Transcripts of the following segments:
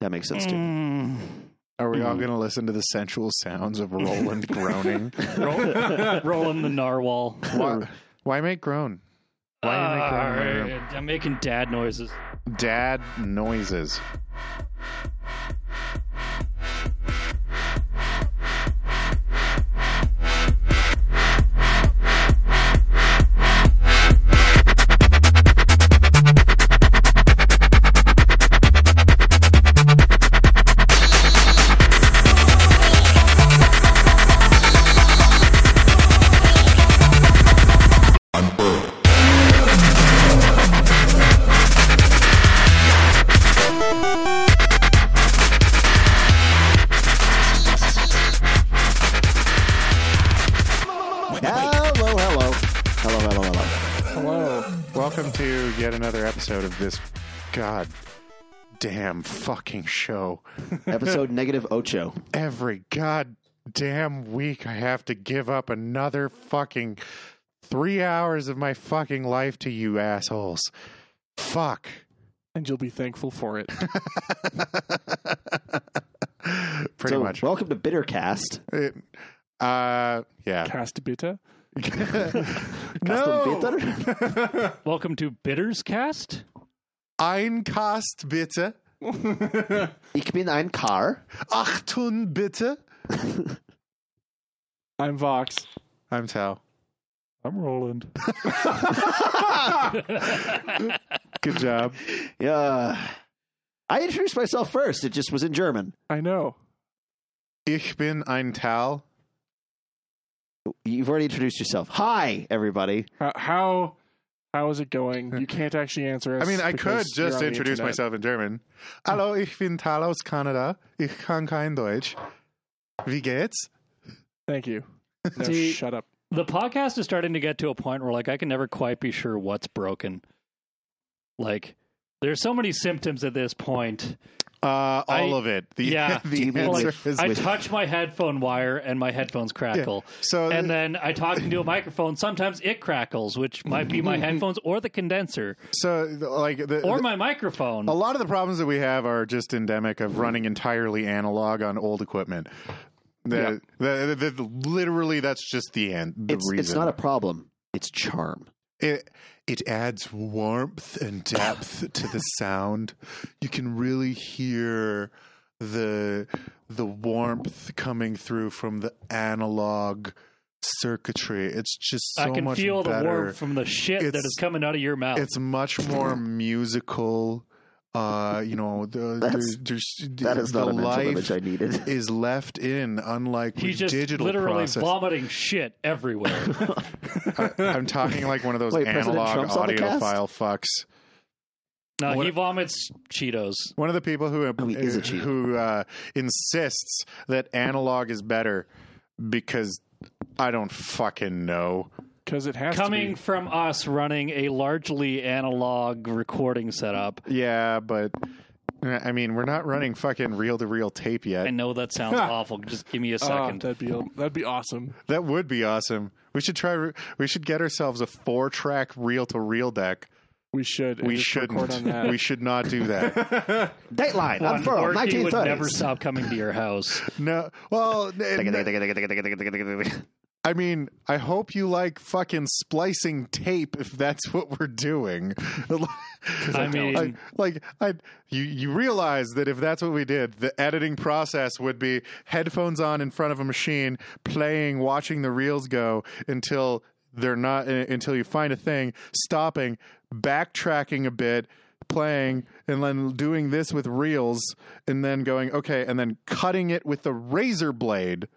That makes sense too. Mm. Are we all Mm-hmm. going to listen to the sensual sounds of Roland groaning? Roll, rolling the narwhal. why, why make groan? Ah, Why do you make alright, I'm making dad noises. groan? Dad noises. Hello, hello, hello, hello, hello. Hello. Welcome to yet another episode of this god damn fucking show. Episode negative ocho. Every god damn week I have to give up another fucking 3 hours of my fucking life to you assholes. Fuck. and you'll be thankful for it. Pretty so, much. Welcome to Bittercast. It- uh yeah. Cast bitter. no. Bitter? Welcome to Bitters Cast. Ein Kast bitte. Ich bin ein Car. Achtung bitte. I'm Vox. I'm Tao. I'm Roland. Good job. Yeah. I introduced myself first. It just was in German. I know. ich bin ein Tao. You've already introduced yourself. Hi, everybody. How how, how is it going? You can't actually answer us. I mean, I could because you're on just the introduce internet. myself in German. Hallo, ich bin Tal aus Kanada. Ich kann kein Deutsch. Wie geht's? Thank you. No, See- shut up. The podcast is starting to get to a point where, like, I can never quite be sure what's broken. Like, there's so many symptoms at this point. Uh, all I- of it. The, yeah. the Do you mean answer with- is I with- touch my headphone wire and my headphones crackle. so. And then I talk into a microphone. Sometimes it crackles, which might be my headphones or the condenser so like the, or the- my microphone. a lot of the problems that we have are just endemic of running entirely analog on old equipment. The, the, the, the- literally, that's just the end. The It's, reason it's not a problem. It's charm. It it adds warmth and depth to the sound. You can really hear the the warmth coming through from the analog circuitry. It's just so I can much feel the better. warmth from the shit that It's- is coming out of your mouth. It's much more musical. Uh, you know, the, That's- there's, there's- That is not the a mental image life I needed. is left in, unlike He's just digital literally process. vomiting shit everywhere. I'm talking like one of those Wait, President analog Trump's on the cast? audiophile fucks. no, he What- vomits Cheetos. One of the people who Oh, he is a cheater. who uh, insists that analog is better because I don't fucking know. Because it has Coming to be. from us running a largely analog recording setup. Yeah, but I mean, we're not running fucking reel to reel tape I yet. know that sounds awful. Just give me a Ah, second. that'd be that'd be awesome. That would be awesome. We should try. re- We should get ourselves a four track reel to reel deck. We should. and We just record shouldn't. on that. We should not do that. Dateline, One, unfurled, Orky would 1930s. never stop coming to your house. no. Well, n- I mean, I hope you like fucking splicing tape if that's what we're doing. I mean- like, like, I you you realize that if that's what we did, the editing process would be headphones on in front of a machine, playing, watching the reels go until they're not uh, until you find a thing, stopping, backtracking a bit, playing, and then doing this with reels, and then going okay, and then cutting it with the razor blade.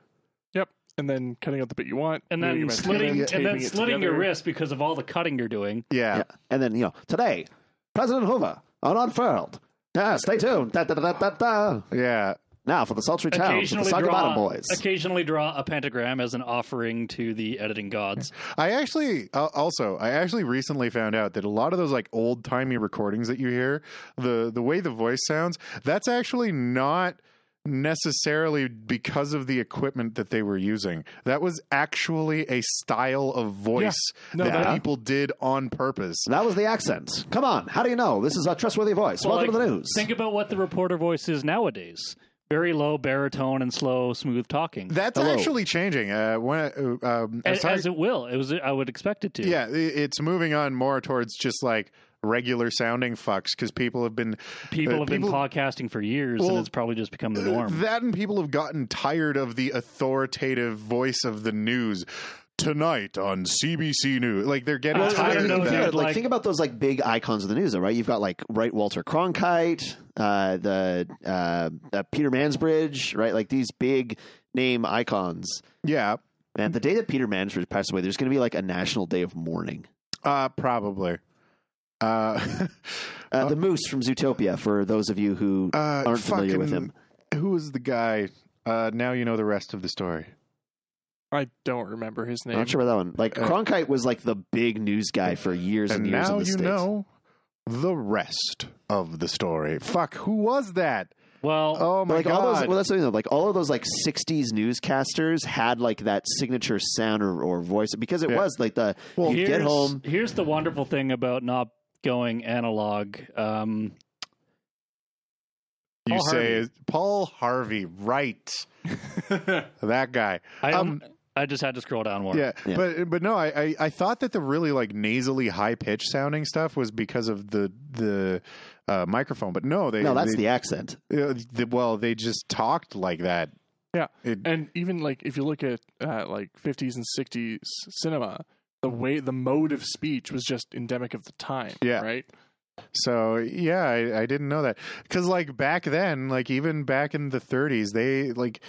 Yep. And then cutting out the bit you want, And then moving it back slitting together, and then taping it slitting your together. wrist because of all the cutting you're doing. Yeah. Yeah. And then, you know, today, President Hoover on Unfurled. Yeah, stay tuned. Da, da, da, da, da, da. Yeah. Now for the sultry towns of the Occasionally Saga Bottom draw, Boys. occasionally draw a pentagram as an offering to the editing gods. I actually uh, also I actually recently found out that a lot of those like old timey recordings that you hear the the way the voice sounds that's actually not necessarily because of the equipment that they were using. That was actually a style of voice No, that that- people did on purpose. That was the accent. Come on, how do you know? This is a trustworthy voice. Well, Welcome like, to the news. Think about what the reporter voice is nowadays. Very low baritone and slow, smooth talking. That's Hello. actually changing. Uh, when, uh, um, I was as, talking- as it will. It was. I would expect it to. yeah, i- it's moving on more towards just like regular sounding fucks because people have been People uh, have been podcasting for years, Well, uh, and it's probably just become the norm. That and people have gotten tired of the authoritative voice of the news tonight on CBC News. Like they're getting Well, I tired don't know of if that. you- Oh, Yeah, like, like- think about those like big icons of the news, though, right? You've got like right Walter Cronkite, uh, the uh, uh, Peter Mansbridge, right? Like these big name icons. Yeah, Man, the day that Peter Mansbridge passed away, there's going to be like a national day of mourning. uh, probably. Uh, Uh, Oh. the Moose from Zootopia, for those of you who uh, aren't familiar with him. Who was the guy? Uh, now you know the rest of the story. I don't remember his name. Not sure about that one. Like Uh, Cronkite was like the big news guy for years and, and years. in now the you States. know the rest of the story. Fuck, who was that? well, Oh But my like god! all those, well, that's what you know. Like all of those, like '60s newscasters had like that signature sound or, or voice because it Yeah. was like the Well, you here's, get home, Here's the wonderful thing about not going analog. Um, you Paul say Harvey. Paul Harvey, right? that guy. I Um, I just had to scroll down more. Yeah, Yeah. but but no, I, I I thought that the really like nasally high pitched sounding stuff was because of the the uh, microphone, but no, they No, that's they, the accent. uh, the well they just talked like that. Yeah. It- and even like if you look at uh, like 50s and 60s cinema the way the mode of speech was just endemic of the time Yeah. right so yeah, I, I didn't know that because like back then, like even back in the 30s, they like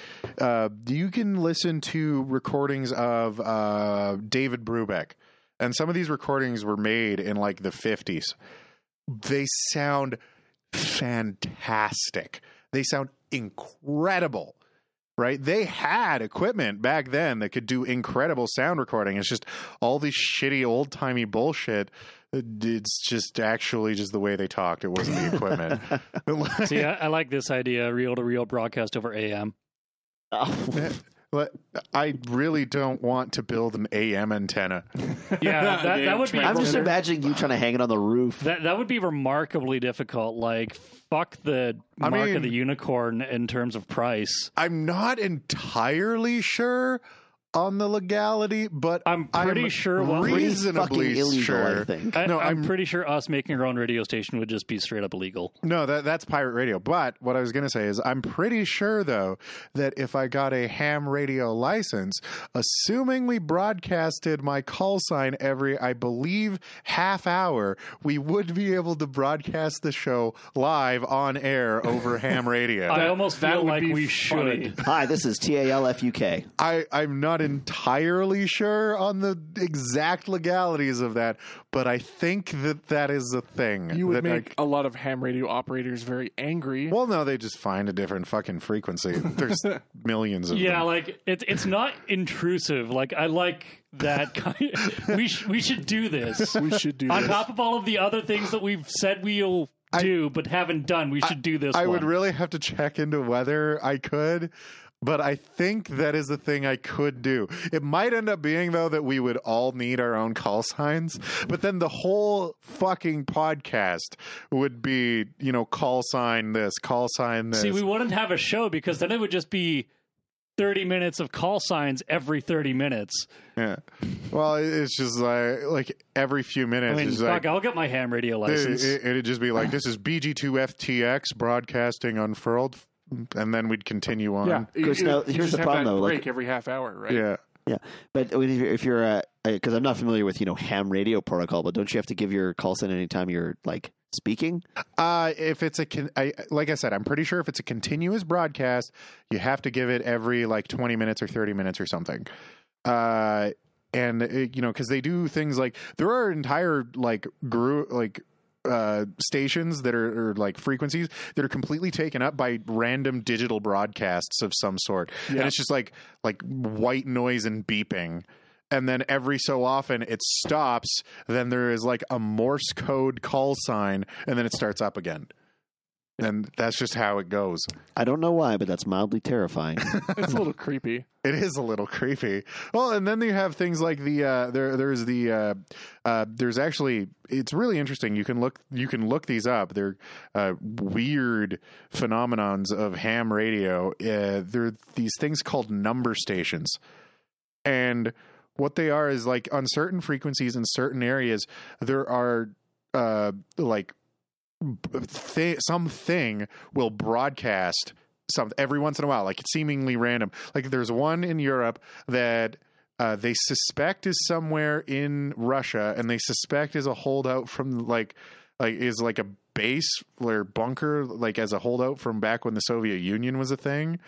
uh, you can listen to recordings of uh, David Brubeck, and some of these recordings were made in like the 50s. They sound fantastic. They sound incredible. Right? They had equipment back then that could do incredible sound recording. It's just all this shitty old timey bullshit. It's just actually just the way they talked. It wasn't the equipment. See, I, I like this idea: reel to reel broadcast over AM. But I really don't want to build an AM antenna. Yeah, that, that would be. I'm just Dinner. imagining you trying to hang it on the roof. That that would be remarkably difficult. Like fuck the I mark mean- of the unicorn in terms of price. I'm not entirely sure on the legality, but I'm pretty sure what we- Pretty reasonably fucking illegal, sure. I think. I, No, I'm, I'm- pretty sure us making our own radio station would just be straight up illegal. No, that that's pirate radio. But what I was going to say is, I'm pretty sure though that if I got a ham radio license, assuming we broadcasted my call sign every, I believe, half hour, we would be able to broadcast the show live on air over ham radio. I almost that feel would like be we funny. should. Hi, this is TALFUK. I, I'm not entirely sure on the exact legalities of that, but I think that that is a thing. you would that I- make a lot of ham radio operators very angry well, no, they just find a different fucking frequency. There's millions of Yeah, them. like it's it's not intrusive. Like I like that kind. we sh- we should do this. we should do On this. top of all of the other things that we've said we'll do but haven't done, we should do this. I would one. really have to check into whether I could, but I think that is the thing I could do. It might end up being though that we would all need our own call signs, but then the whole fucking podcast would be, you know, call sign this, call sign this. See, we wouldn't have a show because then it would just be thirty minutes of call signs every thirty minutes. yeah. Well, it- it's just like like every few minutes, I mean, it's fuck, like. I'll get my ham radio It, license. it, it'd just be like this is BG2FTX broadcasting unfurled, and then we'd continue on. yeah Chris, now, here's just the have problem, that though, like- break every half hour right yeah. Yeah, but if you're- if you're because I'm not familiar with you know ham radio protocol, but don't you have to give your call sign anytime you're like speaking? Uh, if it's a con- I, like I said, I'm pretty sure if it's a continuous broadcast, you have to give it every like 20 minutes or 30 minutes or something. Uh, and it, you know, because they do things like there are entire like group like uh stations that are or, like frequencies that are completely taken up by random digital broadcasts of some sort and Yeah. it's just like like white noise and beeping and then every so often it stops then there is like a morse code call sign and then it starts up again and that's just how it goes. I don't know why, but that's mildly terrifying. It's a little creepy. It is a little creepy. Well, and then you have things like the uh, there. There's the uh, uh, there's actually it's really interesting. You can look you can look these up. They're uh, weird phenomenons of ham radio. Uh, there are these things called number stations, and what they are is like on certain frequencies in certain areas there are uh, like th- something will broadcast something every once in a while, like it's seemingly random. Like there's one in Europe that uh, they suspect is somewhere in Russia, and they suspect is a holdout from like like is like a base or bunker, like as a holdout from back when the Soviet Union was a thing.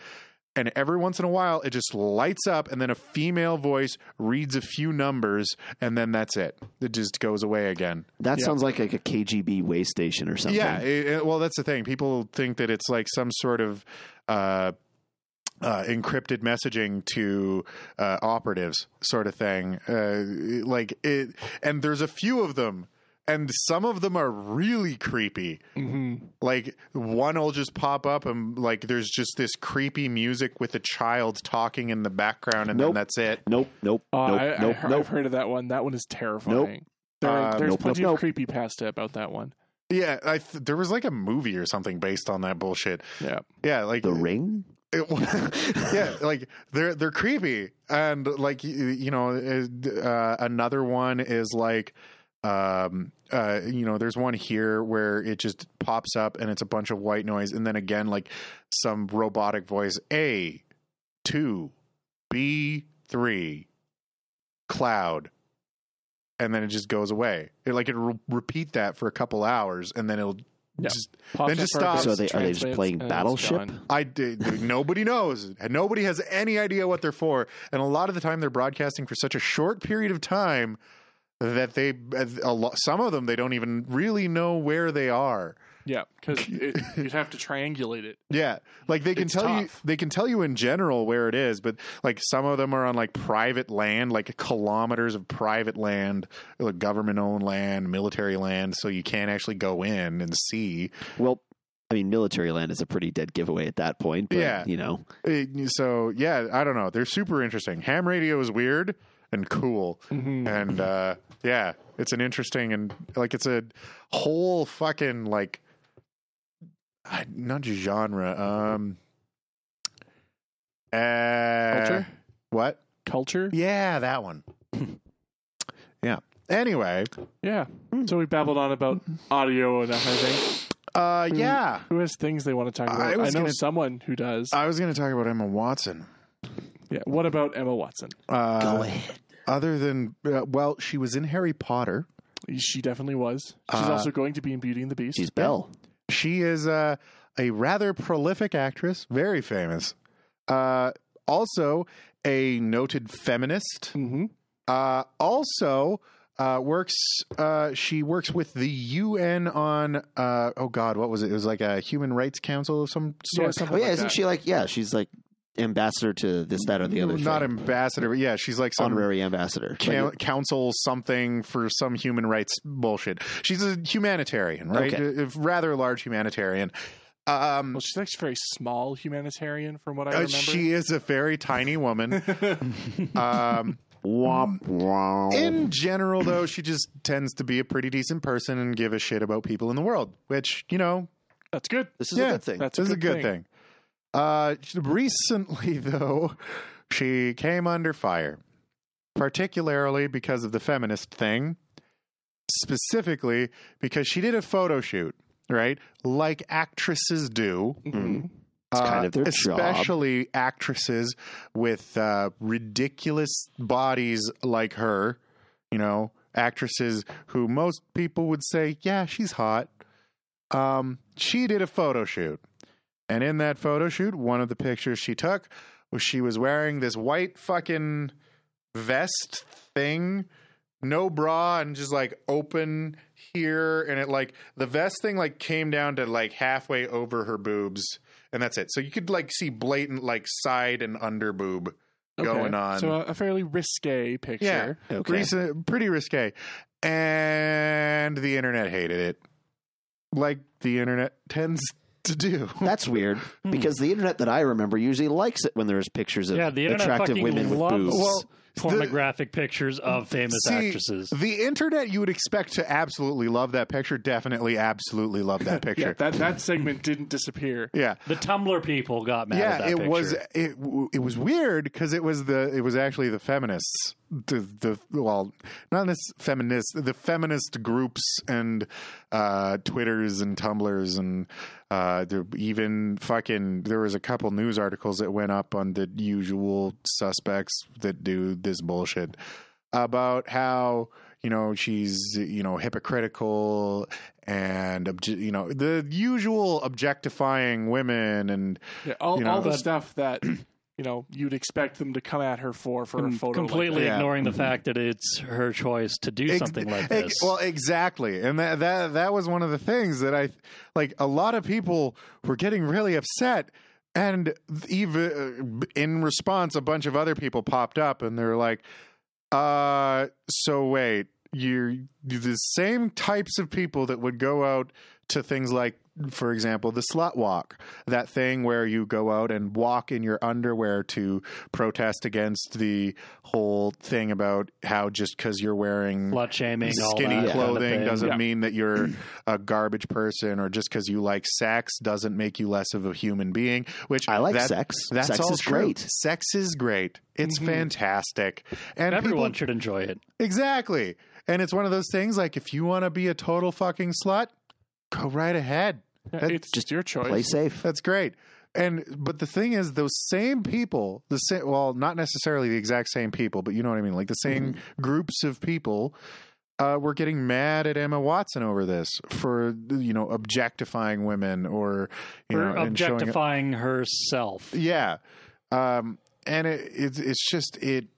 And every once in a while, it just lights up, and then a female voice reads a few numbers, and then that's it. It just goes away again. That Yeah. sounds like, like a KGB way station or something. Yeah, it- it- well, that's the thing. People think that it's like some sort of uh, uh, encrypted messaging to uh, operatives, sort of thing. Uh, like it, and there's a few of them, and some of them are really creepy. Mm-hmm. Like one will just pop up, and like there's just this creepy music with a child talking in the background, and Nope. then that's it. Nope, nope, Uh, nope, I, I, nope, have nope. heard of that one. That one is terrifying. There, Uh, there's nope, plenty nope, of nope. creepy pasta about that one. Yeah, I th- there was like a movie or something based on that bullshit. Yeah. Yeah, like The ring? it, yeah, like they're they're creepy, and like y- you know, uh, another one is like, um, uh, you know, there's one here where it just pops up and it's a bunch of white noise, and then again, like some robotic voice, A two, B three, cloud, and then it just goes away. It, like it re- repeat that for a couple hours, and then it'll Yeah. just Pops Then up just for a bit, stops. So they are they just translates, playing and it's Battleship? gone. I did. Nobody knows. And Nobody has any idea what they're for. And a lot of the time, they're broadcasting for such a short period of time that they, a lo- some of them, they don't even really know where they are. Yeah, because you'd have to triangulate it. Yeah, like they can It's tell you tough. they can tell you in general where it is, but like some of them are on like private land, like kilometers of private land, like government owned land, military land, so you can't actually go in and see. Well, I mean, military land is a pretty dead giveaway at that point. But, Yeah. you know, It- so yeah, I don't know. They're super interesting. Ham radio is weird and cool. Mm-hmm. and uh yeah it's an interesting and like it's a whole fucking like I- not genre um uh Culture? what Culture? Hmm. yeah that one yeah anyway Yeah. Hmm. So we babbled on about audio and that kind of thing. Hmm. uh yeah Who has things they want to talk I about? I, was know gonna- Uh, someone who does. i was gonna talk about emma watson yeah. What about Emma Watson? uh go ahead. other than uh, well she was in harry potter She definitely was. She's Uh, also going to be in Beauty and the Beast. She's Belle. She is uh, a rather prolific actress, very famous. Uh, also, a noted feminist. hmm Uh, also, uh, works. Uh, she works with the UN on. Uh, oh God, what was it? It was like a Human Rights Council of some sort. Yeah, something Oh, yeah, like isn't that. she like, yeah, she's like ambassador to this, that, or the other Not thing. ambassador, but yeah, she's like some honorary ambassador. coun- Like, council something for some human rights bullshit. She's a humanitarian, right? Okay. A- a rather large humanitarian. Um, Well, she's actually a very small humanitarian, from what I Uh, remember. she is a very tiny woman. um, womp, womp. in general, though, she just tends to be a pretty decent person and give a shit about people in the world, which you know That's good. this is yeah, a good thing. That's is a good thing. Uh, recently, though, she came under fire, particularly because of the feminist thing, specifically because she did a photo shoot, right? Like actresses do. Mm-hmm. Mhm. It's kind of their job. Uh, especially actresses with uh, ridiculous bodies like her. You know, actresses who most people would say, "Yeah, she's hot." Um, she did a photo shoot, and in that photo shoot, one of the pictures she took was she was wearing this white fucking vest thing no bra and just like open here and it like the vest thing like came down to like halfway over her boobs and that's it so you could like see blatant like side and under boob Okay. going on So uh, a, a fairly risque picture. yeah Okay. Recent- pretty risque and the internet hated it like the internet tends to do. That's weird Hmm. because the internet that I remember usually likes it when there's pictures of Yeah, the internet attractive fucking women with loves boobs. pornographic pictures of famous See, actresses. The internet, you would expect to absolutely love that picture. Definitely, absolutely love that Yeah, picture. that that segment didn't disappear. yeah. The Tumblr people got mad. at Yeah, that it picture. was it. w- It was weird because it was the it was actually the feminists, the the well, not this feminists, the feminist groups and uh, Twitters and Tumblrs and uh, there even fucking there was a couple news articles that went up on the usual suspects that do this bullshit about how you know she's you know hypocritical and obje- you know the usual objectifying women and Yeah, all, You know? all the But- stuff that you know you'd expect them to come at her for for Mm, a photo. like completely Yeah. ignoring the fact that it's her choice to do Ex- something like ex- this. well, exactly, and that that that was one of the things that I like. A lot of people were getting really upset, and even uh, in response, a bunch of other people popped up and they're like, "Uh, so wait, you're the same types of people that would go out to things like." For example, the slut walk, that thing where you go out and walk in your underwear to protest against the whole thing about how just because you're wearing Slut shaming, all skinny that kind of clothing thing. doesn't Yeah. mean that you're a garbage person or just because you like sex doesn't make you less of a human being which I like that- sex. that's Sex all is true. great. sex is great it's fantastic and Mm-hmm. Everyone people, should enjoy it. exactly and it's one of those things like if you want to be a total fucking slut go right ahead that. That- Yeah, it's just your choice. Play safe. that's great. And but the thing is, those same people, the same well, not necessarily the exact same people, but you know what I mean, like the same groups of people, uh, were getting mad at Emma Watson over this for you know objectifying women or you For know and showing- objectifying herself. yeah, um, and it, it's it's just it.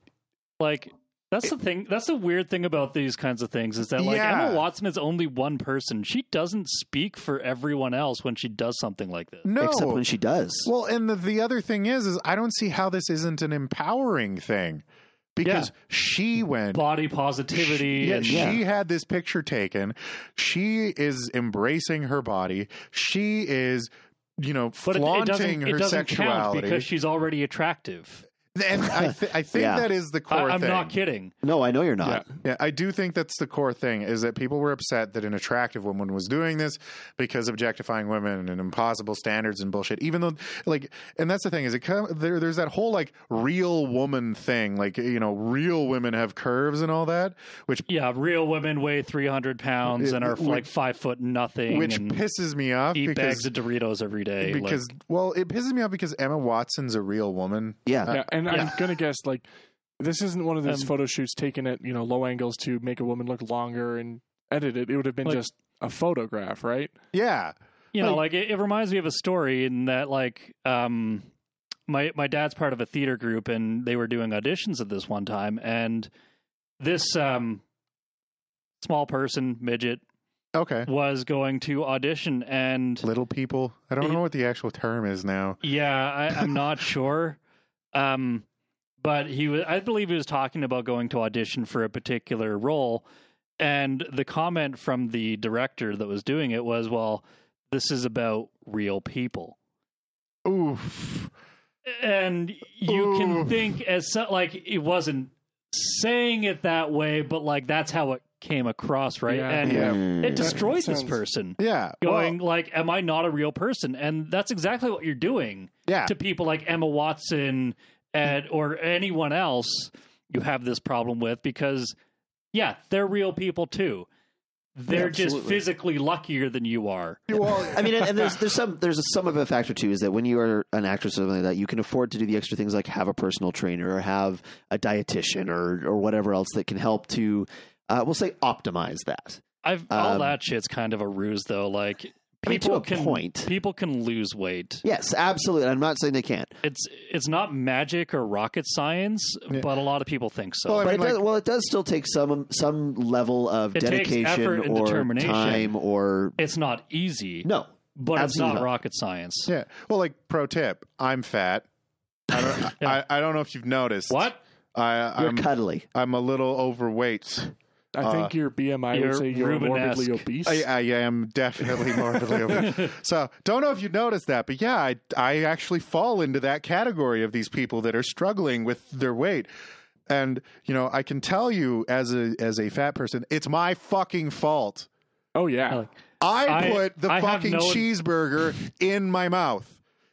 Like that's the thing. That's the weird thing about these kinds of things is that like Yeah. Emma Watson is only one person. She doesn't speak for everyone else when she does something like this. No, Except when she does. Well, and the, the other thing is, is I don't see how this isn't an empowering thing because she went Body positivity. Yeah, and she had this picture taken. She is embracing her body. She is, you know, but it, it flaunting doesn't. It her doesn't sexuality. count because she's already attractive. and I, th- I think Yeah. that is the I, core I'm thing. not kidding. no, I know you're not. Yeah, I do think that's the core thing is that people were upset that an attractive woman was doing this because objectifying women and impossible standards and bullshit. Even though, like, and that's the thing is it come there, there's that whole like real woman thing, like you know, real women have curves and all that, which Yeah, real women weigh 300 pounds It- and are which- like five foot nothing. which and, pisses me off eat because bags of Doritos every day. because well it pisses me off because emma watson's a real woman Uh, Yeah. Yeah, and Yeah. I'm gonna guess like this isn't one of those Um, photo shoots taken at you know low angles to make a woman look longer and edited. It would have been Like- just a photograph, right? yeah like, you know, like it, it reminds me of a story in that like um my my dad's part of a theater group and they were doing auditions at this one time and this um small person midget okay was going to audition and little people i don't It- know what the actual term is now yeah, I, I'm not sure. Um but he was I believe he was talking about going to audition for a particular role and the comment from the director that was doing it was, well, this is about real people. oof and you Ooh. can think as so, like it wasn't saying it that way, but like that's how it came across, right? Yeah. And Yeah. Mm. it destroyed That this sounds- person. yeah Going well, like, am I not a real person? And that's exactly what you're doing yeah to people like Emma Watson and or anyone else you have this problem with because yeah, they're real people too. They're just absolutely. physically luckier than you are. well I mean, and there's there's some there's some of a factor too is that when you are an actress or something like that, you can afford to do the extra things like have a personal trainer or have a dietitian or or whatever else that can help to, uh, we'll say, optimize that. I've all Um, that shit's kind of a ruse though. Like people I mean, to a can point. people can lose weight. Yes, absolutely. I'm not saying they can't. It's it's not magic or rocket science, but a lot of people think so. Well, I But mean, it does, like- well, it does still take some some level of It takes effort dedication and or determination. time or it's not easy, no. but it's absolutely not not. rocket science. yeah well like pro tip i'm fat I don't, I, I don't know if you've noticed What? I, You're I'm, cuddly. I'm a little overweight I think your BMI you're would say you're morbidly Rubenesque. obese. I, I am definitely morbidly obese. So, don't know if you noticed that, but yeah, I, I actually fall into that category of these people that are struggling with their weight. And, you know, I can tell you as a as a fat person, it's my fucking fault. oh yeah, Like, I, I- put the I have fucking no- cheeseburger in my mouth.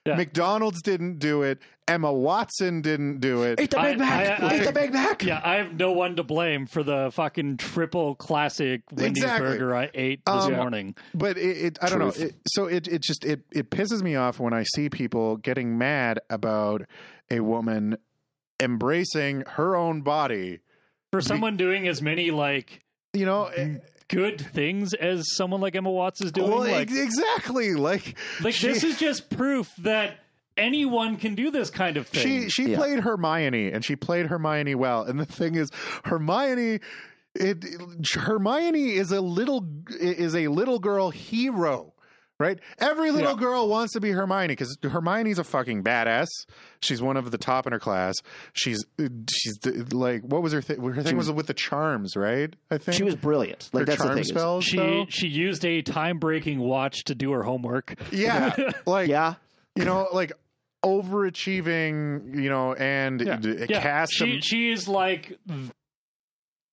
Yeah. McDonald's didn't do it. Emma Watson didn't do it. Eat the I- Big Mac. I- I- Eat the Big Mac. yeah, I have no one to blame for the fucking triple classic Wendy's Exactly. burger I ate this Um, morning. but it, it I don't Truth. know. It, so it it just it it pisses me off when I see people getting mad about a woman embracing her own body. For someone doing as many like You know, eh, good things as someone like Emma Watts is Mm-hmm. doing, well, like, ex- exactly. Like like this is just proof that anyone can do this kind of thing. she she Yeah. played Hermione and she played Hermione well. And the thing is, Hermione. It, Hermione is a little is a little girl hero, right? Every little Yeah. girl wants to be Hermione because Hermione's a fucking badass. She's one of the top in her class. She's she's the, like what was her thing? Her thing was, with the charms, right? I think She was brilliant. Like her that's the charm thing. is- spells. she though? she used a time breaking watch to do her homework. yeah, like Yeah. you know, like overachieving, you know, and Yeah. uh, Yeah, cast she she is like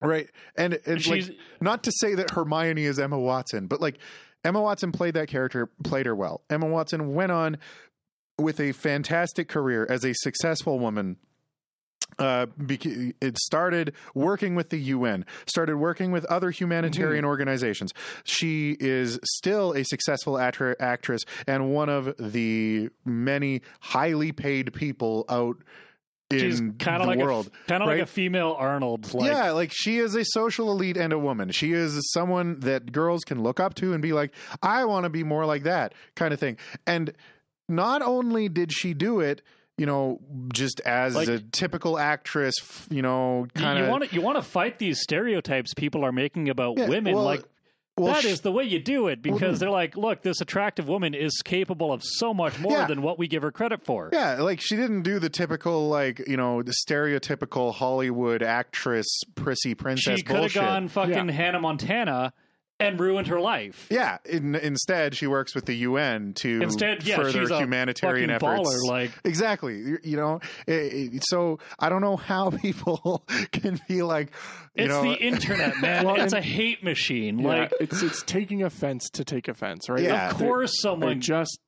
Right. And and like she's not to say that Hermione is Emma Watson, but like Emma Watson played that character, played her well. Emma Watson went on with a fantastic career as a successful woman. Uh, beca- it started working with the UN, started working with other Mm-hmm. humanitarian organizations. She is still a successful actri- actress and one of the many highly paid people out in she's kind the of like world. a kind of right? like a female Arnold. Like yeah, like she is a social elite and a woman. She is someone that girls can look up to and be like, I want to be more like that kind of thing. And not only did she do it, you know, just as Like- a typical actress, f- you know, you- kind of. you want to you want to fight these stereotypes people are making about Yeah, women. well, like well, that is sh- the way you do it because they're like, look, this attractive woman is capable of so much more Yeah. than what we give her credit for. Yeah, like she didn't do the typical, like you know, the stereotypical Hollywood actress, prissy princess she could have bullshit. gone fucking Hannah Montana and ruined her life. yeah, in, instead she works with the UN to Instead, yeah, further she's a humanitarian fucking efforts. baller. Like Exactly. You- You know, it, it- so I don't know how people can be like, you it's know, the internet, man. Well, it's and- a hate machine. Yeah, Like it's it's taking offense to take offense, right? Yeah. of They're- course they're someone just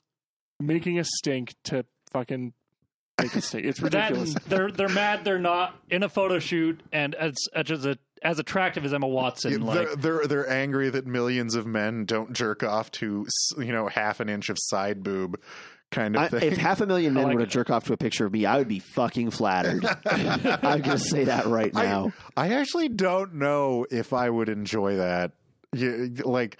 making a stink to fucking make a stink. It's that ridiculous. they're they're mad they're not in a photo shoot and as as, as attractive as Emma Watson. they're, like they're they're angry that millions of men don't jerk off to you know half an inch of side boob kind of I, thing. if half a million men like were to jerk off to a picture of me, I would be fucking flattered. I'm gonna say that right I- now. I, actually don't know if I would enjoy that. You, like,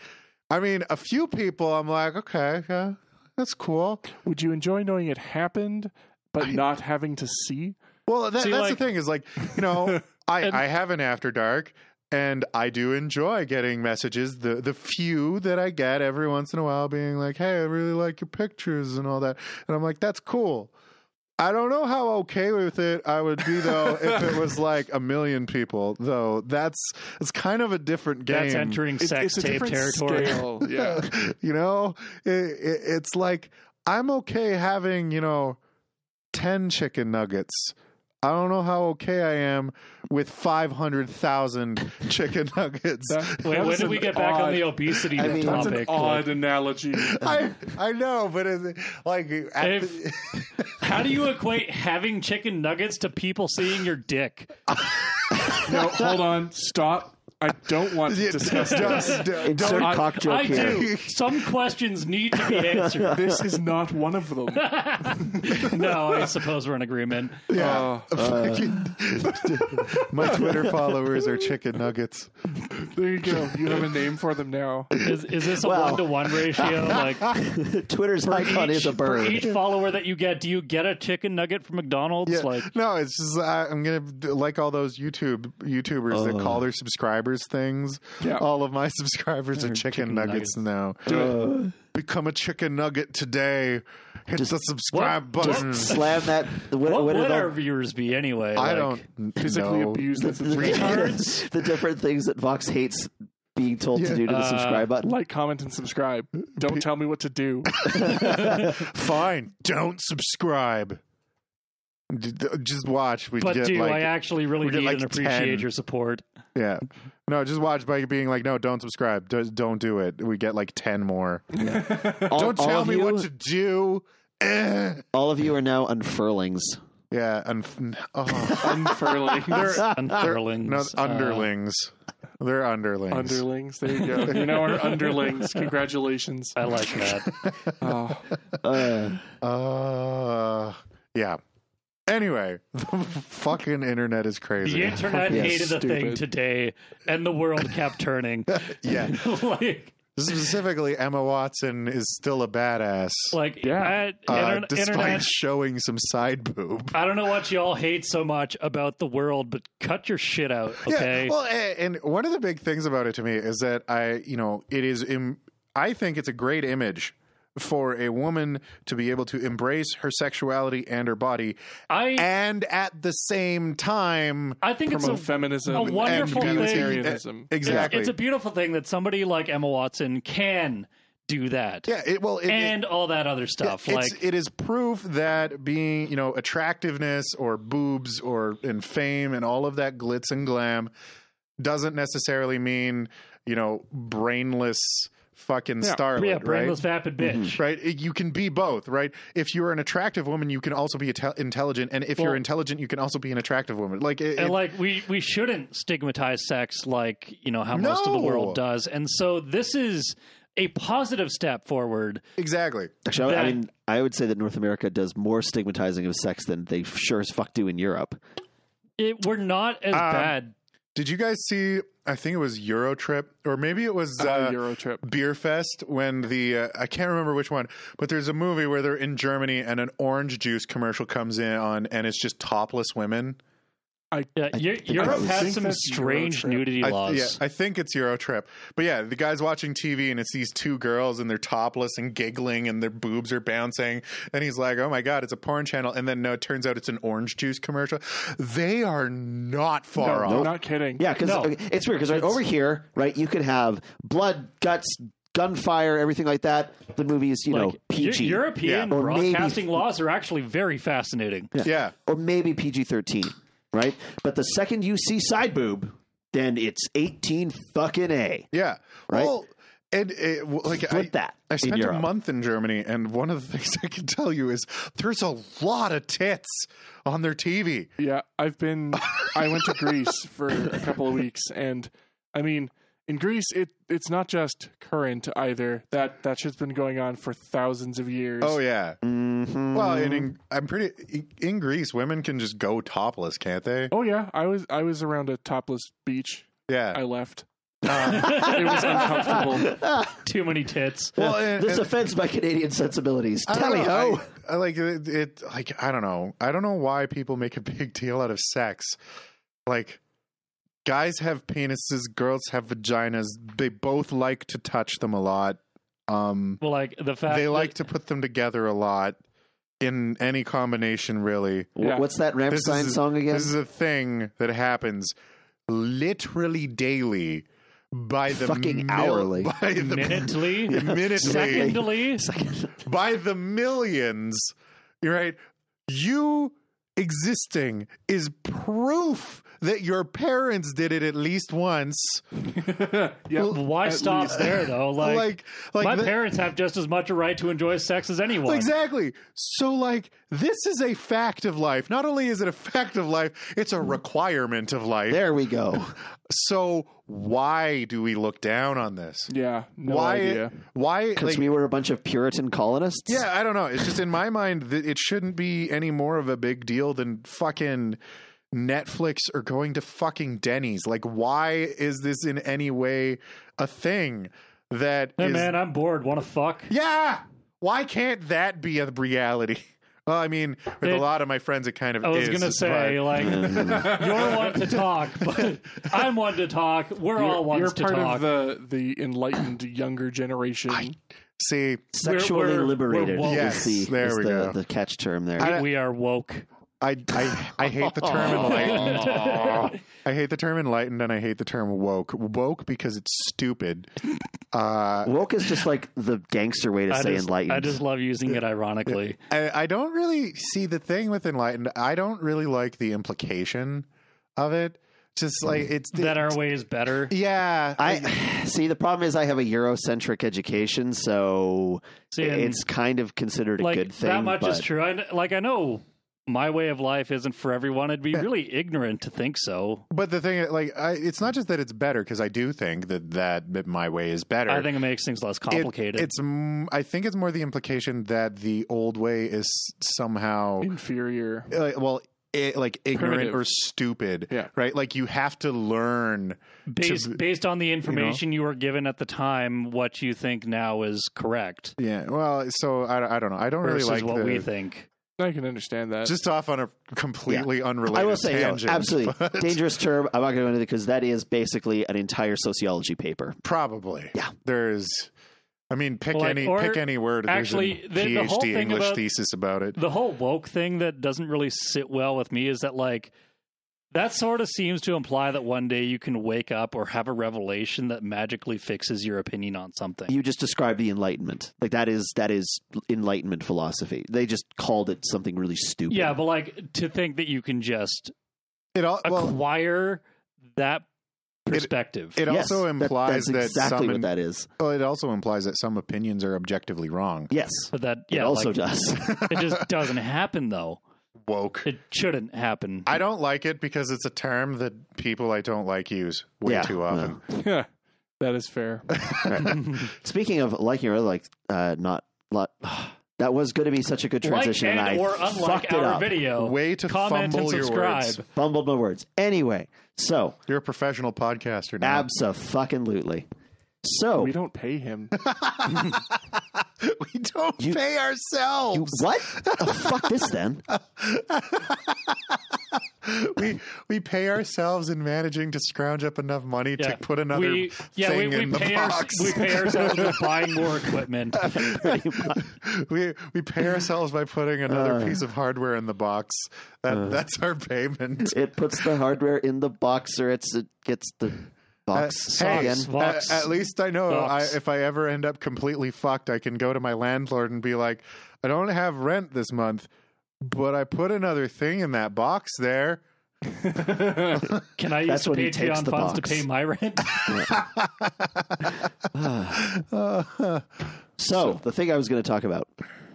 I mean, a few people, I'm like, okay, yeah, that's cool. Would you enjoy knowing it happened but not having to see? Well, that, See, that's like- the thing is like, you know, I, And- I have an after dark and I do enjoy getting messages, the, the few that I get every once in a while being like, hey, I really like your pictures and all that. And I'm like, that's cool. I don't know how okay with it I would be though if it was like a million people though. That's it's kind of a different game. that's entering It's- sex it's a tape different territory. scale, Yeah. you know, it, it, it's like I'm okay having you know ten chicken nuggets. I don't know how okay I am with five hundred thousand chicken nuggets. That- Wait, that when is did we an get back on odd- the obesity I mean- That's topic? an Like, odd analogy. I I know, but it's like at the- how do you equate having chicken nuggets to people seeing your dick? no, hold on. Stop. I don't want to discuss this. don't, don't, Insert don't- cock joke I here. do. Some questions need to be answered. This is not one of them. No, I suppose we're in agreement. Uh, yeah. Uh, My Twitter followers are chicken nuggets. There you go. You have a name for them now. Is, is this a Well. one to one ratio? Like Twitter's icon is a for bird. each follower that you get, do you get a chicken nugget from McDonald's? Yeah. Like no, it's just I, I'm gonna like all those YouTube YouTubers that call their subscribers things. Yeah. All of my subscribers are chicken, chicken nuggets, now. Do it. Become a chicken nugget today. hit Just- the subscribe button. Slam that. What, What, what are would the- our viewers be anyway? I Like, don't physically know. abuse the the, retards. the different things that Vox hates being told Yeah. to do to the Uh, subscribe button? like, comment, and subscribe. Don't tell me what to do. Fine, don't subscribe. D- d- Just watch. We But get do like I actually really we get need like and appreciate 10. your support? yeah. No, just watch by being like, no, don't subscribe. Do- Don't do it. We get like ten more. All, Don't all tell of me you, what to do. Eh. All of you are now unfurlings. Yeah, and oh, Unfurling. Unfurlings. no, uh, underlings. They're underlings. underlings. There you go. You know our underlings. Congratulations. I like that. Oh, Uh, uh, yeah. Anyway, the fucking internet is crazy. The internet Yes, hated a thing stupid. today, and the world kept turning. Yeah. like, Specifically, Emma Watson is still a badass. like Yeah. I, uh, inter- despite internet. showing some side boob. I don't know what you all hate so much about the world, but cut your shit out, okay? Yeah. Well, a- and one of the big things about it to me is that I, you know, it is. Im- I think it's a great image for a woman to be able to embrace her sexuality and her body, I and at the same time, I think it's promote a feminism a wonderful and thing. humanitarianism. E, exactly. it's a beautiful thing that somebody like Emma Watson can do that yeah. It, well, it, it- and all that other stuff. It's, like it is proof that being, you know, attractiveness or boobs or and fame and all of that glitz and glam doesn't necessarily mean, you know, brainless fucking Yeah. starlet, yeah, brainless right? Mm-hmm. vapid bitch. Right, It- you can be both, right? If you're an attractive woman, you can also be atel- intelligent, and if you're Well- intelligent, you can also be an attractive woman. Like, it, And it- like we we shouldn't stigmatize sex like you know how most of the No. world does. And so this is a positive step forward. exactly. actually, I- I That- mean, I would say that North America does more stigmatizing of sex than they sure as fuck do in Europe. It, we're not as Um, bad. Did you guys see? I think it was Eurotrip, or maybe it was Uh, uh, Euro trip. beer fest when the uh, I can't remember which one, but there's a movie where they're in Germany and an orange juice commercial comes in on and it's just topless women. Yeah, Eu- Europe I has think some that's strange Eurotrip. nudity I, laws. yeah, I think it's Eurotrip. But yeah, the guy's watching TV and it's these two girls and they're topless and giggling and their boobs are bouncing and he's like, "Oh my god, it's a porn channel." And then no, it turns out it's an orange juice commercial. They are not far No, off. not kidding. Yeah, because No. it's weird because right over here, right, you could have blood, guts, gunfire, everything like that. The movies, you know, like Eu- PG, European Yeah. Or maybe- broadcasting laws are actually very fascinating. Yeah. or maybe PG thirteen, right? But the second you see side boob, then it's eighteen fucking a. Yeah. Right? Well, and it, well, like Flip I, that I in spent a Europe. month in Germany, and one of the things I can tell you is there's a lot of tits on their TV. Yeah, I've been. I went to Greece for a couple of weeks, and I mean, in Greece, it it's not just current either. That that shit's been going on for thousands of years. Oh yeah. Mm-hmm. Mhm. Well, and in, I'm pretty in Greece. Women can just go topless, can't they? Oh yeah, I was I was around a topless beach. Oh, I Yeah. left. it It was uncomfortable. Too many tits. Well, and- this and- offends my Canadian sensibilities. I don't Tally know, ho! I, I like it, it. Like I don't know. I don't know why people make a big deal out of sex. Like guys have penises, girls have vaginas. They both like to touch them a lot. Um, Well, like the fact they that- like to put them together a lot in any combination really Wh- Yeah. What's that This Ramstein is- song again? this is a thing that happens literally daily by the Fucking mil- hourly. by the minutely, minutely secondly, by the millions you're right you existing is proof that your parents did it at least once Yeah, why at stop least. there though? Like, like like my the- parents have just as much a right to enjoy sex as anyone. Exactly. So, like, this is a fact of life. Not only is it a fact of life, it's a requirement of life. there we go. So, why do we look down on this? Yeah, no why? idea. Why? Because Like, we were a bunch of Puritan colonists. yeah, I don't know. It's just in my mind that it shouldn't be any more of a big deal than fucking Netflix or going to fucking Denny's. Like, why is this in any way a thing that Hey is- man, I'm bored. Want to fuck? yeah. Why can't that be a reality? Well, I mean, with a It- lot of my friends, it kind of I is, was gonna say, but- like, you're one to talk, but I'm one to talk. We're You're, all ones you're to part talk. of the the enlightened younger generation. see, Sexually we're- we're liberated woke. is, Yes, the, there is we the, go. the catch term there. I- we are woke. I, I I hate the term enlightened. I hate the term enlightened, and I hate the term woke. Woke because it's stupid. Uh, Woke is just like the gangster way to I say just, enlightened. I just love using it ironically. I, I don't really see the thing with enlightened. I don't really like the implication of it. Just like it's Mm. that our way is better. yeah. I see. The problem is I have a Eurocentric education, so See, and- it's kind of considered a like good thing. that much but is true. I, kn- like I know my way of life isn't for everyone. It'd be really ignorant to think so. but the thing, like, I, it's not just that it's better because I do think that, that that my way is better. I think it makes things less It- complicated. it's mm, I think it's more the implication that the old way is somehow inferior. uh, well. i like ignorant Primitive. or stupid, Yeah. right? Like you have to learn based to- based on the information you, were given at the time, what you think now is correct Yeah. Well, so I, I don't know. I don't really versus like what the, we think. I can understand that. Just off on a completely unrelated I will say, no, tangent. absolutely but dangerous term. I'm not going to go into it because that is basically an entire sociology paper. Probably. Yeah. There's. I mean, pick Well, like, any or pick any word. There's a actually, the- the whole PhD thing English about- thesis about it. The whole woke thing that doesn't really sit well with me is that like that sort of seems to imply that one day you can wake up or have a revelation that magically fixes your opinion on something. You just described the Enlightenment. Like that is that is Enlightenment philosophy. They just called it something really stupid. yeah, but like to think that you can just It all well. acquire that perspective. It Yes, also that- implies that's that, exactly some. what that is. well, it also implies that some opinions are objectively wrong. Yes, but that it yeah, also like, does. it just doesn't happen though. Woke. It shouldn't happen. I don't like it because it's a term that people I don't like use way Yeah, too often. yeah, that is fair. Speaking of liking or like uh, not, lot, that was going to be such a good transition, like and and I or fucked unlike it our up. video. Way to comment fumble and your subscribe. words. Bumbled my words. Anyway, so You're a professional podcaster now. abso-fucking-lutely. So Oh. We don't pay him. we don't You- pay ourselves. you, what? oh, fuck this then. we we pay ourselves in managing to scrounge up enough money to put another we, yeah, thing we, we in the pay box. Our, we pay ourselves with buying more equipment. we we pay ourselves by putting another Uh. piece of hardware in the box. That that's our payment. It puts the hardware in the box, or it's it gets the box Uh, hey, again. Box. at, at least I know I, Box. if I ever end up completely fucked, I can go to my landlord and be like, "I don't have rent this month, but I put another thing in that box there." Can I That's use the when he takes Patreon the funds to box. pay my rent? So the thing I was going to talk about.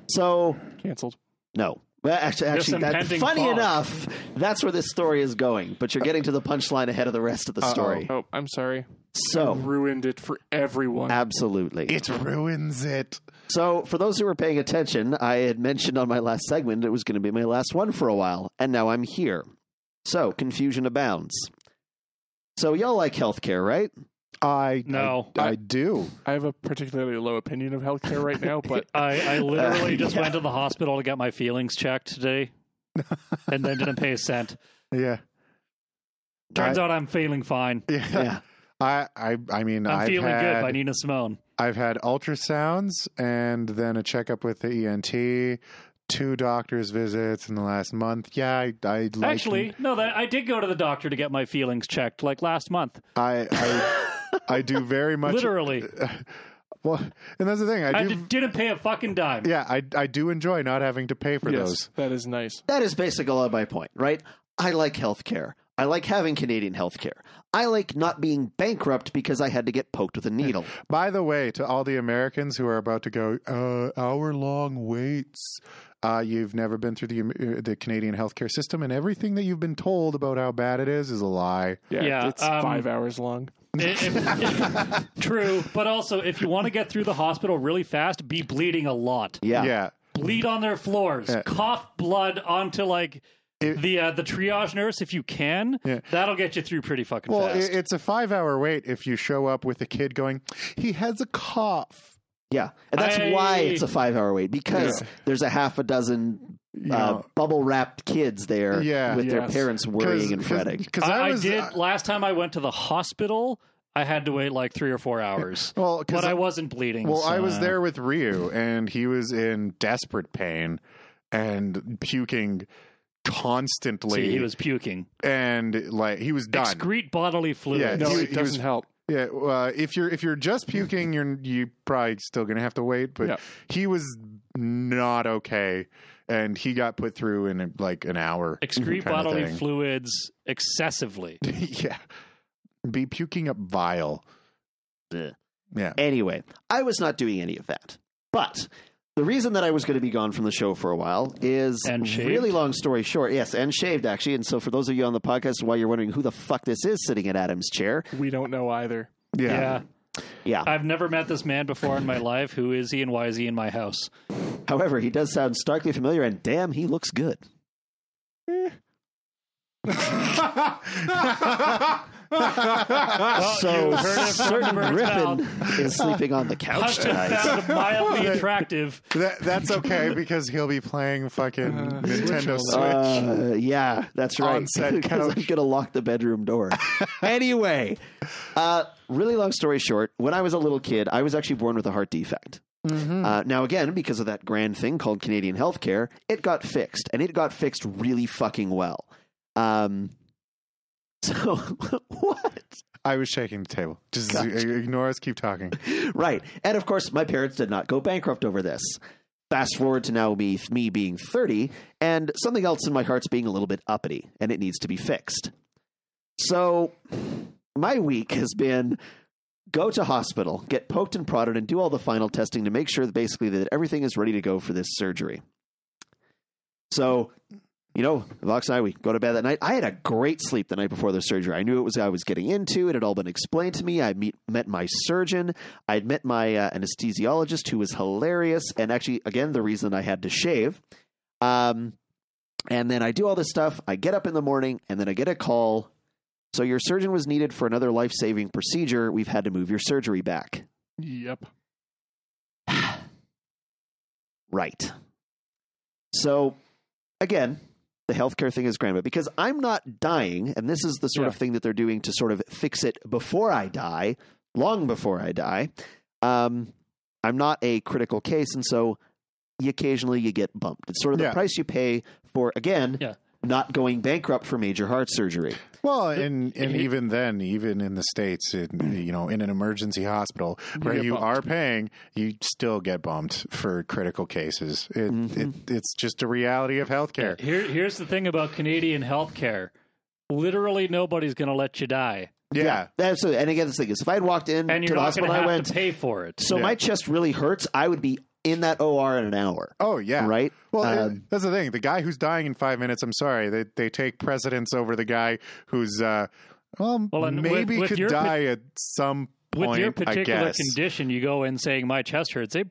So Canceled. no. Well, actually, Just actually, that, impending funny fog. enough, that's where this story is going. But you're getting to the punchline ahead of the rest of the story. Oh, I'm sorry. So, Ruined it for everyone. absolutely. It ruins it. So, for those who were paying attention, I had mentioned on my last segment it was going to be my last one for a while, and now I'm here. So, confusion abounds. So, y'all like healthcare, right? I No. I, I do. I have a particularly low opinion of healthcare right now, but I, I literally Uh, just yeah. went to the hospital to get my feelings checked today, and then didn't pay a cent. Yeah. Turns I- out I'm feeling fine. Yeah. Yeah. I, I I mean I'm have feeling had, good by Nina Simone. I've had ultrasounds and then a checkup with the ENT, two doctors visits in the last month. Yeah, I I like, Actually, no, that I did go to the doctor to get my feelings checked, like last month. I I, I do very much Literally, well, and that's the thing I I do. d- didn't pay a fucking dime. yeah, I I do enjoy not having to pay for yes, those. that is nice. That is basically all my point, right? I like healthcare. I like having Canadian healthcare. I like not being bankrupt because I had to get poked with a needle. By the way, to all the Americans who are about to go uh, hour long waits, uh, you've never been through the uh, the Canadian healthcare system, and everything that you've been told about how bad it is is a lie. Yeah, Yeah, it's um, five hours long. If- if- true, but also if you want to get through the hospital really fast, be bleeding a lot. Yeah. yeah. Bleed on their floors, cough blood onto like It- the uh, the triage nurse if you can. Yeah. That'll get you through pretty fucking Well, i fast. it's a five hour wait if you show up with a kid going, he has a cough. Yeah. And that's I- why it's a five hour wait because there's a half a dozen you uh, know, bubble wrapped kids there Yeah. with their Yes. parents worrying and fretting. Because I, I, I was did uh, last time I went to the hospital. I had to wait like three or four hours, well, but because I, wasn't bleeding. Well, so, I was uh, there with Ryu, and he was in desperate pain and puking constantly. See, he was puking. and like he was done. Excrete bodily fluids. Yeah, No, he- it he was- doesn't help. yeah, uh, if you're if you're just puking, you're you probably still gonna have to wait. But Yeah. he was not okay, and he got put through in like an hour. Excrete Mm-hmm, kinda bodily thing. fluids excessively. yeah, be puking up bile. Bleh. Yeah, Anyway, I was not doing any of that. But the reason that I was going to be gone from the show for a while is And shaved? really long story short. Yes, and shaved actually. And so for those of you on the podcast, while you're wondering who the fuck this is sitting at Adam's chair, We don't know either. yeah. yeah. I've never met this man before in my life. Who is he and why is he in my house? However, he does sound starkly familiar, and damn, he looks good. so Oh, you heard it from certain the bird's Griffin is sleeping on the couch Hudson tonight. found mildly attractive. That, that's okay because he'll be playing fucking Uh, Nintendo Switch. Switch. Uh, yeah, that's right. On said 'Cause I'm couch. gonna lock the bedroom door. anyway, uh, really long story short, when I was a little kid, I was actually born with a heart defect. Mm-hmm. Uh, now, again, because of that grand thing called Canadian healthcare, it got fixed, and it got fixed really fucking well. Um, so what? I was shaking the table. Just Gotcha. ignore us. Keep talking. Right. And of course, my parents did not go bankrupt over this. Fast forward to now me, me being 30, and something else in my heart's being a little bit uppity, and it needs to be fixed. So, my week has been go to hospital, get poked and prodded, and do all the final testing to make sure that basically that everything is ready to go for this surgery. So, you know, Vox and I, we go to bed that night. I had a great sleep the night before the surgery. I knew it was I was getting into. It had all been explained to me. I meet, met my surgeon. I'd met my uh, anesthesiologist, who was hilarious. And actually, again, the reason I had to shave. Um, and then I do all this stuff. I get up in the morning, and then I get a call. So your surgeon was needed for another life saving procedure. We've had to move your surgery back. Yep. Right. So, again, the healthcare thing is grand, but because I'm not dying, and this is the sort Yeah. of thing that they're doing to sort of fix it before I die, long before I die, um, I'm not a critical case, and so you occasionally you get bumped. It's sort of the Yeah. price you pay for again Yeah. not going bankrupt for major heart surgery. Well, and and even then, even in the states, in, you know, in an emergency hospital where get you bumped. are paying, you still get bumped for critical cases. It, Mm-hmm. it it's just a reality of healthcare. Here, here's the thing about Canadian healthcare. Literally nobody's going to let you die, Yeah. That's and again this thing is if I had walked in and to you're the not hospital going to I have went to pay for it. so Yeah. my chest really hurts, I would be in that OR in an hour. Oh yeah. Right? Well, Um, and that's the thing. The guy who's dying in five minutes. I'm sorry. They they take precedence over the guy who's uh, well, Well, and with- maybe with could your pa- die at some point. With your I particular guess. condition, you go in saying my chest hurts. They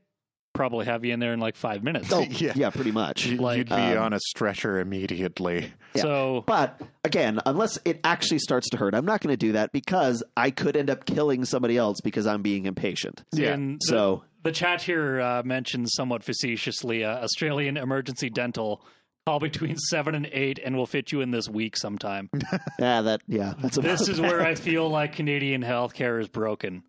probably have you in there in like five minutes. Oh, Yeah. yeah, pretty much. You- like, You'd be um, on a stretcher immediately. yeah. So But again, unless it actually starts to hurt, I'm not going to do that because I could end up killing somebody else because I'm being impatient. Yeah. and the- So the chat here uh, mentions somewhat facetiously uh, Australian emergency dental. Call between seven and eight, and we'll fit you in this week sometime. yeah, that yeah, that's about This is where I feel like Canadian healthcare is broken.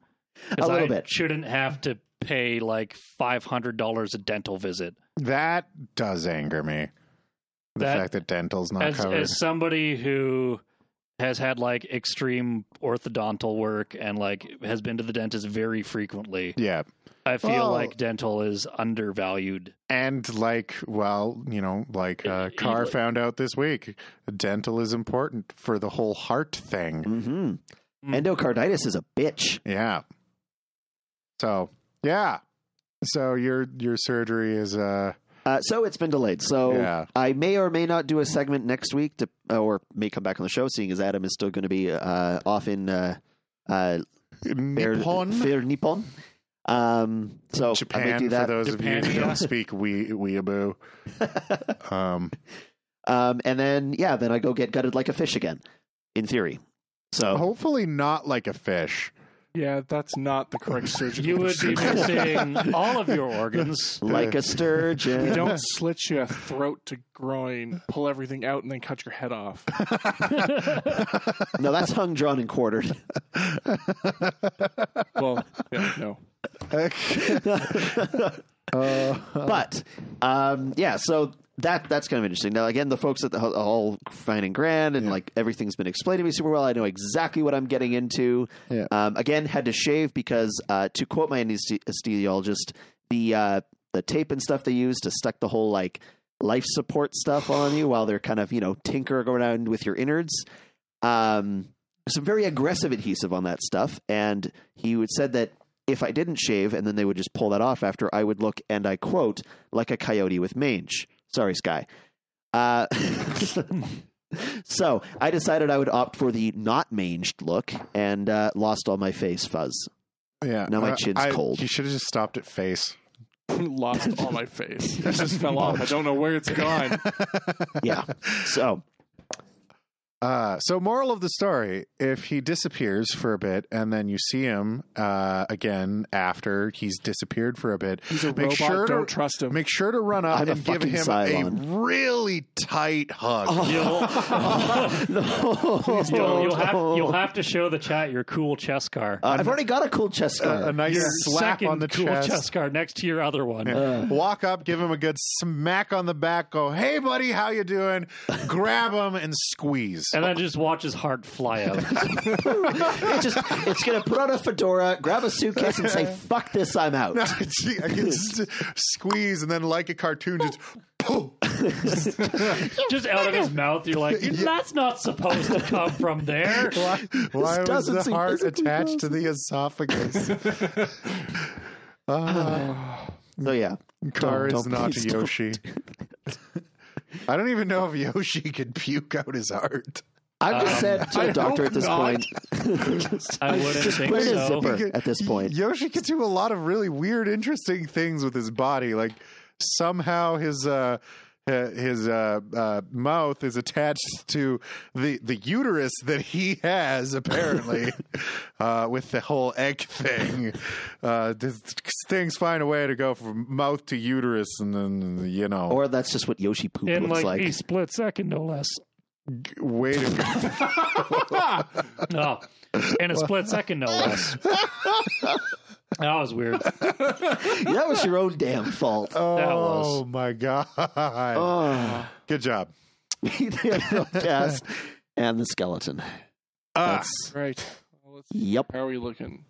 'Cause A little I bit. Shouldn't have to pay like five hundred dollars a dental visit. That does anger me. The That- fact that dental's not As, covered. as somebody who has had like extreme orthodontal work and like has been to the dentist very frequently, yeah. I feel Oh. Well- like dental is undervalued. And like, well, you know, like uh, It- Carr it- found out this week, dental is important for the whole heart thing. hmm Mm. endocarditis is a bitch. Yeah. So yeah. So your your surgery is uh Uh, so it's been delayed. So Yeah. I may or may not do a segment next week, to, or may come back on the show, seeing as Adam is still going to be uh, off in uh, uh, Bear- Nippon, Fair Nippon. Um, so I may Japan. do that. For those of you Japan, who yeah. don't speak wee weeaboo, um, Um, and then yeah, then I go get gutted like a fish again, in theory. So hopefully not like a fish. Yeah, that's not the correct surgery. You would be missing all of your organs. like a sturgeon. You don't slit your throat to groin, pull everything out, and then cut your head off. No, that's hung, drawn, and quartered. Well, yeah, no. but um, yeah, so that that's kind of interesting. Now, again, the folks at the ho- Hall Fine and Grand and like everything's been explained to me super well. I know exactly what I'm getting into. Yeah. Um, again, had to shave because uh, to quote my anesthe- anesthesiologist, the uh, the tape and stuff they use to stuck the whole like life support stuff on you while they're kind of you know tinkering around with your innards. Um, some very aggressive adhesive on that stuff, and he would said that if I didn't shave and then they would just pull that off after, I would look and I quote like a coyote with mange. Sorry, Sky. Uh, so I decided I would opt for the not manged look and uh, lost all my face fuzz. Yeah. Now my Uh, chin's I- cold. You should have just stopped at face. Lost all my face. It just fell off. I don't know where it's gone. Yeah. So Uh, so, moral of the story: if he disappears for a bit and then you see him uh, again after he's disappeared for a bit, He's a make robot. sure don't to, trust him. make sure to run up I'm a and give fucking him a Cylon. really tight hug. Oh, no. Uh, You'll, you'll have, you'll have to show the chat your cool chest car. I've already got a cool chest scar. A, a nice your slap second on the cool chest. chest car next to your other one. Walk up, give him a good smack on the back. Go, hey buddy, how you doing? Grab him and squeeze. And then just watch his heart fly out. It just it's gonna put on a fedora, grab a suitcase, and say, "Fuck this, I'm out." Gee, I can s- squeeze and then like a cartoon, just poof. just out of his mouth, you're like, that's not supposed to come from there. Why, why was doesn't the seem heart physically attached to the esophagus? Ah, So yeah, car Don't- is don't, not please don't. Yoshi. I don't even know if Yoshi could puke out his heart. I'm just said to a doctor at this point. I wouldn't think put it in a so. zipper. He could- at this point. Yoshi could do a lot of really weird, interesting things with his body. Like somehow his uh, uh, his uh, uh, mouth is attached to the the uterus that he has, apparently, uh, with the whole egg thing. Uh, this- things find a way to go from mouth to uterus, and then you know, Or that's just what Yoshi poop In looks like, like. a split second, no less. way to go. No. Oh, In a split second, no less. That was weird. that was your own damn fault. Oh was- my god! Oh, Good job. the podcast and the skeleton. Ah, That's, Right. Well, let's- yep. How are we looking?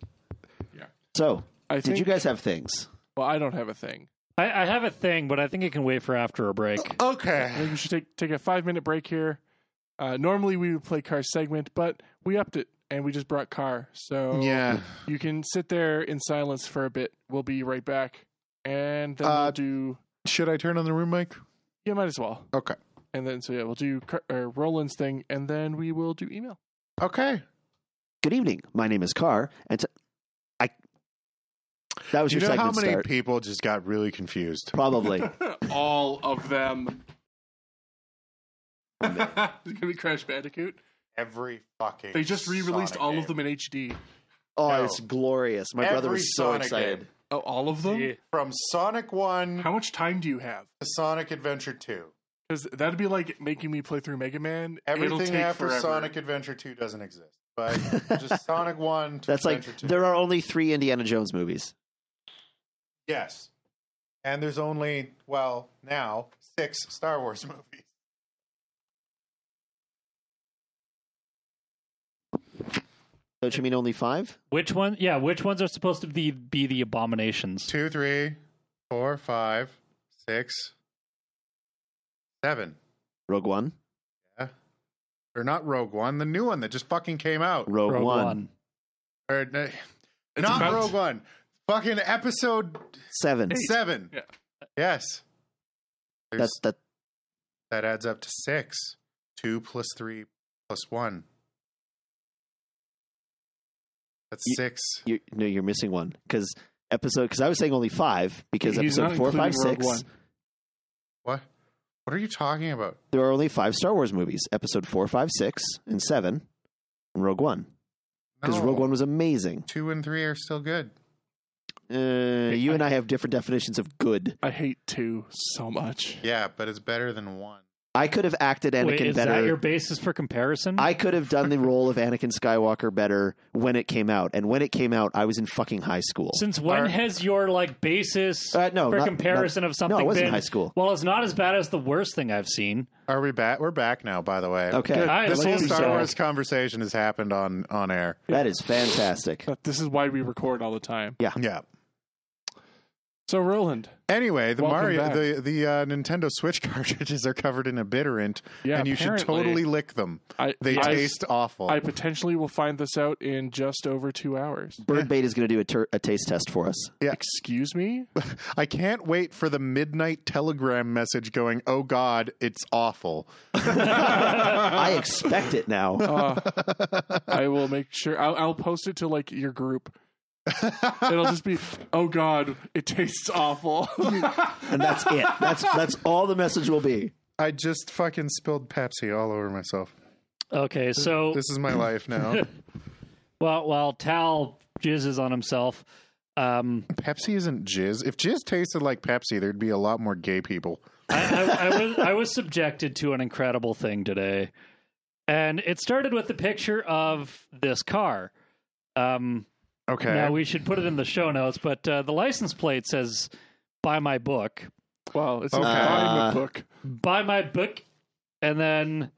So, I did think, you guys have things? Well, I don't have a thing. I, I have a thing, but I think it can wait for after a break. I okay. think we should take take a five minute break here. Uh, normally we would play car segment, but we upped it and we just brought car. So Yeah. you can sit there in silence for a bit. We'll be right back, and then Uh, we'll do. Should I turn on the room mic? Yeah, might as well. Okay. And then so yeah, we'll do car, uh, Roland's thing, and then we will do email. Okay. Good evening. My name is Carr, and t- I. That was you your know how segment many start. people just got really confused? Probably. All of them. it's gonna be Crash Bandicoot. Every fucking. They just re-released Sonic all game. of them in HD. Oh, No. it's glorious. My brother Every was so Sonic excited. game. Oh, all of them. Yeah. From Sonic One How much time do you have? to Sonic Adventure Two, Because that'd be like making me play through Mega Man. It'll everything take after forever. Sonic Adventure Two doesn't exist. But just Sonic One to That's like Adventure Two. there are only three Indiana Jones movies. Yes, and there's only well now six Star Wars movies. Don't you mean only five? Which one? Yeah, which ones are supposed to be, be the abominations? Two, three, four, five, six, seven. Rogue One, Or not Rogue One, the new one that just fucking came out. Rogue, Rogue One, One. Or, uh, not about- Rogue One. Fucking episode seven. seven. Yeah. Yes. There's- That's that. that adds up to six. Two plus three plus one. That's You- six. You, no, you're missing one because episode. Because I was saying only five because He's not episode four, five, including Rogue six. One. What? What are you talking about? There are only five Star Wars movies: episode four, five, six, and seven, and Rogue One. because No. Rogue One was amazing. two and three are still good. Uh, you and I have different definitions of good. I hate two so much. Yeah, but it's better than one. I could have acted Anakin Wait, is better. that your basis for comparison? I could have done the role of Anakin Skywalker better when it came out, and when it came out, I was in fucking high school. Since when has your like basis Uh, no, for not- comparison of something no, I was been in high school. Well, it's not as bad as the worst thing I've seen. Are we back? We're back now. By the way, Okay, Good. I- This like whole you Star said. Wars conversation has happened on on air. that is fantastic. But this is why we record all the time. Yeah. So Roland, Anyway, the Welcome Mario, back. the the uh, Nintendo Switch cartridges are covered in abiturant, yeah, and you should apparently, totally lick them. I, They I- taste awful. I potentially will find this out in just over two hours. Birdbait is going to do a, tur a taste test for us. Yeah. Excuse me. I can't wait for the midnight telegram message going, "Oh God, it's awful." I expect it now. Uh, I will make sure. I'll, I'll post it to like your group. It'll just be, oh god, it tastes awful. and that's it. That's that's all the message will be. I just fucking spilled Pepsi all over myself. Okay, so This is my life now. well, while Tal jizzes on himself, um, Pepsi isn't jizz. If jizz tasted like Pepsi, there'd be a lot more gay people. I, I, I was I was subjected to an incredible thing today, and it started with the picture of this car. Um, Okay. Now we should put it in the show notes, but uh, the license plate says "Buy my book," well, it's Okay. not in the Uh, book. "Buy my book," and then,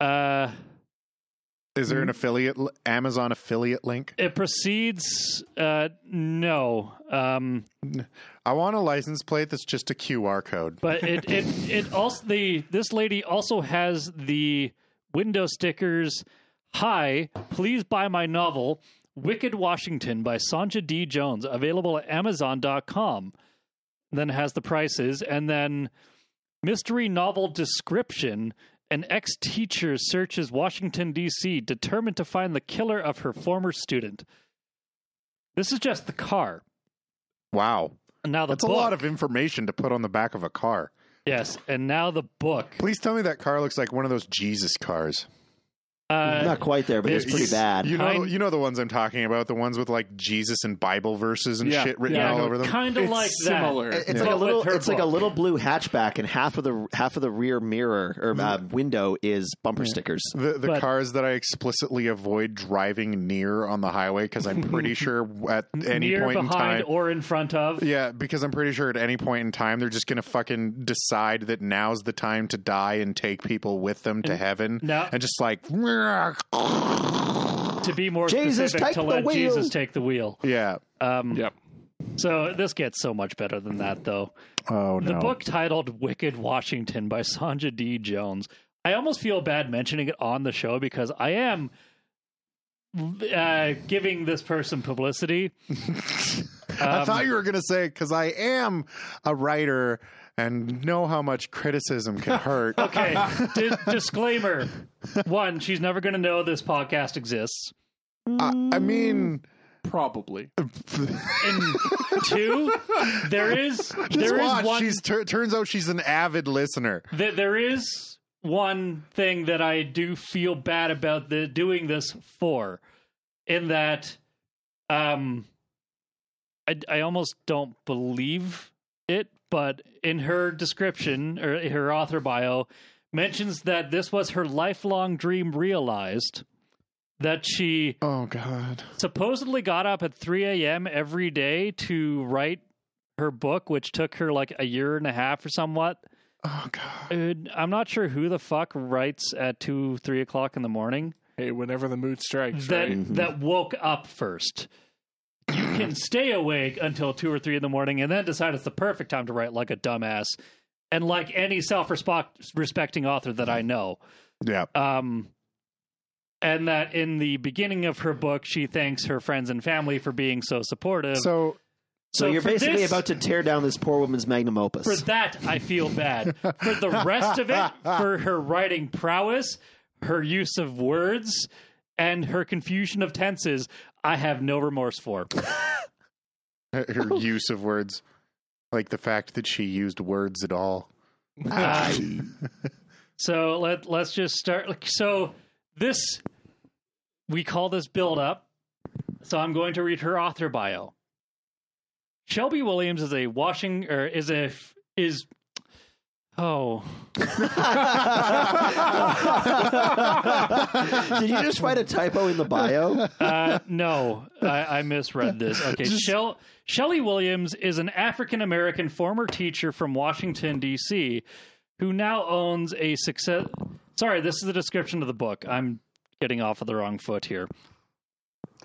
uh, is there an affiliate l- Amazon affiliate link? it proceeds. Uh, no, um, I want a license plate that's just a QR code. but it it it also the this lady also has the window stickers. Hi, please buy my novel Wicked Washington by Sanja D. Jones, available at Amazon.com. Then has the prices, and then mystery novel description. An ex teacher searches Washington, D.C., determined to find the killer of her former student. This is just the car. Wow. Now, the That's book, a lot of information to put on the back of a car. Yes, and now the book. Please tell me that car looks like one of those Jesus cars. Uh, Not quite there, but it's it's- pretty bad. You know, Kind- you know the ones I'm talking about, the ones with like Jesus and Bible verses and Yeah. shit written Yeah, I all know. over them. Kind of It's like similar. it's Yeah. like a But with little. her It's like a book. little blue hatchback, and half of the half of the rear mirror or Mm-hmm. uh, window is bumper stickers. The the But- cars that I explicitly avoid driving near on the highway because I'm pretty sure at that. any Near, point in time. behind, or in front of. Yeah, because I'm pretty sure at any point in time they're just going to fucking decide that now's the time to die and take people with them to heaven, No. and just like To be more Jesus, specific, take to the let wheel. Jesus take the wheel. yeah. Um, Yep. So this gets so much better than that, though. Oh The no! book titled "Wicked Washington" by Sanja D. Jones. I almost feel bad mentioning it on the show because I am uh, giving this person publicity. I um, thought you were going to say because I am a writer and know how much criticism can hurt. Okay, d- disclaimer: one, she's never going to know this podcast exists. I, I mean, Probably. And two, there is just there is watch. one She's tur- turns out she's an avid listener. th- there is one thing that I do feel bad about the doing this for, in that, um, I I almost don't believe it, but in her description or her author bio mentions that this was her lifelong dream realized that she Oh God! supposedly got up at 3 a.m. every day to write her book, which took her like a year and a half or somewhat. Oh God! Uh, I'm not sure who the fuck writes at two, three o'clock in the morning Hey, whenever the mood strikes, that right? that woke up first. You can stay awake until two or three in the morning and then decide it's the perfect time to write like a dumbass. And like any self-respecting author that I know, Yeah. um, and that in the beginning of her book, she thanks her friends and family for being so supportive. So So, you're for basically this- about to tear down this poor woman's magnum opus. for that. I feel bad for the rest of it, for her writing prowess, her use of words, and her confusion of tenses. I have no remorse for. her, her use of words, like the fact that she used words at all. Uh, so let let's just start. So this we call this build up. So I'm going to read her author bio. Shelby Williams is a Washington or is a f- is oh Did you just write a typo in the bio? uh, no I, I misread this. Okay, Shell Shelly Williams is an African American former teacher from Washington D.C. who now owns a success. Sorry, this is the description of the book. I'm getting off of the wrong foot here.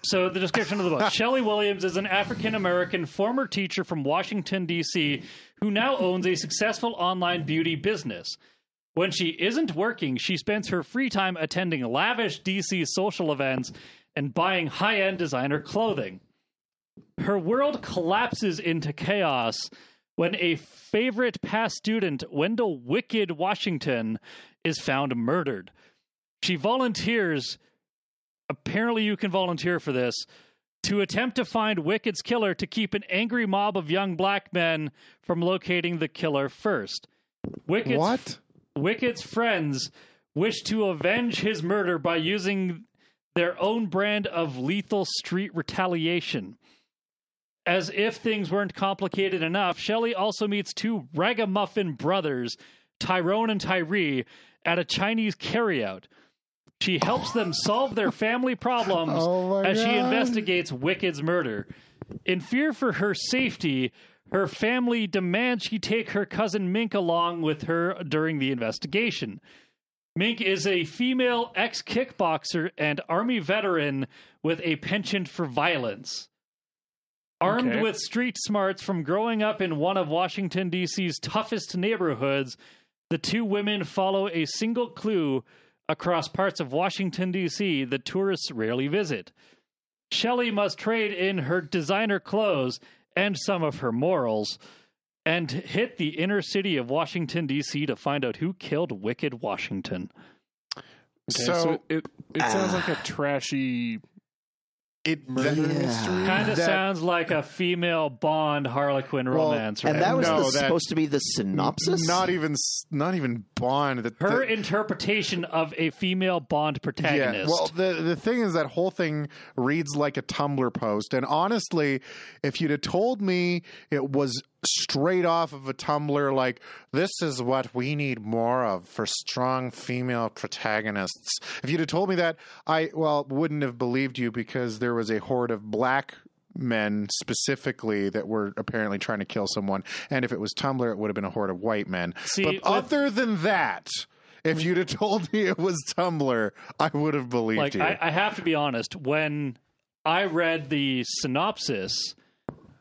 So, the description of the book Shelley Williams is an African American former teacher from Washington, D.C., who now owns a successful online beauty business. When she isn't working, she spends her free time attending lavish D.C. social events and buying high end designer clothing. Her world collapses into chaos when a favorite past student, Wendell Wicked Washington, is found murdered. She volunteers. Apparently, you can volunteer for this to attempt to find Wicked's killer to keep an angry mob of young black men from locating the killer first. Wicked's, What? Wicked's friends wish to avenge his murder by using their own brand of lethal street retaliation. As if things weren't complicated enough, Shelley also meets two ragamuffin brothers, Tyrone and Tyree, at a Chinese carryout. She helps them solve their family problems Oh my as she God. investigates Wicked's murder. In fear for her safety, her family demands she take her cousin Mink along with her during the investigation. Mink is a female ex kickboxer and army veteran with a penchant for violence. Armed Okay. with street smarts from growing up in one of Washington, D.C.'s toughest neighborhoods, the two women follow a single clue across parts of Washington, D.C. that tourists rarely visit. Shelley must trade in her designer clothes and some of her morals and hit the inner city of Washington, D.C. to find out who killed Wicked Washington. Okay, so, so, it it sounds like a trashy it murder Yeah. mystery. Kind of That- sounds like a female Bond Harlequin Well, romance. And right? that was No, the, that- supposed to be the synopsis. not even s- not even Bond. The, her the, interpretation of a female Bond protagonist. Well, the the thing is that whole thing reads like a Tumblr post, and honestly, if you'd have told me it was straight off of a Tumblr, like this is what we need more of for strong female protagonists. If you'd have told me that, I well wouldn't have believed you because there was a horde of black men specifically that were apparently trying to kill someone and if it was tumblr it would have been a horde of white men See, but with- other than that if you'd have told me it was Tumblr, I would have believed like you. I, I have to be honest, when I read the synopsis,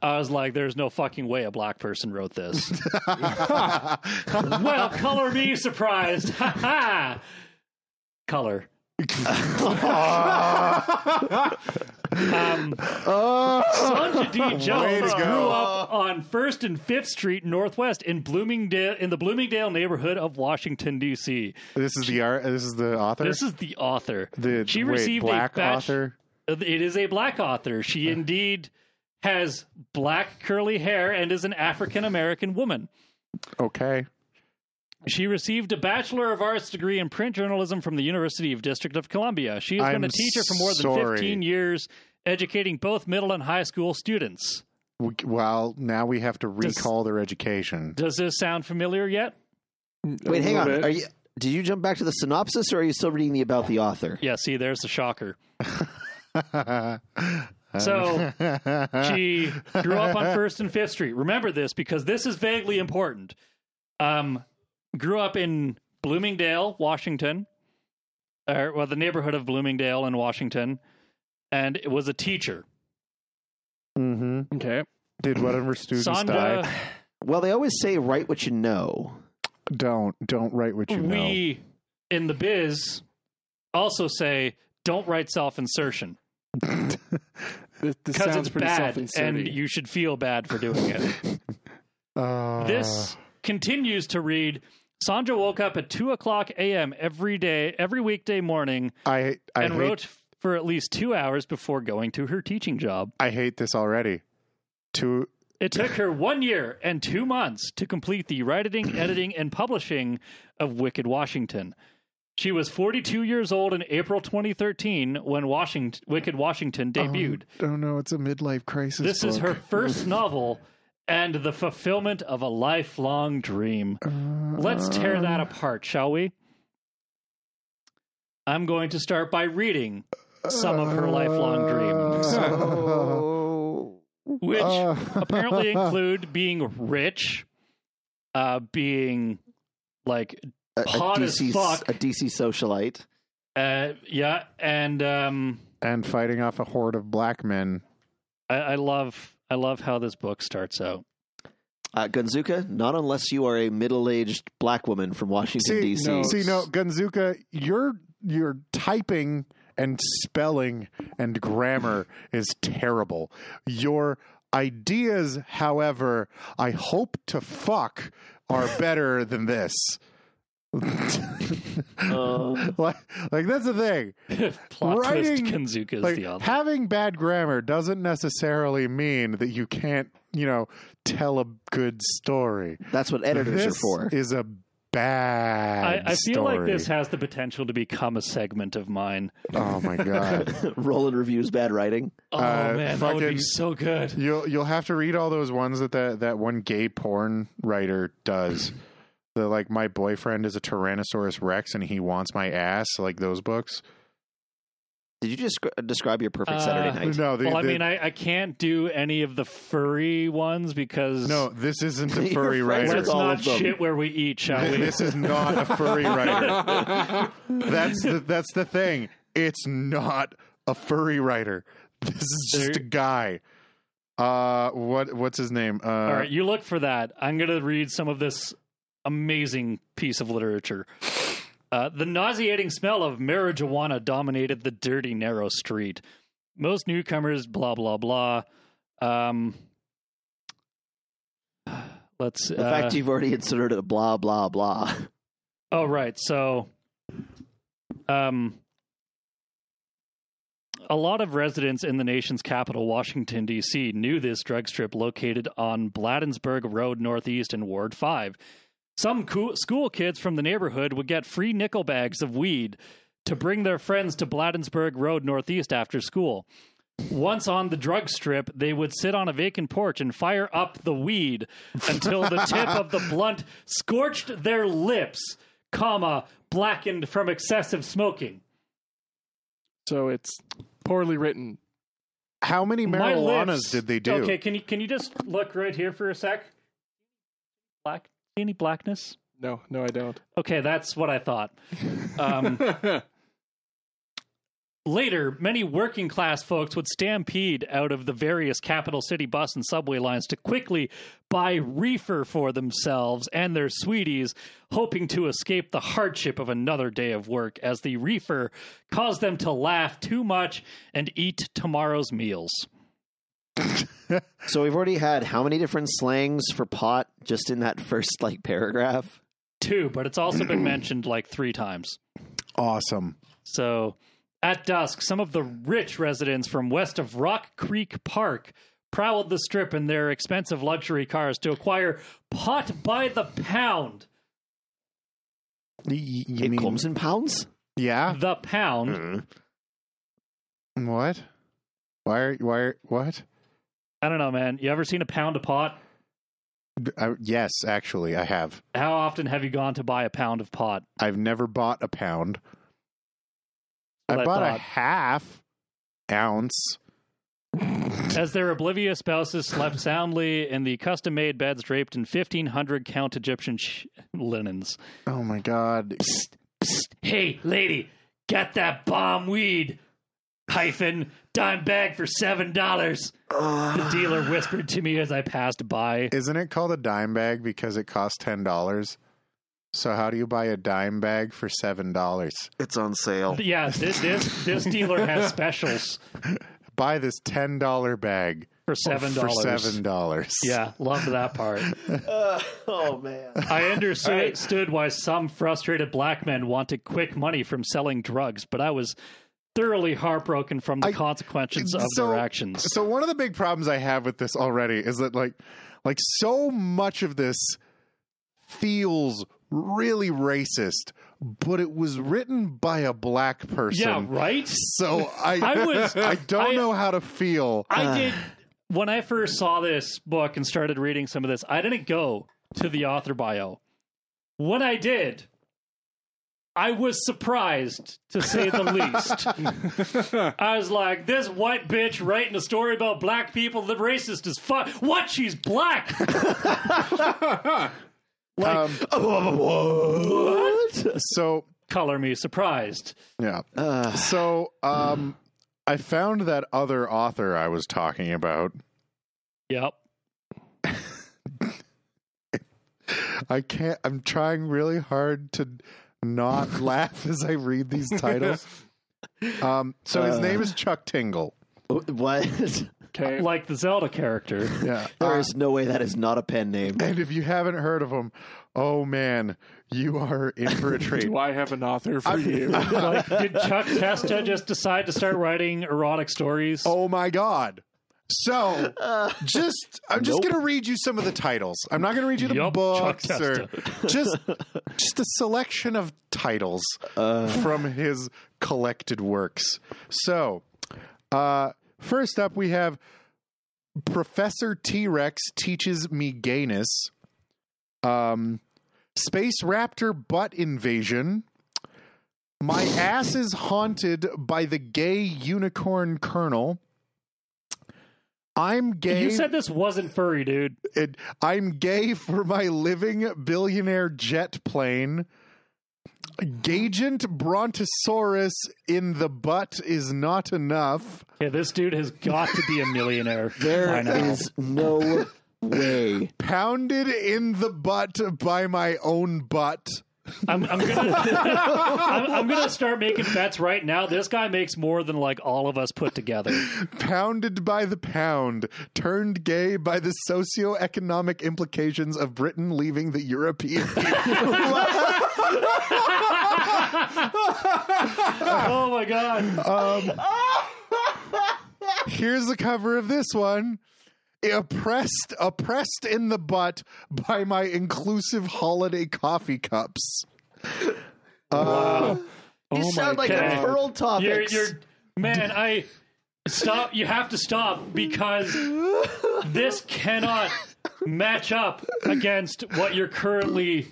I was like, "There's no fucking way a black person wrote this." well, color me surprised. Ha ha. Color. um, Sonja D. Way Jones to go. grew up on First and Fifth Street Northwest in Bloomingdale, in the Bloomingdale neighborhood of Washington D.C. this is the art. This is the author. This is the author. the she wait, received black a bach- author. It is a black author. She indeed has black curly hair and is an African American woman. Okay, She received a Bachelor of Arts degree in print journalism from the University of District of Columbia. She has been I'm a teacher for more than sorry. 15 years, educating both middle and high school students. We- well now we have to recall their education. Does this sound familiar yet? Wait, hang on. Bit. Are you? Did you jump back to the synopsis, or are you still reading the about the author? Yeah, see, there's the shocker. So Ah. she grew up on First and Fifth Street. Remember this because this is vaguely important. Um, grew up in Bloomingdale, Washington, or well, the neighborhood of Bloomingdale in Washington, and was a teacher. hmm Okay. Did whatever students Sonda, die? Well, they always say write what you know. Don't don't write what you know. we in the biz also say don't write self-insertion This, this because sounds it's pretty bad, and self-inserting. you should feel bad for doing it. Uh, This continues to read. Sandra woke up at two o'clock a.m. every day, every weekday morning, I I and hate, wrote for at least two hours before going to her teaching job. I hate this already. To It took her one year and two months to complete the writing, editing, and publishing of Wicked Washington. She was 42 years old in April 2013 when Washington, Wicked Washington debuted. Oh, oh no, it's a midlife crisis. this is her book. first novel and the fulfillment of a lifelong dream. Let's tear that Um, apart, shall we? I'm going to start by reading Uh, some of her lifelong dreams, So, which Uh. apparently include being rich, uh, being like a, a Hot as DC, fuck. a DC socialite. Uh, yeah, and um, and fighting off a horde of black men. I, I love I love how this book starts out. Uh, Gunzuka, not unless you are a middle-aged black woman from Washington See, D.C. no, see, no, Gunzuka, your your typing and spelling and grammar is terrible. Your ideas, however, I hope to fuck, are better than this. like, like that's the thing. Plot Writing- twist: Kanzuka is like the author. having bad grammar doesn't necessarily mean that you can't, you know, tell a good story. That's what editors this are for. is a I, bad. I feel like story. this has the potential to become a segment of mine. Oh my god! Roland reviews bad writing. Oh Uh, man, that would fucking- be so good. you'll you'll have to read all those ones that that, that one gay porn writer does. The like, my boyfriend is a Tyrannosaurus Rex and he wants my ass. Like those books. Did you just descri- describe your perfect Uh, Saturday night? No, the, well, I the- mean, I, I can't do any of the furry ones because no, this isn't a Your furry friends writer. with let's all not of them. shit where we eat, shall we? This is not a furry writer. That's That's the, that's the thing. It's not a furry writer. This is just There- a guy. Uh, what what's his name? Uh, All right, you look for that. I'm going to read some of this amazing piece of literature. Uh, the nauseating smell of marijuana dominated the dirty, narrow street. Most newcomers, blah, blah, blah. Um, let's. The uh, fact you've already inserted a blah blah blah. Oh right, so um a lot of residents in the nation's capital, Washington D.C., knew this drug strip located on Bladensburg Road Northeast in Ward 5. Some coo- school kids from the neighborhood would get free nickel bags of weed to bring their friends to Bladensburg Road Northeast after school. Once on the drug strip, they would sit on a vacant porch and fire up the weed until the tip of the blunt scorched their lips, comma, blackened from excessive smoking. so it's poorly written. How many My marijuanas lips- did they do? Okay, can you can you just look right here for a sec? Black see any blackness? No, no, I don't. Okay, that's what I thought. Um Later, many working class folks would stampede out of the various capital city bus and subway lines to quickly buy reefer for themselves and their sweeties, hoping to escape the hardship of another day of work as the reefer caused them to laugh too much and eat tomorrow's meals. so we've already had how many different slangs for pot just in that first like paragraph? Two, but it's also been mentioned like three times. Awesome. So at dusk, some of the rich residents from west of Rock Creek Park prowled the strip in their expensive luxury cars to acquire pot by the pound. Y- y- you it mean- comes in pounds. yeah. Mm. The Hmm. pound. Mm. What? Why? Are, why? Are, what? I don't know, man. You ever seen a pound of pot? B- I- yes, actually, I have. How often have you gone to buy a pound of pot? I've never bought a pound. Well, I I bought a thought- half ounce. As their oblivious spouses slept soundly in the custom made beds draped in 1500 count Egyptian sh- linens. Oh my god! Hey, lady, got that bomb weed? Hyphen, dime bag for seven dollars. The dealer whispered to me as I passed by. Isn't it called a dime bag because it costs ten dollars? So how do you buy a dime bag for seven dollars? It's on sale. Yeah, this this, this dealer has specials Buy this ten dollar bag for seven Oh, for dollars. seven dollars. Yeah, love that part. oh man. I understood why some frustrated black men wanted quick money from selling drugs, but I was thoroughly heartbroken from the I- consequences of So- their actions. So one of the big problems I have with this already is that like like so much of this feels really racist, but it was written by a black person. Yeah, right. So I, I was- I don't I- know how to feel. I did when I first saw this book and started reading some of this. I didn't go to the author bio. When I did, I was surprised to say the least. I was like, "This white bitch writing a story about black people, the racist as fuck. What? She's black." like, Um, what? so color me surprised. yeah. Uh, So um, I found that other author I was talking about. Yep. I can't. I'm trying really hard to not laugh as I read these titles. Um, so his Uh. name is Chuck Tingle. what? There Okay. Uh, Like the Zelda character. Yeah. is no way that is not a pen name. And if you haven't heard of him, oh man, you are in for a treat. Do I have an author for you? Like, did Chuck Testa just decide to start writing erotic stories? Oh my god. So, just I'm just Nope. going to read you some of the titles. I'm not going to read you the Yup, Chuck books or just just a selection of titles from his collected works. So, uh first up we have Professor T-Rex teaches me gayness. Um Space Raptor butt invasion. My ass is haunted by the gay unicorn colonel. I'm gay. You said this wasn't furry, dude. it, I'm gay for my living billionaire jet plane. Gagent Brontosaurus in the butt is not enough. Yeah, this dude has got to be a millionaire. by There now. is no way. Pounded in the butt by my own butt. I'm, I'm gonna, I'm, I'm gonna start making bets right now. This guy makes more than like all of us put together. Pounded by the pound. Turned gay by the socioeconomic implications of Britain leaving the European Oh my god! Here's the cover of this one. Oppressed, oppressed in the butt by my inclusive holiday coffee cups. You sound like God. unfurled You're, topics. you're, man, I stop. You have to stop because this cannot match up against what you're currently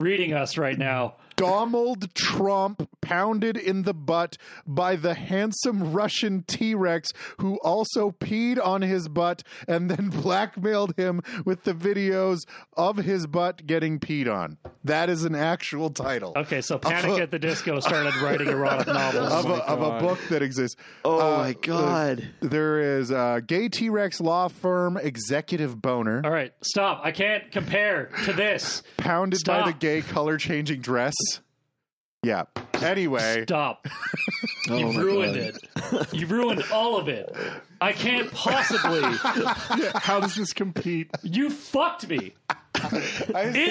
reading us right now. Donald Trump pounded in the butt by the handsome Russian T Rex who also peed on his butt and then blackmailed him with the videos of his butt getting peed on. That is an actual title. Okay, so Panic at the Disco started writing erotic novels. Of, a, my of a God. book that exists. oh Uh, my god. There is uh, Gay T Rex Law Firm Executive Boner, All right, stop. I can't compare to this. pounded Stop. by the gay color changing dress. Yeah. Anyway, Stop. Oh You my ruined God. it. You ruined all of it. I can't possibly. How does this compete? You fucked me I'm in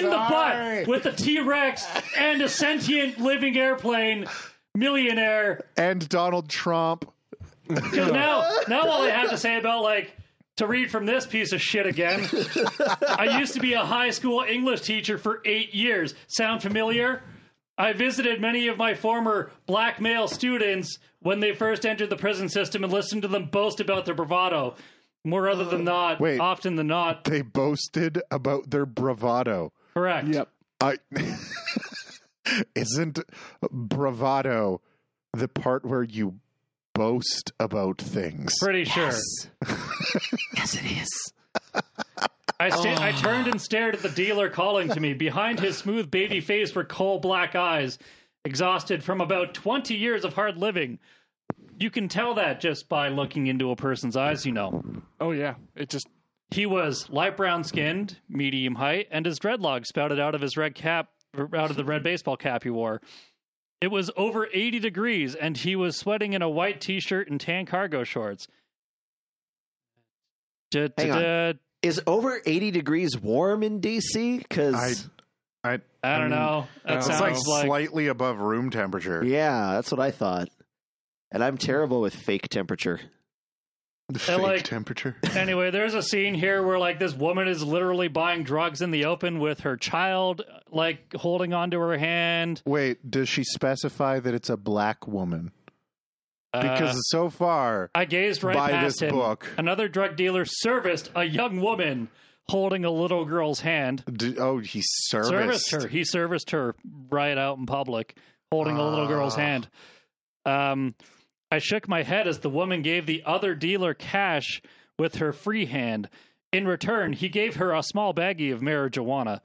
sorry. the butt with a T Rex and a sentient living airplane millionaire. And Donald Trump. Because now, now all I have to say about like to read from this piece of shit again. I used to be a high school English teacher for eight years. Sound familiar? I visited many of my former black male students when they first entered the prison system and listened to them boast about their bravado. More other than not, Wait. often than not, They boasted about their bravado. correct. Yep. I isn't bravado the part where you boast about things. Pretty sure. I, sta- I turned and stared at the dealer calling to me. Behind his smooth baby face were coal black eyes, exhausted from about 20 years of hard living. You can tell that just by looking into a person's eyes, you know. Oh yeah. It just He was light brown skinned, medium height, and his dreadlocks spouted out of his red cap, or out of the red baseball cap he wore. It was over 80 degrees, and he was sweating in a white t shirt and tan cargo shorts. Da- da- Hang on. da- Is over 80 degrees warm in DC? I, Because, I, I don't Um, mean, know. That it's It's sounds like like, slightly above room temperature. yeah, that's what I thought. And I'm terrible with fake temperature. The fake like- temperature. anyway, there's a scene here where like this woman is literally buying drugs in the open with her child like holding onto her hand. Wait, does she specify that it's a black woman? Uh, Because so far, I gazed right by past this him. book. Another drug dealer serviced a young woman holding a little girl's hand. d- oh, he serviced. Serviced her. He serviced her right out in public, holding a little girl's Ah. hand. Um, I shook my head as the woman gave the other dealer cash with her free hand. In return, he gave her a small baggie of marijuana.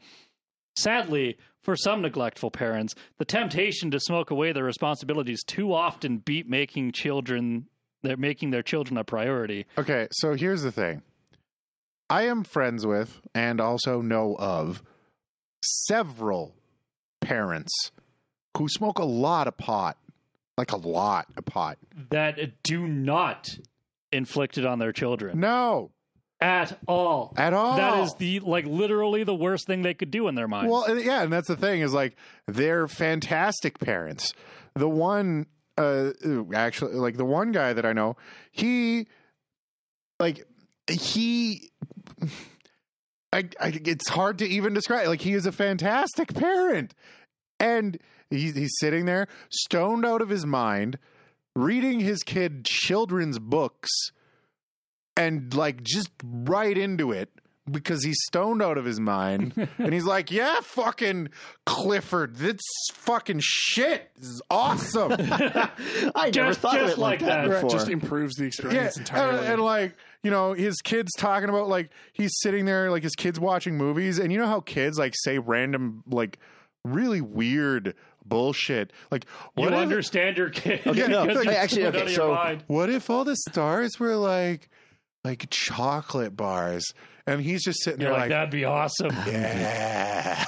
Sadly, for some neglectful parents, the temptation to smoke away their responsibilities too often beat making children they're making their children a priority. Okay, so here's the thing. I am friends with and also know of several parents who smoke a lot of pot, like a lot of pot. That do not inflict it on their children No, at all. at all. That Oh. is the like literally the worst thing they could do in their minds. Well, and- yeah, and that's the thing is like they're fantastic parents. The one, uh, actually, like the one guy that I know, he, like, he, I, I, it's hard to even describe. Like, he is a fantastic parent, and he's he's sitting there stoned out of his mind, reading his kid children's books, and like just right into it because he's stoned out of his mind and he's like, "Yeah, fucking Clifford, this fucking shit This is awesome." I never Just- thought of just it like like that, that. before. Just improves the yeah, experience entirely. and, and like you know, his kids talking about like he's sitting there like his kids watching movies, and you know how kids like say random like really weird bullshit, like you what if, understand your kid. Okay, no, because you actually, split okay, out of your so- mind. what if all the stars were like like chocolate bars, and he's just sitting you're there like, like, that'd be awesome. yeah.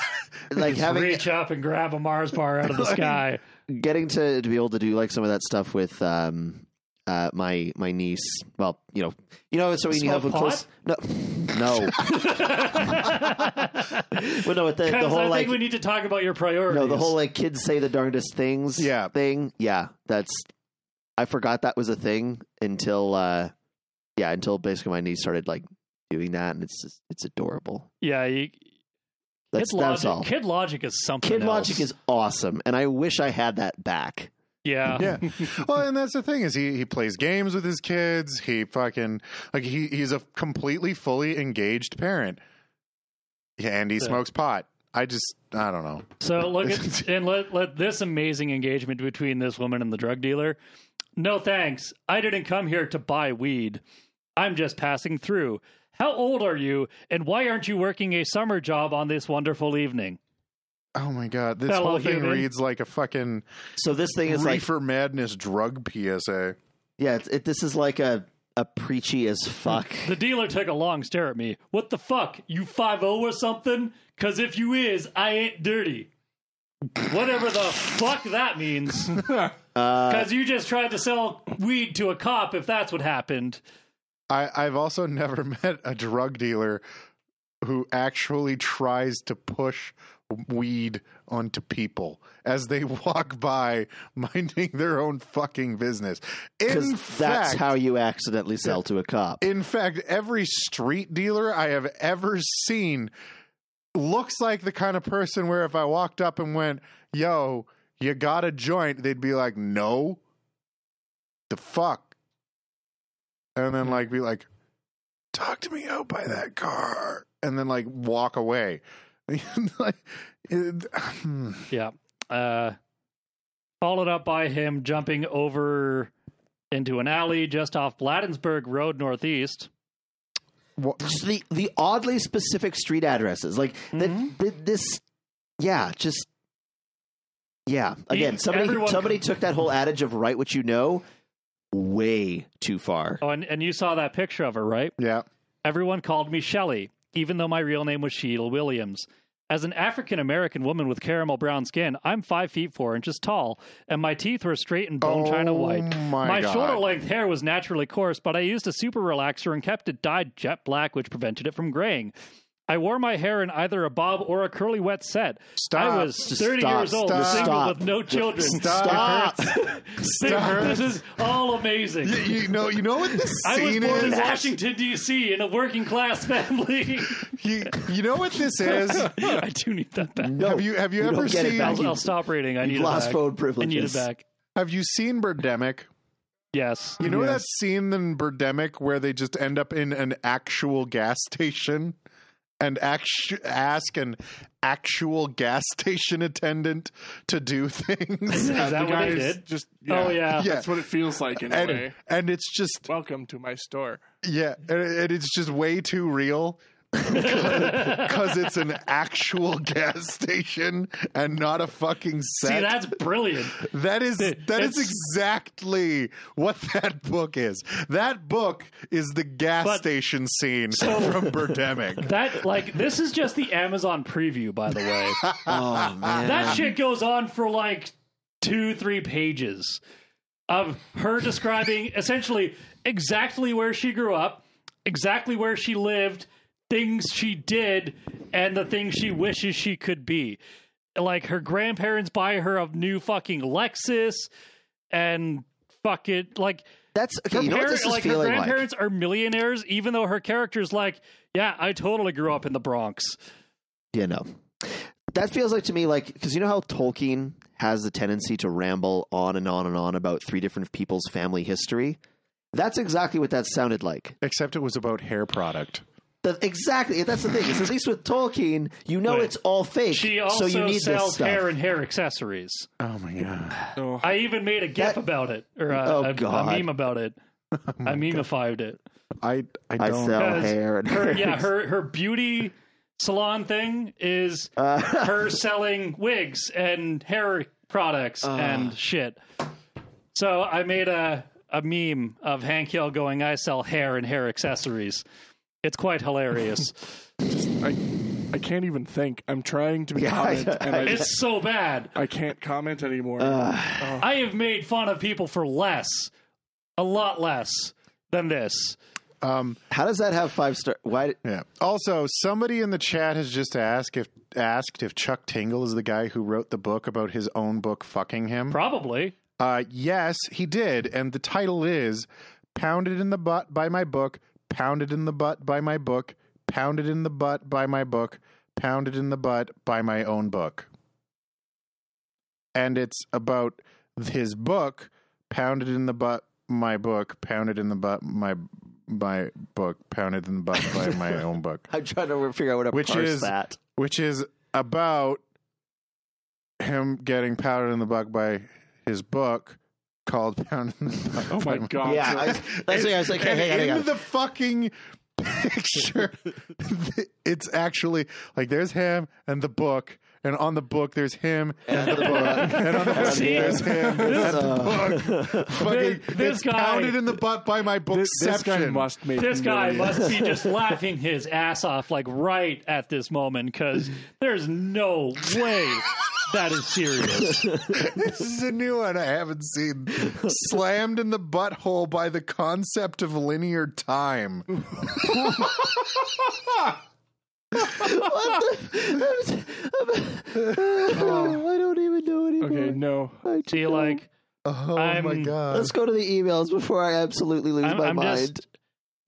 like Just having reach up and grab a Mars bar out of the sky. getting to, to be able to do like some of that stuff with um uh my my niece well you know you know so when you Smoke have a pot? close no no well no with the, the Because I whole like think we need to talk about your priorities. no the whole like kids say the darndest things Yeah. thing yeah that's I forgot that was a thing until uh yeah until basically my niece started like doing that and it's just, it's adorable yeah. You, that's kid that's logic. all Kid logic is something. kid else. logic is awesome and I wish I had that back yeah. yeah. Well, and that's the thing is he he plays games with his kids. He fucking like he he's a completely fully engaged parent. Yeah, and he Yeah. smokes pot. I just I don't know. So look at and let let this amazing engagement between this woman and the drug dealer. No thanks. I didn't come here to buy weed. I'm just passing through. How old are you and why aren't you working a summer job on this wonderful evening? Oh my god, this Fellow whole thing human. reads like a fucking so this thing is like reefer madness drug PSA. Yeah, it's, it, this is like a a preachy as fuck. The dealer took a long stare at me. What the fuck? You 5 or something? Cuz if you is, I ain't dirty. Whatever the fuck that means. Cuz you just tried to sell weed to a cop if that's what happened. I I've also never met a drug dealer who actually tries to push weed onto people as they walk by minding their own fucking business. Because In that's fact, how you accidentally sell to a cop. In fact, every street dealer I have ever seen looks like the kind of person where if I walked up and went, "Yo, you got a joint?" they'd be like, "No." The fuck. And then like be like, "Talk to me out by that car." And then like walk away. like it, Yeah. Uh, followed up by him jumping over into an alley just off Bladensburg Road Northeast. what- Just the the oddly specific street addresses, like that. Mm-hmm. that- this, yeah, just yeah. Again, Even- somebody everyone- somebody took that whole adage of "write what you know" way too far. Oh, and, and you saw that picture of her, right? yeah. Everyone called me Shelley, even though my real name was Sheila Williams. As an African American woman with caramel brown skin, I'm five feet four inches tall, and my teeth were straight and bone china Oh white. my God. shoulder length hair was naturally coarse, but I used a super relaxer and kept it dyed jet black, which prevented it from graying. I I wore my hair in either a bob or a curly wet set. Stop. I was Just 30 stop. years old, Stop. single Stop. with no children. Stop. This, this is all amazing. You, you know, you know what this I was scene born in is. Washington D.C. in a working class family. You, you know what this is. I do need that back. No, have you have you, you don't ever get it seen back. I'll, I'll stop reading. I need it lost back. phone I privileges. need it back. have you seen Birdemic? Yes. You know Yes. that scene in Birdemic where they just end up in an actual gas station and actu- ask an actual gas station attendant to do things? Is that Uh, the what guy they is did? Just Oh, Yeah. yeah. that's what it feels like in a and, way. and it's just Welcome to my store. yeah, and, and it's just way too real because it's an actual gas station and not a fucking set. See, that's brilliant. That is that is it's- exactly what that book is. That book is the gas But- station scene from Birdemic. That like this is just the Amazon preview, by the way. Oh man. Ah, That shit goes on for like two, three pages of her describing essentially exactly where she grew up, exactly where she lived, things she did, and the things she wishes she could be. Like her grandparents buy her a new fucking Lexus and fuck it. Like That's okay. her, you know what parent- this is like, her feeling like. grandparents are millionaires, even though her character's like, yeah, I totally grew up in the Bronx. You know, that feels like to me like because you know how Tolkien has the tendency to ramble on and on and on about three different people's family history. That's exactly what that sounded like. Except it was about hair product. The, exactly. That's the thing. Is at least with Tolkien, you know Wait. it's all fake. She also so you need this sells stuff. hair and hair accessories. Oh my god. Oh, I even made a gif That- about it, or a, Oh, a- a God. Oh, meme about it. I memeified it. I I I don't sell 'Cause hair and Her, yeah, her her beauty salon thing is Uh, her selling wigs and hair products Uh. and shit. So I made a a meme of Hank Hill going, "I sell hair and hair accessories." It's quite hilarious. I, I can't even think. I'm trying to Yeah, comment, I- and I just it's so bad. I can't comment anymore. I have made fun of people for less, a lot less than this. um How does that have five star? Why? yeah. Also, somebody in the chat has just asked if asked if Chuck Tingle is the guy who wrote the book about his own book fucking him. Probably. Uh yes, he did, and the title is Pounded in the Butt by My Book, Pounded in the Butt by My Book, Pounded in the Butt by My Book, Pounded in the Butt by My Own Book. And it's about his book, Pounded in the Butt, My Book, Pounded in the Butt, My My Book, Pounded in the Butt by My Own Book I'm trying to figure out what to Which parse is- that. which is about him getting powdered in the butt by his book called Pound in the Butt. oh my god! Yeah, I, that's what I was like. Hey, And hang on, hang in on. the fucking picture, it's actually like there's him and the book, and on the book there's him and the book, and on the book See? there's him and the book. Fucking, This- this it's guy- pounded in the butt by my book. This, this guy must make This guy millions. must be just laughing his ass off, like right at this moment, because there's no way that is serious. This is a new one I haven't seen. Slammed in the butthole by the concept of linear time. What the- I don't even know anymore. Okay, no. I Do you don't. like? Oh my I'm- god. Let's go to the emails before I absolutely lose I'm, my I'm mind. just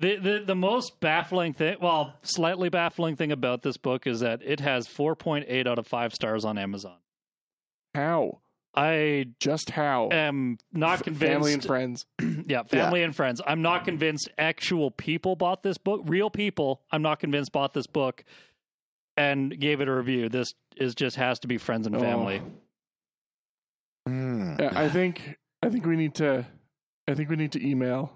the, the the most baffling thing. Well, slightly baffling thing about this book is that it has 4.8 out of five stars on Amazon. How? I Just how? am not convinced. Family and friends. yeah, family and friends. I'm not convinced actual people bought this book. Real people, I'm not convinced bought this book and gave it a review. This is just has to be friends and Oh. family. Mm. Yeah, I think I think we need to I think we need to email.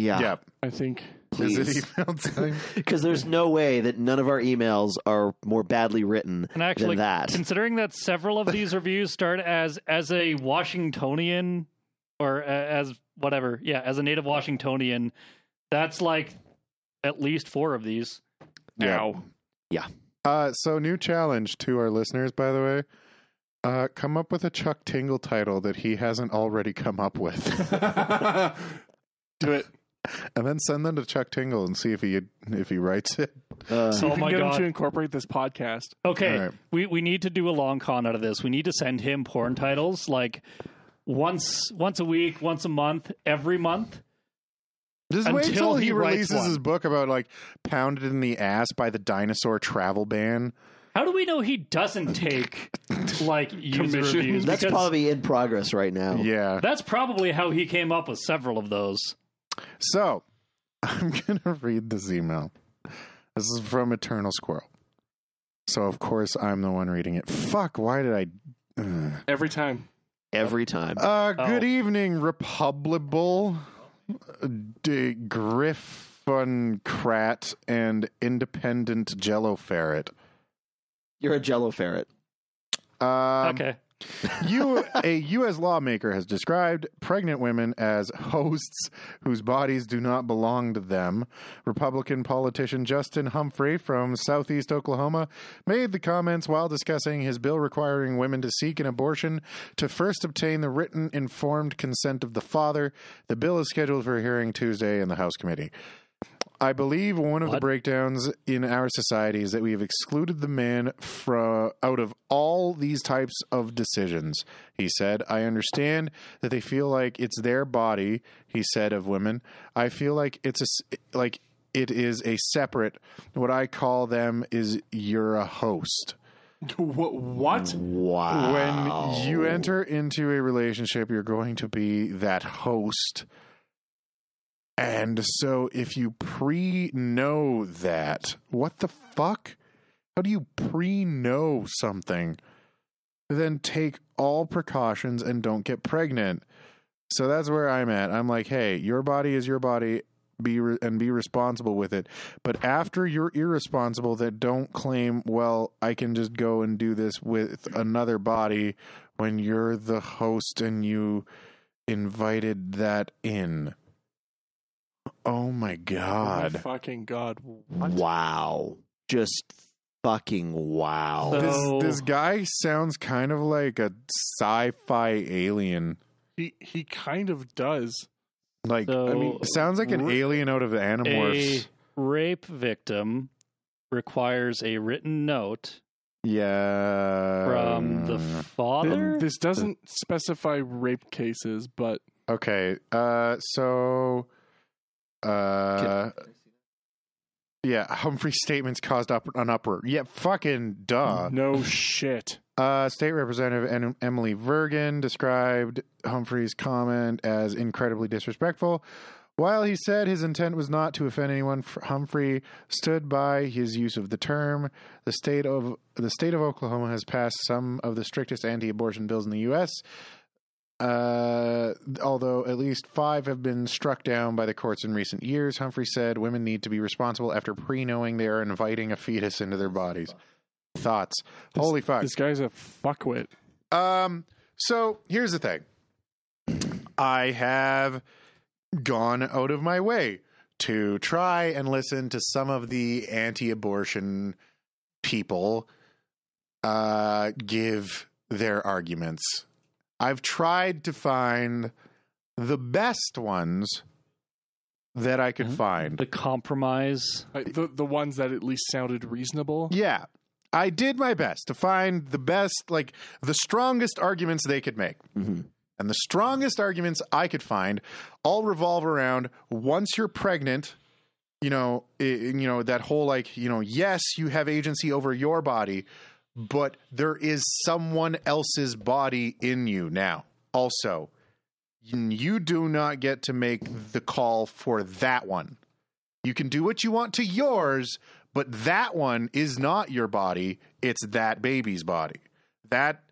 yeah, Yeah. I think Is please. it email time? Because there's no way that none of our emails are more badly written And actually, than that. considering that several of these reviews start as as a Washingtonian or a- as whatever, yeah, as a native Washingtonian, that's like at least four of these. Yeah. Ow. Uh, so, new challenge to our listeners, by the way. Uh, come up with a Chuck Oh Tingle title that he hasn't already come up with. Do it. and then send them to Chuck Tingle and see if he if he writes it. Uh, So Oh you can my get God. him to incorporate this podcast. Okay, All right. we we need to do a long con out of this. We need to send him porn titles like once once a week, once a month, every month. Just wait Until till he, he writes releases one. his book about like pounded in the ass by the dinosaur travel ban. How do we know he doesn't take like user Commissions. reviews? that's Because probably in progress right now. Yeah. that's probably how he came up with several of those. So I'm gonna read this email. This is from Eternal Squirrel. So of course I'm the one reading it. Fuck! Why did I? Ugh. Every time. Every time. Uh, good Oh. evening, Republible, D- Griffoncrat, and Independent Jello Ferret. You're a jello ferret. Um, okay, you, a U.S. lawmaker has described pregnant women as hosts whose bodies do not belong to them. Republican politician Justin Humphrey from Southeast Oklahoma made the comments while discussing his bill requiring women to seek an abortion to first obtain the written informed consent of the father. The bill is scheduled for hearing Tuesday in the House committee. I believe one of the What? breakdowns in our society is that we have excluded the man from out of all these types of decisions. He said, "I understand that they feel like it's their body." He said of women, "I feel like it's a s- like it is a separate. What I call them is you're a host." What? what? Wow. When you enter into a relationship, you're going to be that host. And so if you pre know that, what the fuck? How do you pre know something? Then take all precautions and don't get pregnant. So that's where I'm at. I'm like, hey, your body is your body. Be re- and be responsible with it. But after you're irresponsible, that don't claim, well, I can just go and do this with another body when you're the host and you invited that in. Oh my Oh my god. fucking God. What? Wow. Just fucking wow. So- This this guy sounds kind of like a sci-fi alien. He, he kind of does. Like so I mean, sounds like an r- alien out of the a Animorphs. rape victim requires a written note yeah. from Uh, the father. This doesn't specify rape cases, but Okay. Uh so uh yeah, Humphrey's statements caused up an uproar. Yeah, fucking duh. no shit. Uh, State Representative en- Emily Vergan described Humphrey's comment as incredibly disrespectful. While he said his intent was not to offend anyone, F- Humphrey stood by his use of the term. The state of the state of Oklahoma has passed some of the strictest anti-abortion bills in the U.S. Uh, although at least five have been struck down by the courts in recent years, Humphrey said women need to be responsible after pre-knowing they are inviting a fetus into their bodies. Thoughts? Holy fuck! This guy's a fuckwit. Um, so here's the thing. I have gone out of my way to try and listen to some of the anti-abortion people uh give their arguments. I've tried to find the best ones that I could find. the compromise. Like, the, the ones that at least sounded reasonable. Yeah. I did my best to find the best, like the strongest arguments they could make. Mhm. And the strongest arguments I could find all revolve around once you're pregnant, you know, i- you know that whole like, you know, yes, you have agency over your body, but there is someone else's body in you now. Also, you do not get to make the call for that one. You can do what you want to yours, but that one is not your body. It's that baby's body. That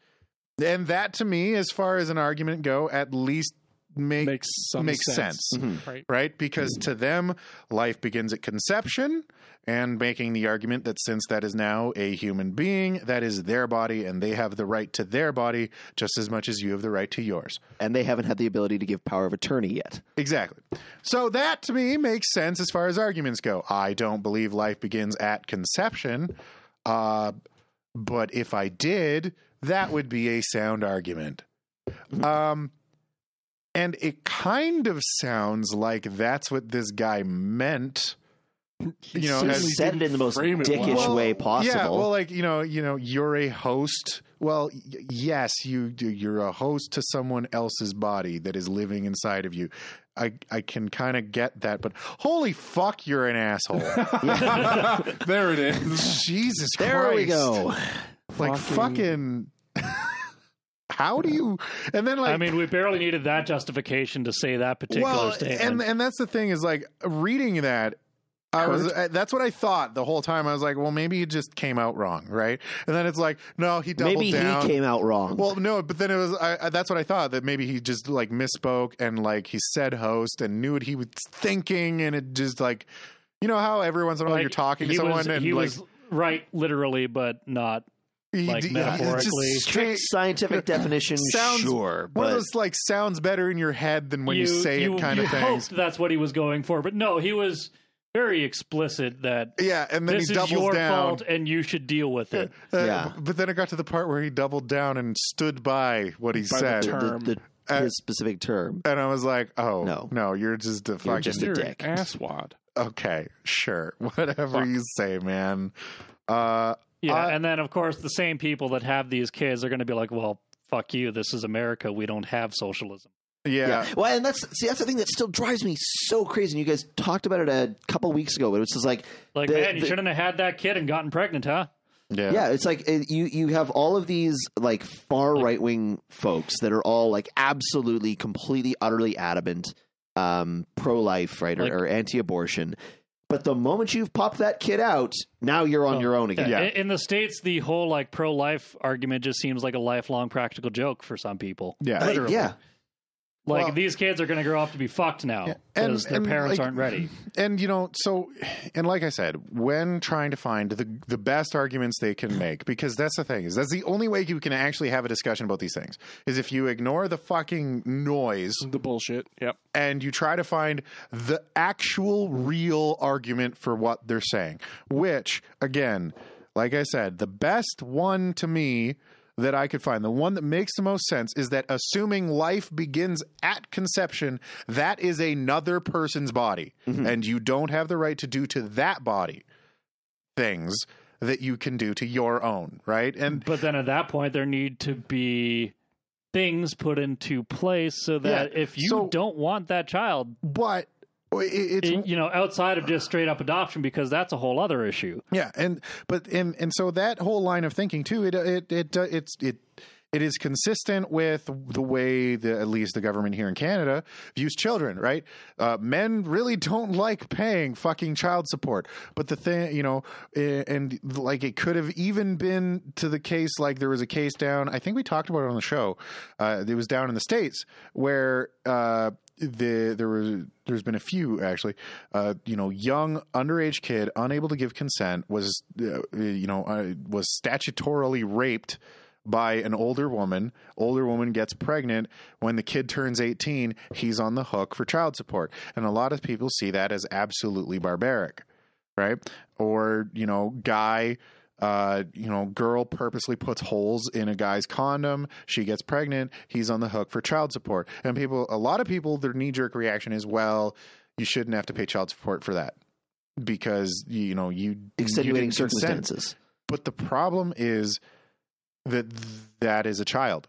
and that to me, as far as an argument go, at least make, Makes some makes sense. Mm-hmm. sense Right. right? Because to them, life begins at conception, and making the argument that since that is now a human being, that is their body, and they have the right to their body just as much as you have the right to yours. And they haven't had the ability to give power of attorney yet. Exactly. So that to me makes sense as far as arguments go. I don't believe life begins at conception, uh, but if I did, that would be a sound argument. Um, And it kind of sounds like that's what this guy meant. You know, He as, said it in the most frame it well. dickish way possible. yeah, well, like you know, you know, you're a host. Well, y- yes, you do. You're a host to someone else's body that is living inside of you. I I can kind of get that, but holy fuck, you're an asshole. there it is. Jesus there Christ! we go. Like Fucking- fucking. how do you? And then like I mean, we barely needed that justification to say that particular statement. And and that's the thing is like reading that. I was. I- That's what I thought the whole time. I was like, well, maybe it just came out wrong, right? And then it's like, no, he doubled Maybe down. he came out wrong. Well, no, but then it was. I, I, that's what I thought. That maybe he just like misspoke and like he said host and knew what he was thinking, and it just like, you know how every once in a while Like, you're talking to he someone was, and he like was right, literally, but not. he like, d- metaphorically. it's just Strict straight, scientific definition, Sounds- sure, one but of those like sounds better in your head than when you, say it kind you of things. hoped that's what he was going for, but no, he was very explicit that Yeah, and then this he is doubles your down. fault and you should deal with it. Uh, Yeah. b- But then it got to the part where he doubled down and stood by what he By the said. term. the, the, Uh, his specific term. and I was like, oh, No. no, you're just a fucking. just a- You're dick. an asswad. okay, sure. Whatever you say, man. Uh, Yeah, I- and then of course the same people that have these kids are going to be like, "Well, fuck you. This is America. We don't have socialism." yeah. Well, and that's see, that's the thing that still drives me so crazy. And you guys talked about it a couple weeks ago, but it's just like, Like, the- man, you the- shouldn't have had that kid and gotten pregnant, huh? Yeah. yeah, it's like uh, you you have all of these like far right wing folks that are all like absolutely, completely, utterly adamant um, pro life, right, or, Like- or anti abortion. But the moment you've popped that kid out, now you're on Oh, your own again. Yeah. In, in the states, the whole like pro-life argument just seems like a lifelong practical joke for some people. Yeah. Uh, literally. yeah. Like Well- these kids are going to grow up to be fucked now and- because their and, parents like- aren't ready. and you know so and like i said when trying to find the the best arguments they can make because that's the thing is that's the only way you can actually have a discussion about these things is if you ignore the fucking noise The bullshit. Yep. and you try to find the actual real argument for what they're saying which again like i said the best one to me that i could find the one that makes the most sense is that assuming life begins at conception that is another person's body and you don't have the right to do to that body things that you can do to your own right and But then at that point, there need to be things put into place so that Yeah, if you so- don't want that child, but it, it's i- you know, outside of just straight up adoption, because that's a whole other issue. Yeah, and but and and so that whole line of thinking too, it it it uh, it's it it is consistent with the way the at least the government here in Canada views children. Right, uh, men really don't like paying fucking child support, but the thing you know, eh, and like it could have even been to the case like there was a case down. I think we talked about it on the show. Uh, it was down in the states where. Uh, the there was there's been a few actually uh you know young underage kid unable to give consent was uh, you know uh, was statutorily raped by an older woman older woman gets pregnant when the kid turns 18 he's on the hook for child support and a lot of people see that as absolutely barbaric right or you know guy uh you know girl purposely puts holes in a guy's condom she gets pregnant he's on the hook for child support and people a lot of people their knee jerk reaction is well you shouldn't have to pay child support for that because you know you you Extenuating didn't consent. circumstances. but the problem is that th- that is a child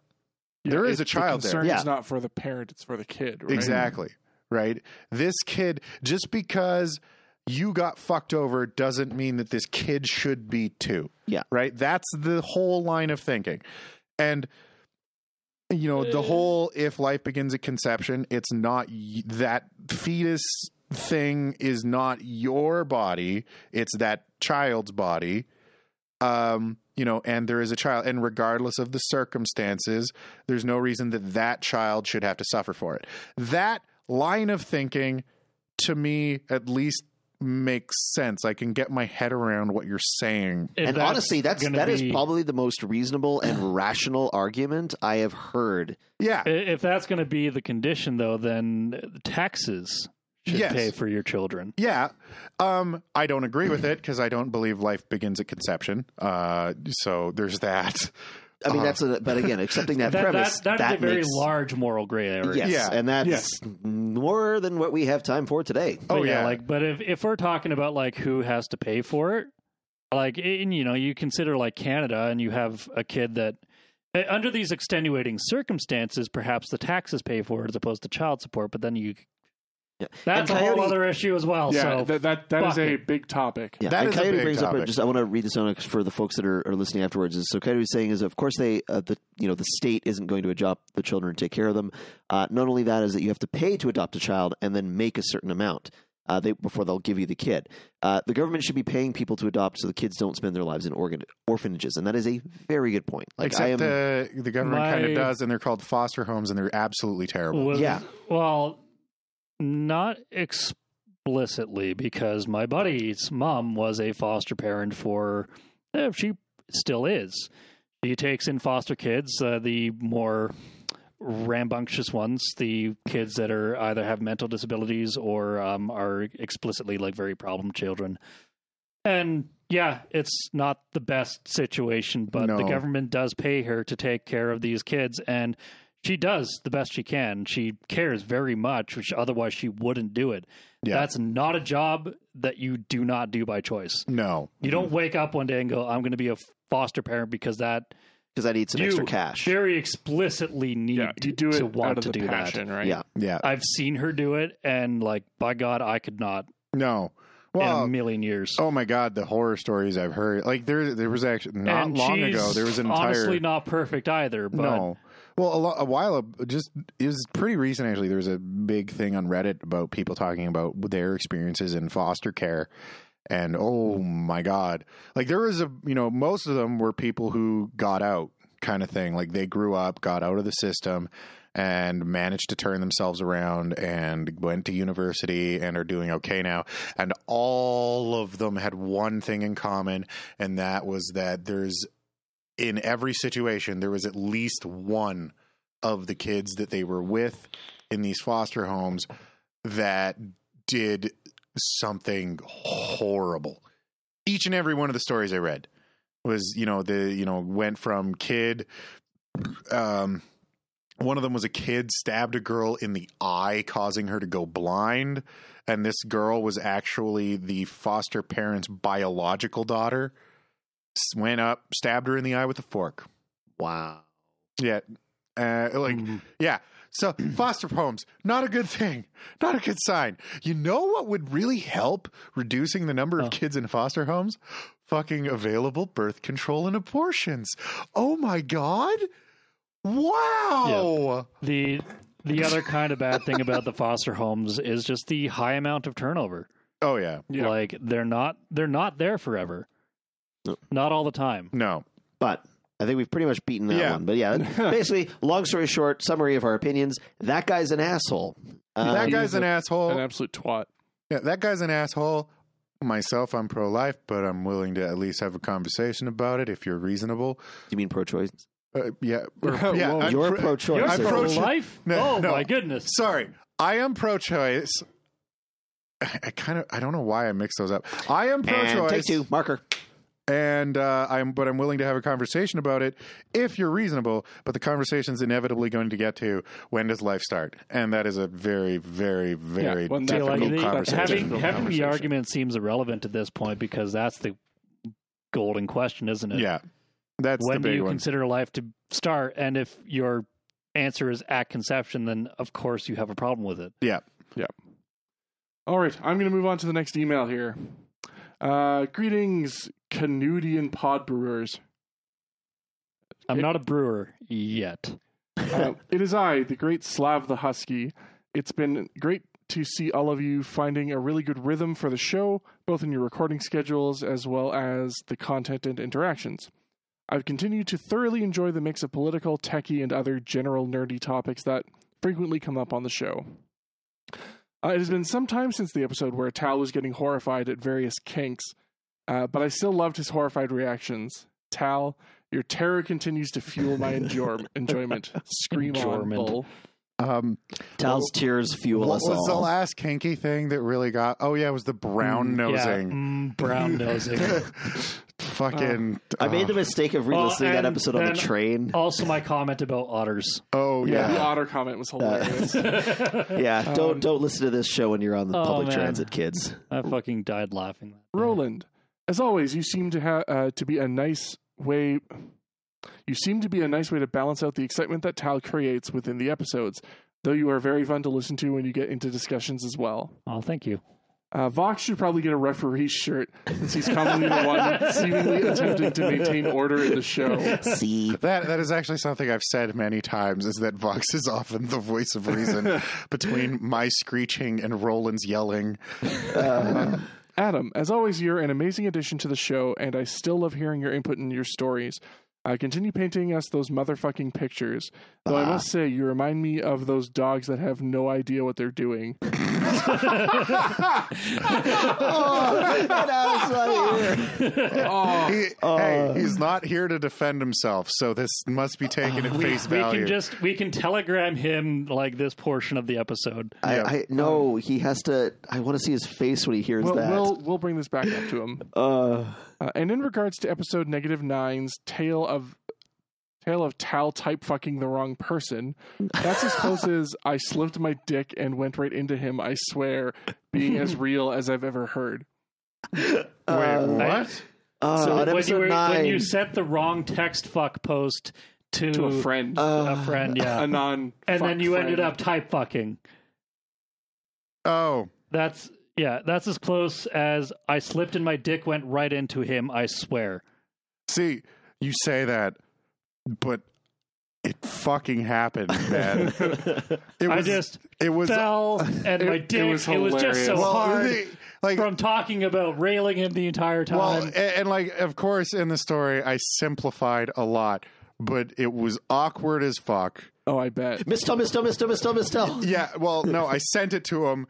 there is It- a child The there concern Yeah. is not for the parent; it's for the kid. Right? Exactly. Right. This kid, just because you got fucked over doesn't mean that this kid should be too. Yeah. Right. That's the whole line of thinking. And, you know, the whole if life begins at conception, it's not y- that fetus thing is not your body, it's that child's body. Um, you know, and there is a child, and regardless of the circumstances, there's no reason that that child should have to suffer for it. That line of thinking, to me, at least makes sense. I can get my head around what you're saying. If and honestly, that's gonna that is be- probably the most reasonable and rational argument I have heard. Yeah. i- if that's going to be the condition, though, then taxes should Yes. pay for your children. Yeah. Um, I don't agree with it because I don't believe life begins at conception. Uh, so there's that. I mean, Uh-huh. that's a, but again, accepting that, that, premise that, that's that a very makes, large moral gray area. Yes, Yeah. and that's Yes. more than what we have time for today. But Oh, yeah. like but if if we're talking about like who has to pay for it, like and, you know, you consider like Canada and you have a kid that eh, under these extenuating circumstances, perhaps the taxes pay for it as opposed to child support, but then you Yeah. that's And a whole Coyote- other issue as well. yeah, so that that, that is fuck a it. big topic. Yeah, That and is a Coyote big brings up. topic. Just I want to read this on for the folks that are, are listening afterwards. Is so Coyote's saying is of course they uh, the you know the state isn't going to adopt the children and take care of them. Uh, not only that is that you have to pay to adopt a child and then make a certain amount. Uh, they, before they'll give you the kid, uh, the government should be paying people to adopt so the kids don't spend their lives in organ- orphanages, and that is a very good point. Like I am, Except uh, the government My- kind of does, and they're called foster homes, and they're absolutely terrible. Well, Yeah. Well, not explicitly because my buddy's mom was a foster parent for. eh, She still is. She takes in foster kids, uh, the more rambunctious ones, the kids that are either have mental disabilities or um, are explicitly like very problem children. And yeah, it's not the best situation, but the No. government does pay her to take care of these kids, and she does the best she can. She cares very much, which otherwise she wouldn't do it. Yeah. That's not a job that you do not do by choice. no, You don't wake up one day and go, "I'm going to be a foster parent," because that because I need some you extra cash. very explicitly need Yeah, you do it to out want of to the do passion, right? Yeah, yeah, that. I've seen her do it, and like by God, I could not no. Well, in a million years. Oh my god, the horror stories I've heard. Like there, there was actually not and long she's ago. There was an entire honestly not perfect either, but no. Well, a, lo- a while ab- just it was pretty recent actually. There was a big thing on Reddit about people talking about their experiences in foster care, and oh my god, like there was a you know most of them were people who got out kind of thing. Like they grew up, got out of the system, and managed to turn themselves around and went to university and are doing okay now. And all of them had one thing in common, and that was that there's in every situation, there was at least one of the kids that they were with in these foster homes that did something horrible. Each and every one of the stories I read was, you know, the, you know, went from kid, um, one of them was a kid stabbed a girl in the eye, causing her to go blind. And this girl was actually the foster parent's biological daughter s- went up, stabbed her in the eye with a fork. wow. Yeah. Uh, like, Mhm. yeah. So, foster homes, not a good thing. Not a good sign. You know what would really help reducing the number of Oh. kids in foster homes? Fucking available birth control and abortions. Oh my God. Wow. the the other kind of bad thing about the foster homes is just the high amount of turnover. Oh, yeah. Yeah. Like they're not they're not there forever. No. Not all the time. No. But I think we've pretty much beaten that Yeah. one. But yeah, basically, long story short, summary of our opinions: that guy's an asshole. Uh, that guy's he's an a- asshole. An absolute twat. Yeah, that guy's an asshole. Myself, I'm pro life, but I'm willing to at least have a conversation about it if you're reasonable. you mean pro-choice? Uh, yeah. or- Whoa, yeah uh, I'm You're pro- pro-choice. You're I isn't it? pro approach it- life? No, oh no. my goodness. Sorry, I am pro-choice. I, I kind of I don't know why I mix those up. I am and take pro-choice, two marker. and uh, I'm but I'm willing to have a conversation about it if you're reasonable. But the conversation's inevitably going to get to when does life start, and that is a very, very, very well, that's- Yeah, difficult like Difficult the- conversation. having, Difficult having the conversation. argument seems irrelevant at this point because that's the golden question, isn't it? yeah, that's when the do big you one. consider life to start? And if your answer is at conception, then of course you have a problem with it. yeah, All right, I'm going to move on to the next email here. Uh, greetings, Canadian pod brewers. I'm It- not a brewer yet. Uh, it is I, the great Slav the Husky. It's been great to see all of you finding a really good rhythm for the show, both in your recording schedules as well as the content and interactions. I've continued to thoroughly enjoy the mix of political, techie, and other general nerdy topics that frequently come up on the show. Uh, it has been some time since the episode where Tal was getting horrified at various kinks, uh, but I still loved his horrified reactions. Tal, your terror continues to fuel my enjoy- enjoyment. Scream on, Enjoyment. bull. Um, Tal's tears fuel what us was the all. last kinky thing that really got? Oh yeah, it was the brown Mm, Yeah, nosing. mm, brown nosing. Fucking. I made the mistake of re-listening Well, that Uh, and episode on the then- Oh, train. also, my comment about otters. Oh Yeah, the yeah. otter comment was hilarious. Yeah, don't don't listen to this show when you're on the Um, Oh, public man. transit, kids. I fucking died laughing. Roland, as always, you seem to have uh, to be a nice way. You seem to be a nice way to balance out the excitement that Tal creates within the episodes, though you are very fun to listen to when you get into discussions as well. Oh, thank you. Uh, Vox should probably get a referee shirt since he's commonly the one seemingly attempting to maintain order in the show. See, That that is actually something I've said many times is that Vox is often the voice of reason between my screeching and Roland's yelling. Adam, as always, you're an amazing addition to the show, and I still love hearing your input and your stories. Uh, continue painting us those motherfucking pictures. Though Ah. I must say, you remind me of those dogs that have no idea what they're doing. Oh, He- uh, hey, he's not here to defend himself, so this must be taken at We, face we value. can just we can telegram him like this portion of the episode. I, Yeah. I no, he has to. I want to see his face when he hears we'll, that. we'll we'll bring this back up to him. uh, Uh, and in regards to episode negative nine's tale of tale of Tal type fucking the wrong person, that's as close as I slipped my dick and went right into him. I swear, being as real as I've ever heard. uh, Wait, I- what? uh, So on when episode you, were, nine, when you sent the wrong text fuck post to, To a friend, uh, a friend, yeah, a non, and fuck then you ended friend. up type fucking. Oh, That's yeah, that's as close as I slipped and my dick went right into him. I swear. see, you say that, but it fucking happened, man. it I just it was fell and my dick. It was was, just so hilarious. well, hard the- like from talking about railing him the entire time. Well, and, and like, of course, in the story, I simplified a lot, but it was awkward as fuck. Oh, I bet. Mistel, Mistel, Mistel, Mistel, Mistel. Yeah. Well, no, I sent it to him,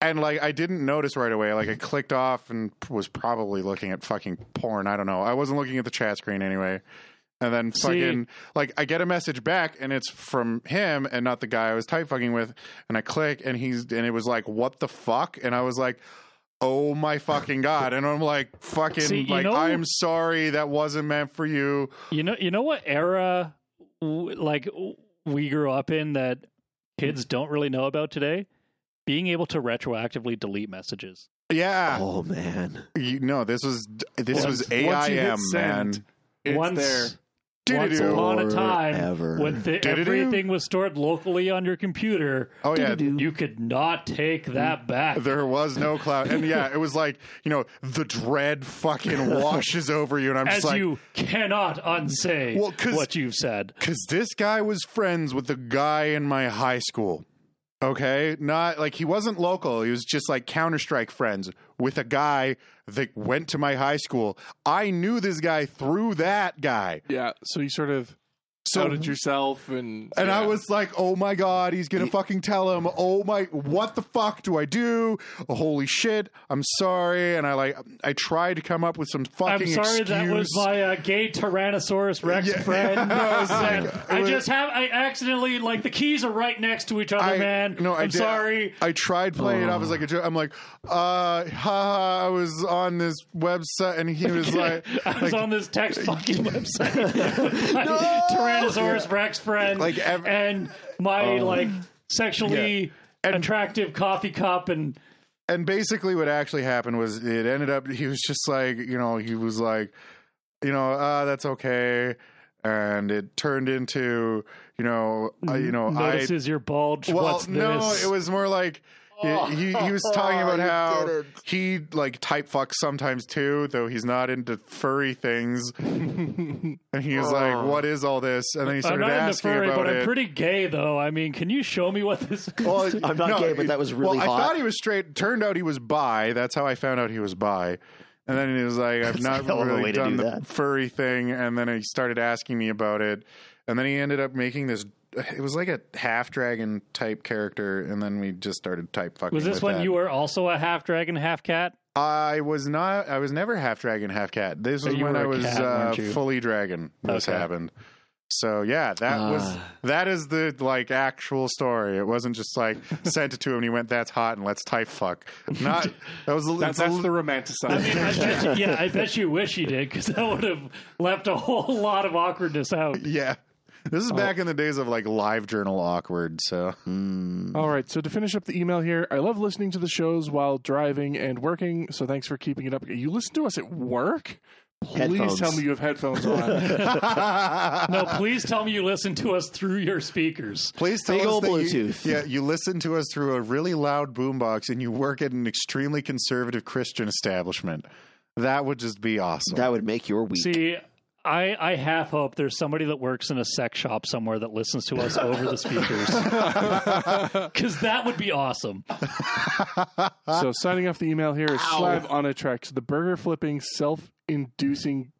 and like, I didn't notice right away. Like, I clicked off and was probably looking at fucking porn. I don't know. I wasn't looking at the chat screen anyway. And then fucking like I get a message back and it's from him and not the guy I was type fucking with and I click and he's and it was like what the fuck and I was like oh my fucking god and I'm like fucking See, you like know- I'm sorry that wasn't meant for you You know, you know what era w- like w- we grew up in that kids don't really know about today. Being able to retroactively delete messages. yeah Oh man, you know this was this Once- was once you hit AIM man send, It's once there. once Doo-doo-doo. upon a time Forever. when thi- Doo-doo-doo. everything was stored locally on your computer oh yeah you could not take that back There was no cloud. And yeah, it was like, you know, the dread fucking washes over you. And I'm as just like, you cannot unsay Well, 'cause- what you've said because this guy was friends with the guy in my high school. Okay. Not like he wasn't local. He was just like Counter Strike friends with a guy that went to my high school. I knew this guy through that guy. Yeah, so you sort of So- outed yourself, and And I yeah. was like, oh my God, he's going to fucking tell him, oh my, what the fuck do I do? Holy shit, I'm sorry. And I like, I tried to come up with some I'm fucking sorry that was excuse. my uh, gay Tyrannosaurus Rex Yeah. friend. No, it's said, like- I just have I accidentally like the keys are right next to each other, man. No, I I'm did- sorry. I tried playing it off as like a joke. I'm like, uh, haha, I was on this website, and he was like, I was like, on this text fucking website with my Tyrannosaurus Rex friend Like ev- Oh. and my like sexually And- attractive coffee cup and and basically what actually happened was it ended up he was just like you know he was like you know uh, that's okay and it turned into you know uh, you know I notices your bulge. well What's no this? it was more like he, he, he was talking about how he like type fucks sometimes too though he's not into furry things and he was like what is all this and then he I'm started not into asking furry, about but it I'm pretty gay though. I mean, can you show me what this? is? well, I'm not gay, but that was really well, I hot. thought he was straight. Turned out he was bi. That's how I found out he was bi. And then he was like, "I've a not hell of a really way to done do the that. furry thing." And then he started asking me about it. And then he ended up making this. It was like a half dragon type character. And then we just started type fucking. Was this with when that. you were also a half dragon, half cat? I was not. I was never half dragon, half cat. This was you when were I a was cat, uh, weren't you? fully dragon. This Okay. happened. So yeah, that was Ah. that is the like actual story. It wasn't just like sent it to him and he went, "That's hot," and let's type fuck. Not that was a That's, that's, that's the I mean, romanticized. I bet you, yeah, I bet you wish you did because that would have left a whole lot of awkwardness out. yeah. This is back in the days of like live journal awkward. So All right, so to finish up the email here, I love listening to the shows while driving and working, so thanks for keeping it up. You listen to us at work? Please Headphones. tell me you have headphones on. Mm. No, please tell me you listen to us through your speakers. Please tell Big us ol' that Bluetooth. You, yeah, you listen to us through a really loud boombox, and you work at an extremely conservative Christian establishment. That would just be awesome. That would make your week. See, I, I half hope there's somebody that works in a sex shop somewhere that listens to us over the speakers. Because that would be awesome. so signing off the email here is Slav on a Trex, the burger flipping, self inducing,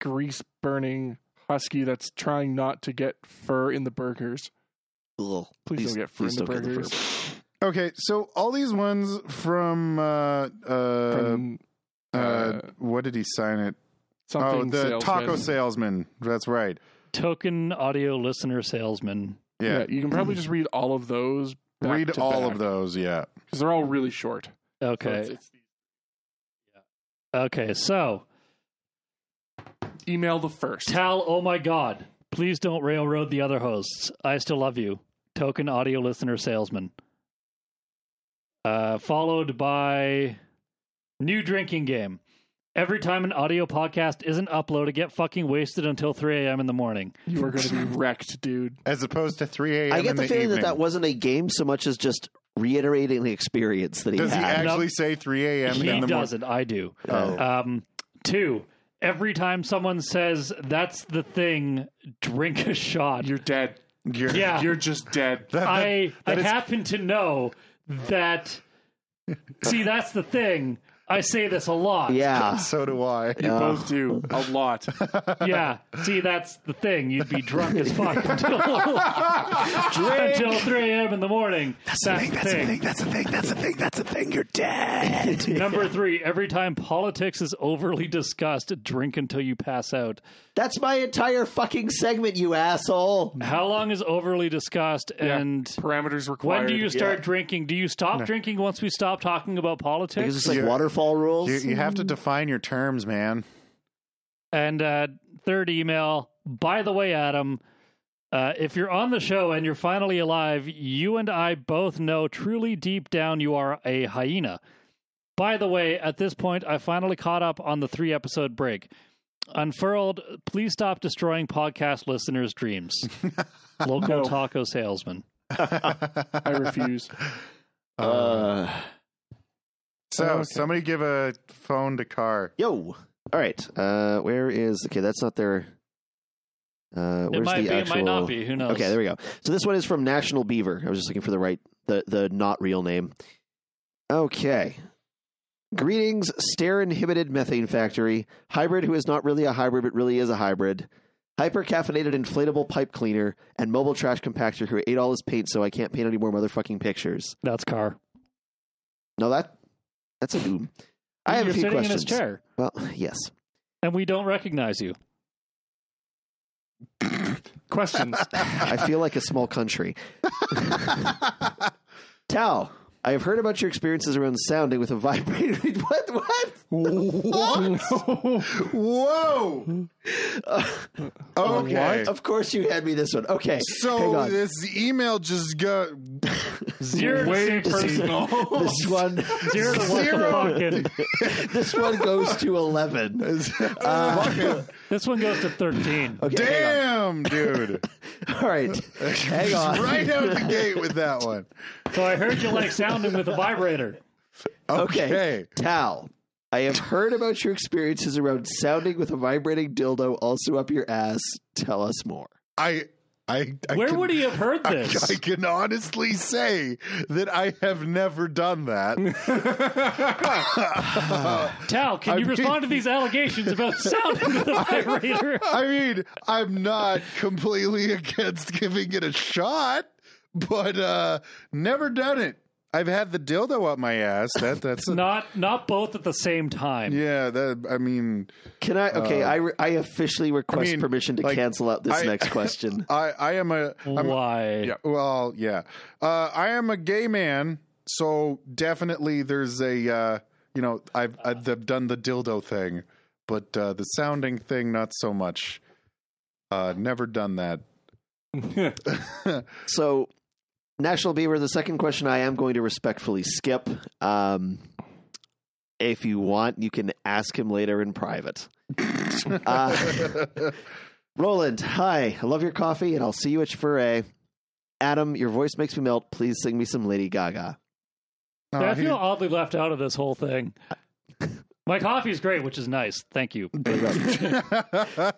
grease burning husky that's trying not to get fur in the burgers. Ugh. Please don't get fur please in the don't get the burgers. okay, so all these ones from uh, uh, From, uh, uh, what did he sign it? something oh, the salesman. taco salesman. That's right. Token audio listener salesman. Yeah, you can probably just read all of those. back read to all back, of those. Yeah, because they're all really short. So it's- Okay. it's Okay. So, email the first. Tal, oh my God. Please don't railroad the other hosts. I still love you. Token audio listener salesman. Uh, followed by new drinking game. Every time an audio podcast isn't uploaded, get fucking wasted until 3 a.m. in the morning. You are going to be wrecked, dude. as opposed to three a.m. I get in the, the feeling evening. that that wasn't a game so much as just reiterating the experience that he Does he had. actually say three a.m. He in the morning? doesn't. I do. Oh. Um, two. Every time someone says that's the thing, drink a shot. You're dead. You're- yeah, You're just dead. I that I is- happen to know that. see, that's the thing. I say this a lot. yeah. Ah, So do I. You both do a lot. yeah. See, that's the thing. You'd be drunk as fuck until, until three a.m. in the morning. That's, the thing. That's the thing. That's the thing. That's the thing. You're dead. Number three. Every time politics is overly discussed, drink until you pass out. That's my entire fucking segment, you asshole. How long is overly discussed and Parameters when required. do you start drinking? Do you stop drinking once we stop talking about Because politics? it's like You're- waterfall rules. You, you have to define your terms, man. And uh, third email, by the way, Adam, uh, if you're on the show and you're finally alive, you and I both know truly deep down you are a hyena. By the way, at this point, I finally caught up on the three episode break. Unfurled, please stop destroying podcast listeners' dreams. Local No. taco salesman. I refuse. Uh, So Oh, okay. somebody give a phone to Carr. yo. All right. Uh, where is? Okay, that's not their. Uh, where's it might the be, actual? it might not be. Who knows? Okay, there we go. So this one is from National Beaver. I was just looking for the right, the the not real name. Okay. Greetings, stair inhibited methane factory hybrid, who is not really a hybrid but really is a hybrid. Hyper caffeinated inflatable pipe cleaner and mobile trash compactor who ate all his paint, so I can't paint any more motherfucking pictures. That's Carr. No, that that's a doom. I have You're a few sitting questions. in his chair, Well, yes. and we don't recognize you. Questions. I feel like a small country. Tal, I have heard about your experiences around sounding with a vibrator. what? What? what? Whoa! okay. Of course, you had me this one. Okay, hang So on. this email just got Zero to Way six personal. This one, Zero to one Zero. fucking. this one goes to eleven. Fucking- This one goes to thirteen. Okay, hang on. damn, dude. All right, hang on. right out the gate with that one. So I heard you like sounding with a vibrator. Okay. Okay. Tal, I have heard about your experiences around sounding with a vibrating dildo also up your ass. Tell us more. I I, I Where can, would he have heard I, this? I can honestly say that I have never done that. Tal, can I you mean- respond to these allegations about sounding with a vibrator? I mean, I'm not completely against giving it a shot, but uh never done it. I've had the dildo up my ass. That that's a, Not not both at the same time. yeah. That I mean, Can I? Okay, I, re- I officially request I Uh, mean, permission to like, cancel out this I- next question. I I am a I'm a- Why? yeah. Well, yeah. Uh, I am a gay man, so definitely there's a uh, you know I've I've done the dildo thing, but uh, the sounding thing not so much. Uh, never done that. So, National Beaver, the second question I am going to respectfully skip. Um, if you want, you can ask him later in private. Uh, Roland, hi. I love your coffee, and I'll see you at Chevrolet. Adam, your voice makes me melt. Please sing me some Lady Gaga. Uh, I he- feel oddly left out of this whole thing. My coffee's great, which is nice. Thank you.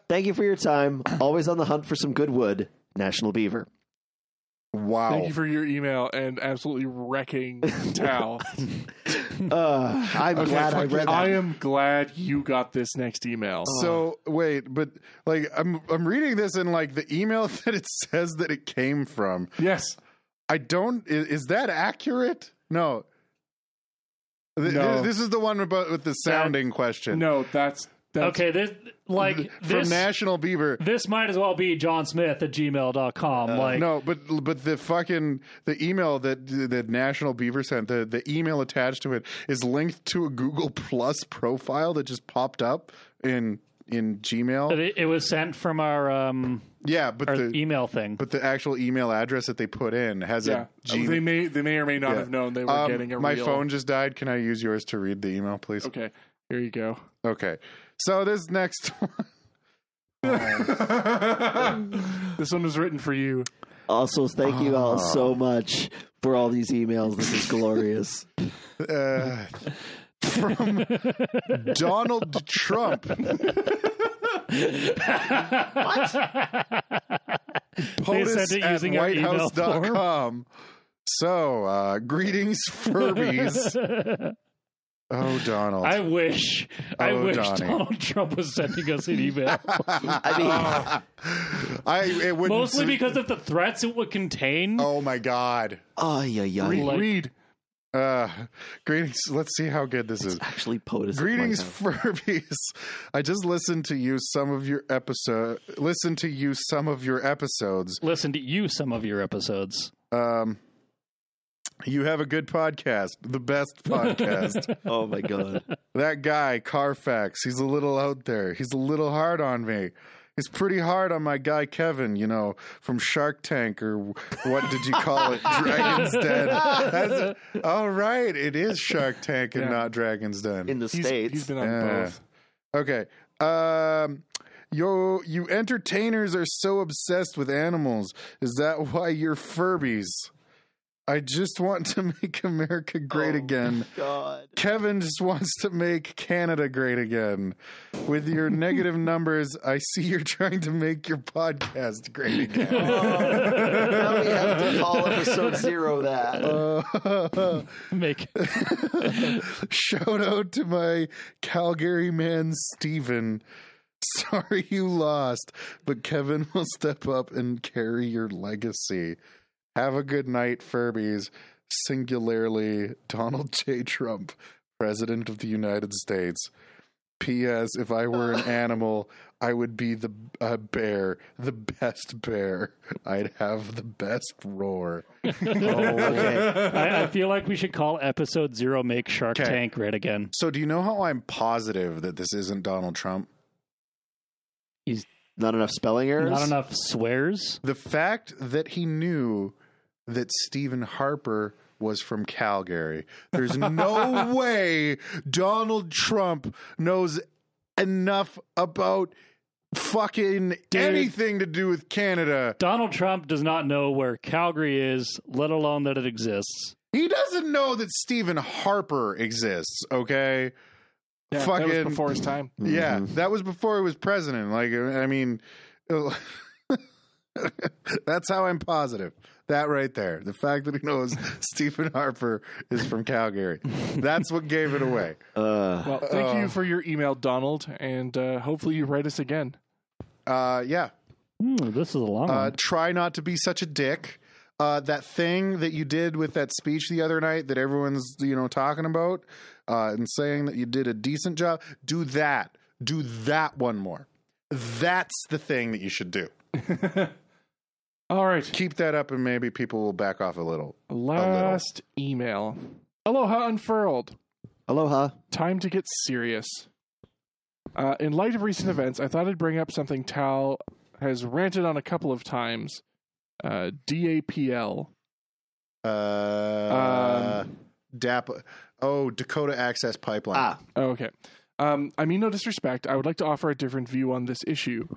Thank you for your time. Always on the hunt for some good wood. National Beaver. wow. Thank you for your email and absolutely wrecking Tal. Uh, I'm Hmm. Okay, glad I read fuck it. that. I uh, am glad you got this next email. So Oh. wait, but like I'm I'm reading this in like the email that it says that it came from. yes. I don't is, is that accurate? No. Th- No. This is the one about with the sounding question. No, that's that's Okay, this like From this National Beaver. this might as well be John Smith at gmail.com. like Uh, No, but but the fucking the email that that National Beaver sent, the, the email attached to it is linked to a Google Plus profile that just popped up in in but Gmail. it, it was sent from our um Yeah, but our e-, the email thing. but the actual email address that they put in has yeah. Uh, a Gmail. They may they may or may not Yeah. have known they were Um, getting a my real- phone just died. Can I use yours to read the email, please? Okay. Here you go. Okay. So this next one. This one was written for you. Also, thank you all Ah. so much for all these emails. This is glorious. Uh, from Donald Trump. They sent POTUS it at using our email whitehouse.com. So, uh, greetings, Furbies. oh, Donald. I wish I Oh, wish Donnie. Donald Trump was sending us an email. I mean, I it wouldn't Mostly because of the threats it would contain. Oh my god. oh yeah, Read. yeah. Like- read. Uh, greetings. Let's see how good this is. Actually, POTUS. at Greetings, my house. Furbies. I just listened to you some of your episode. Listen to you some of your episodes. Listen to you some of your episodes. Um, you have a good podcast, the best podcast. Oh my god. that guy Carfax, he's a little out there. He's a little hard on me. He's pretty hard on my guy Kevin, you know, from Shark Tank or what did you call it, Dragon's Den? That's, all right, it is Shark Tank and Yeah. not Dragon's Den. In the He's- states, he's been on Yeah. both. Okay. Um Yo, you entertainers are so obsessed with animals. Is that why you're Furbies? I just want to make America great again. God. Kevin just wants to make Canada great again. With your negative numbers, I see you're trying to make your podcast great again. Now we have to call episode zero that. Oh, Uh, Make Shout out to my Calgary man, Steven. Sorry you lost, but Kevin will step up and carry your legacy. Have a good night, Furbies. Singularly, Donald J. Trump, President of the United States. P.S. If I were an animal, I would be the uh, bear, the best bear. I'd have the best roar. Okay. I, I feel like we should call episode zero make Shark Okay. Tank right again. So, do you know how I'm positive that this isn't Donald Trump? Not enough spelling errors. Not enough swears. The fact that he knew that Stephen Harper was from Calgary. There's no way Donald Trump knows enough about fucking anything to do with Canada. Donald Trump does not know where Calgary is, let alone that it exists. He doesn't know that Stephen Harper exists, okay? Yeah, that Fucking- was before his time. Yeah, that was before he was president. Like, I mean, that's how I'm positive. That right there, the fact that he knows Stephen Harper is from Calgary, that's what gave it away. Uh, Well, thank Uh, you for your email, Donald, and uh, hopefully you write us again. Uh, yeah, Hmm, this is a long uh, one. try not to be such a dick. uh, that thing that you did with that speech the other night that everyone's you know talking about uh, and saying that you did a decent job. Do that. Do that one more. That's the thing that you should do. All right. Keep that up, and maybe people will back off a little. Last email. Aloha unfurled. Aloha. Time to get serious. Uh, in light of recent events, I thought I'd bring up something Tal has ranted on a couple of times. Uh, DAPL. Uh, Um, DAP. Oh, Dakota Access Pipeline. Ah, Oh, Okay. Um, I mean, no disrespect. I would like to offer a different view on this issue.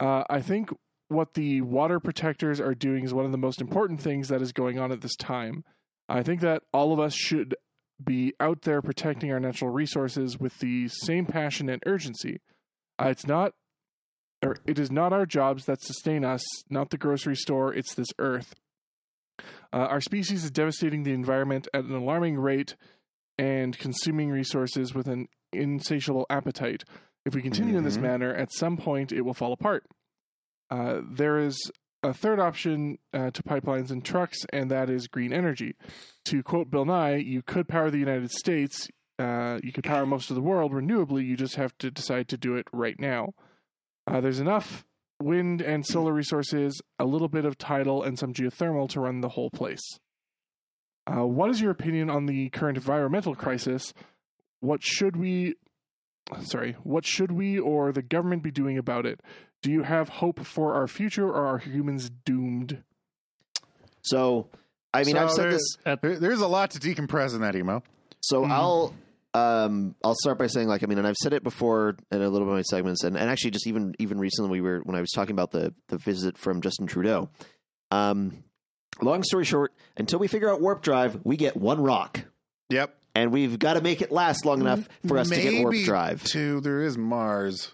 Uh, I think what the water protectors are doing is one of the most important things that is going on at this time. I think that all of us should be out there protecting our natural resources with the same passion and urgency. Uh, it's not, or it is not our jobs that sustain us, not the grocery store, it's this earth. Uh, our species is devastating the environment at an alarming rate and consuming resources with an insatiable appetite. If we continue in this Mhm. manner, at some point it will fall apart. Uh, there is a third option uh, to pipelines and trucks, and that is green energy. To quote Bill Nye, you could power the United States, uh, you could power most of the world renewably, you just have to decide to do it right now. Uh, there's enough wind and solar resources, a little bit of tidal, and some geothermal to run the whole place. Uh, what is your opinion on the current environmental crisis? What should we, sorry, what should we or the government be doing about it? Do you have hope for our future, or are humans doomed? so I mean, So I've said there's- this. There- There's a lot to decompress in that email. So Mhm. I'll um I'll start by saying like I mean, and I've said it before in a little bit of my segments, and, and actually just even even recently we were when I was talking about the the visit from Justin Trudeau. Um, long story short, until we figure out warp drive, we get one rock, Yep. and we've got to make it last long enough for us to get warp Maybe drive. Two. There is Mars.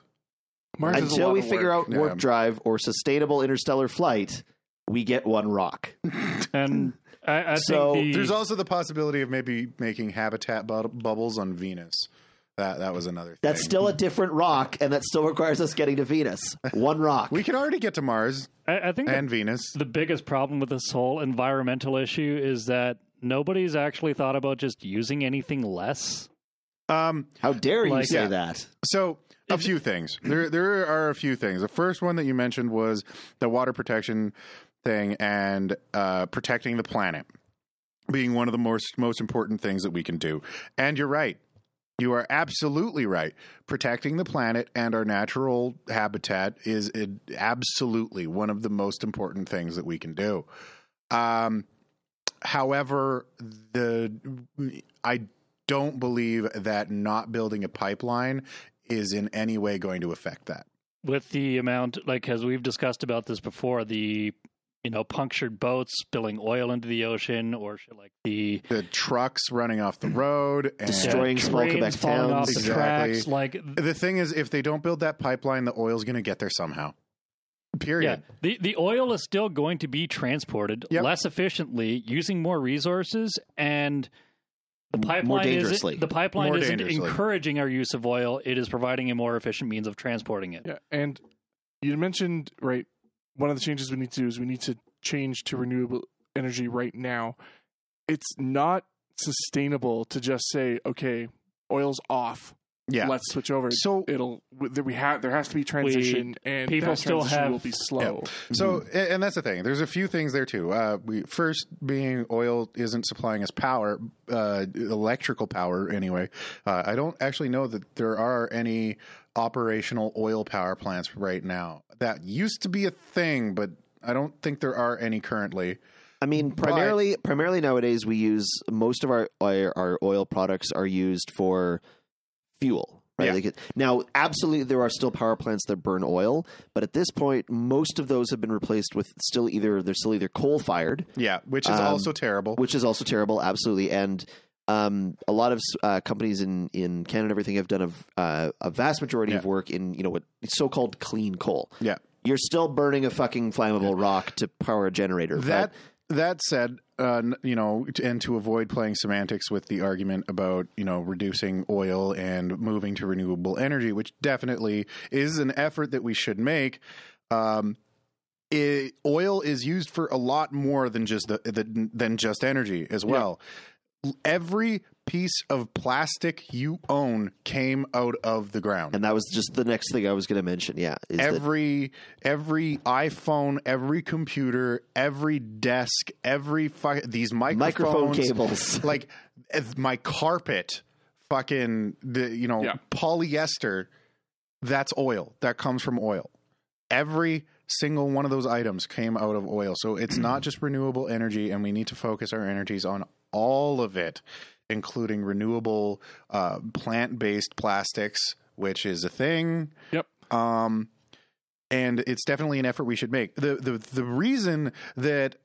Mars is a until lot we of figure work. out warp Yeah. drive or sustainable interstellar flight, we get one rock. And I, I So, think the, There's also the possibility of maybe making habitat bu- bubbles on Venus. That that was another. Thing. That's still a different rock, and that still requires us getting to Venus. One rock. We can already get to Mars I, I think the and Venus. the biggest problem with this whole environmental issue is that nobody's actually thought about just using anything less. Um. How dare you Like- say Yeah. that? So a few things. There there are a few things. The first one that you mentioned was the water protection thing and uh, protecting the planet being one of the most most important things that we can do. And you're right. You are absolutely right. Protecting the planet and our natural habitat is uh, absolutely one of the most important things that we can do. Um, however, the I don't believe that not building a pipeline is in any way going to affect that. with the amount like as we've discussed about this before the you know punctured boats spilling oil into the ocean or shit like the The trucks running off the road and Destroying small trains Quebec falling off towns. the tracks Exactly. like The thing is, if they don't build that pipeline, the oil's going to get there somehow. yeah Period. the the oil is still going to be transported Yep. less efficiently using more resources and the M- more pipeline dangerously. is the pipeline More isn't dangerously. encouraging our use of oil it is providing a more efficient means of transporting it Yeah, and you mentioned right. One of the changes we need to do is we need to change to renewable energy right now. It's not sustainable to just say, okay, oil's off. Yeah. Let's switch over. So- it'll that we have there has to be transition, and people that still transition have- will be slow. So, a- and that's the thing. There's a few things there too. Uh, we, first, being oil isn't supplying us power, uh, electrical power anyway. Uh, I don't actually know that there are any operational oil power plants right now. That used to be a thing, but I don't think there are any currently. I mean, primarily, primarily nowadays we use most of our our, our oil products are used for fuel. Right? Yeah. Like it- now, absolutely, there are still power plants that burn oil, but at this point, most of those have been replaced with still either they're still either coal fired, Yeah, which is Um, also terrible. which is also terrible, absolutely, and. Um, a lot of uh, companies in, in Canada and everything have done a, v- uh, a vast majority of work in you know what so called clean coal. yeah. You're still burning a fucking flammable rock to power a generator. but- That that said, uh, n- you know, t- and to avoid playing semantics with the argument about you know reducing oil and moving to renewable energy, which definitely is an effort that we should make. Um, i oil is used for a lot more than just the, the than just energy as well. Every piece of plastic you own came out of the ground. And that was just the next thing I was going to mention. Yeah, is that- every every iPhone, every computer, every desk, every fi- these microphone microphones, cables. like if my carpet, fucking the you know Yeah. polyester. That's oil. That comes from oil. Every single one of those items came out of oil. So it's not just renewable energy, and we need to focus our energies on all of it, including renewable uh, plant based plastics, which is a thing Yep. um, and it's definitely an effort we should make. the the The reason that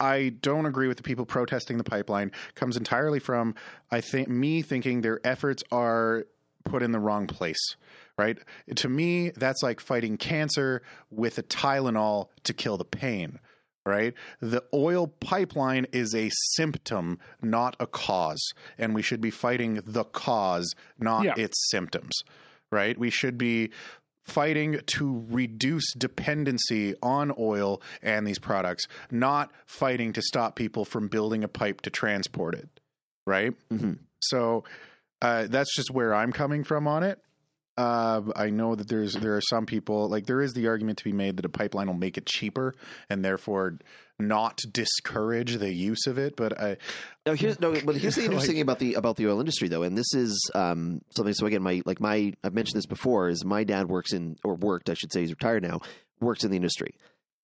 I don't agree with the people protesting the pipeline comes entirely from I think me thinking their efforts are put in the wrong place. Right to me, that's like fighting cancer with a Tylenol to kill the pain. Right, the oil pipeline is a symptom, not a cause, and we should be fighting the cause, not Yeah. its symptoms. Right, we should be fighting to reduce dependency on oil and these products, not fighting to stop people from building a pipe to transport it. Right? Mhm. So uh, that's just where I'm coming from on it. Uh, I know that there's there are some people like there is the argument to be made that a pipeline will make it cheaper and therefore not discourage the use of it. But uh, I, No, here's no, but here's the interesting thing about the about the oil industry though, and this is um, something. So again, my like my I've mentioned this before is my dad works in or worked, I should say, he's retired now. Works in the industry.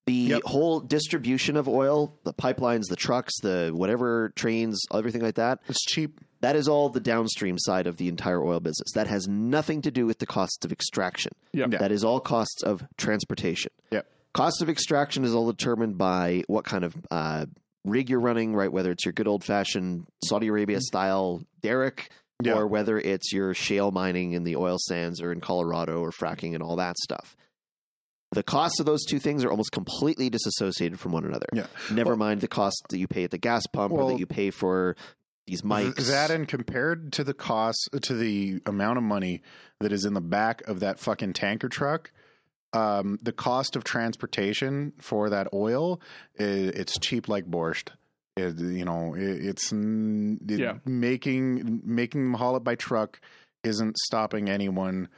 The Yep. whole distribution of oil, the pipelines, the trucks, the whatever trains, everything like that. it's cheap. That is all the downstream side of the entire oil business. That has nothing to do with the costs of extraction. Yeah. Yeah. That is all costs of transportation. Yep. Cost of extraction is all determined by what kind of uh, rig you're running, right? Whether it's your good old fashioned Saudi Arabia style derrick, Yeah. or whether it's your shale mining in the oil sands or in Colorado or fracking and all that stuff. The costs of those two things are almost completely disassociated from one another. Yeah. Never mind the cost that you pay at the gas pump or Well- that you pay for these Th- mics. That and compared to the cost to the amount of money that is in the back of that fucking tanker truck, um, the cost of transportation for that oil, i it's cheap like borscht. It- you know, it, it's n- it- Yeah. making making them haul it by truck isn't stopping anyone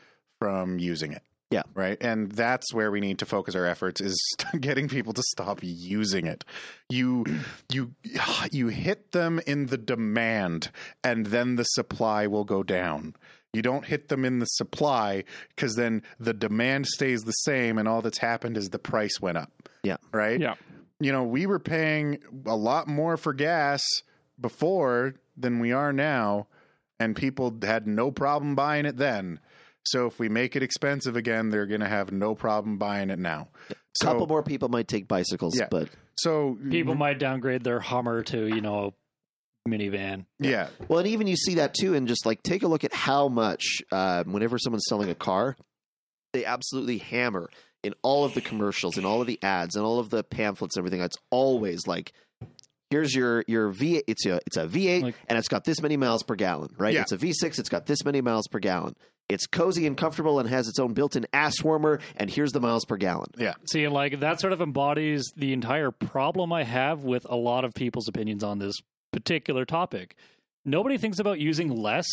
from using it. Yeah. Right. And that's where we need to focus our efforts is getting people to stop using it. You you you hit them in the demand and then the supply will go down. You don't hit them in the supply because then the demand stays the same and all that's happened is the price went up. Yeah. Right? Yeah. You know, we were paying a lot more for gas before than we are now, and people had no problem buying it then. So if we make it expensive again, they're going to have no problem buying it now. a So, couple more people might take bicycles, Yeah. but so Mm-hmm. People might downgrade their Hummer to, you know, minivan. yeah, Well, and even you see that too, and just like take a look at how much uh, whenever someone's selling a car, they absolutely hammer in all of the commercials, in all of the ads, and all of the pamphlets, and everything. It's always like, here's your your V. It's a it's a V8, Like- and it's got this many miles per gallon, right? Yeah. It's a V6, it's got this many miles per gallon. It's cozy and comfortable and has its own built-in ass warmer, and here's the miles per gallon. See, like that sort of embodies the entire problem I have with a lot of people's opinions on this particular topic. Nobody thinks about using less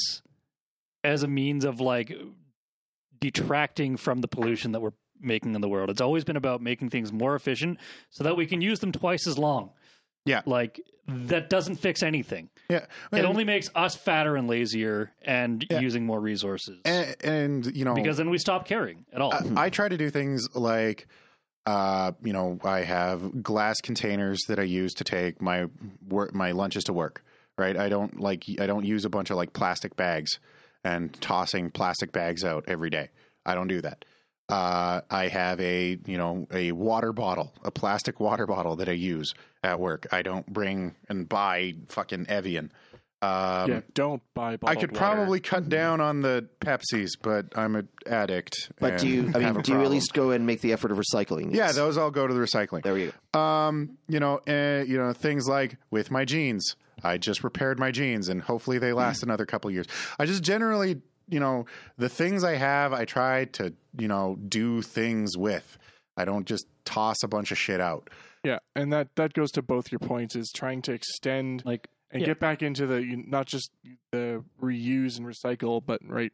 as a means of like detracting from the pollution that we're making in the world. It's always been about making things more efficient so that we can use them twice as long. Yeah. Like that doesn't fix anything. yeah. it only makes us fatter and lazier and Yeah. using more resources. and, Uh, and you know because then we stop caring at all. I, I try to do things like uh you know i have glass containers that i use to take my work my lunches to work right i don't like i don't use a bunch of like plastic bags and tossing plastic bags out every day i don't do that uh, I have a you know a water bottle, a plastic water bottle that I use at work. I don't bring and buy fucking Evian. Mm-hmm. Um, yeah. Don't buy. I bottled could water. probably cut down on the Pepsis, but I'm an addict. But do you? and I have mean, a do you at problem. least go and make the effort of recycling? Yeah, these? those all go to the recycling. there we go. Um, you know, uh, you know things like with my jeans. I just repaired my jeans, and hopefully they last another couple years. I just generally, you know, the things I have, I try to, you know, do things with. I don't just toss a bunch of shit out. Yeah, and that that goes to both your points is trying to extend Like and yeah. get back into the you- not just the reuse and recycle, but right.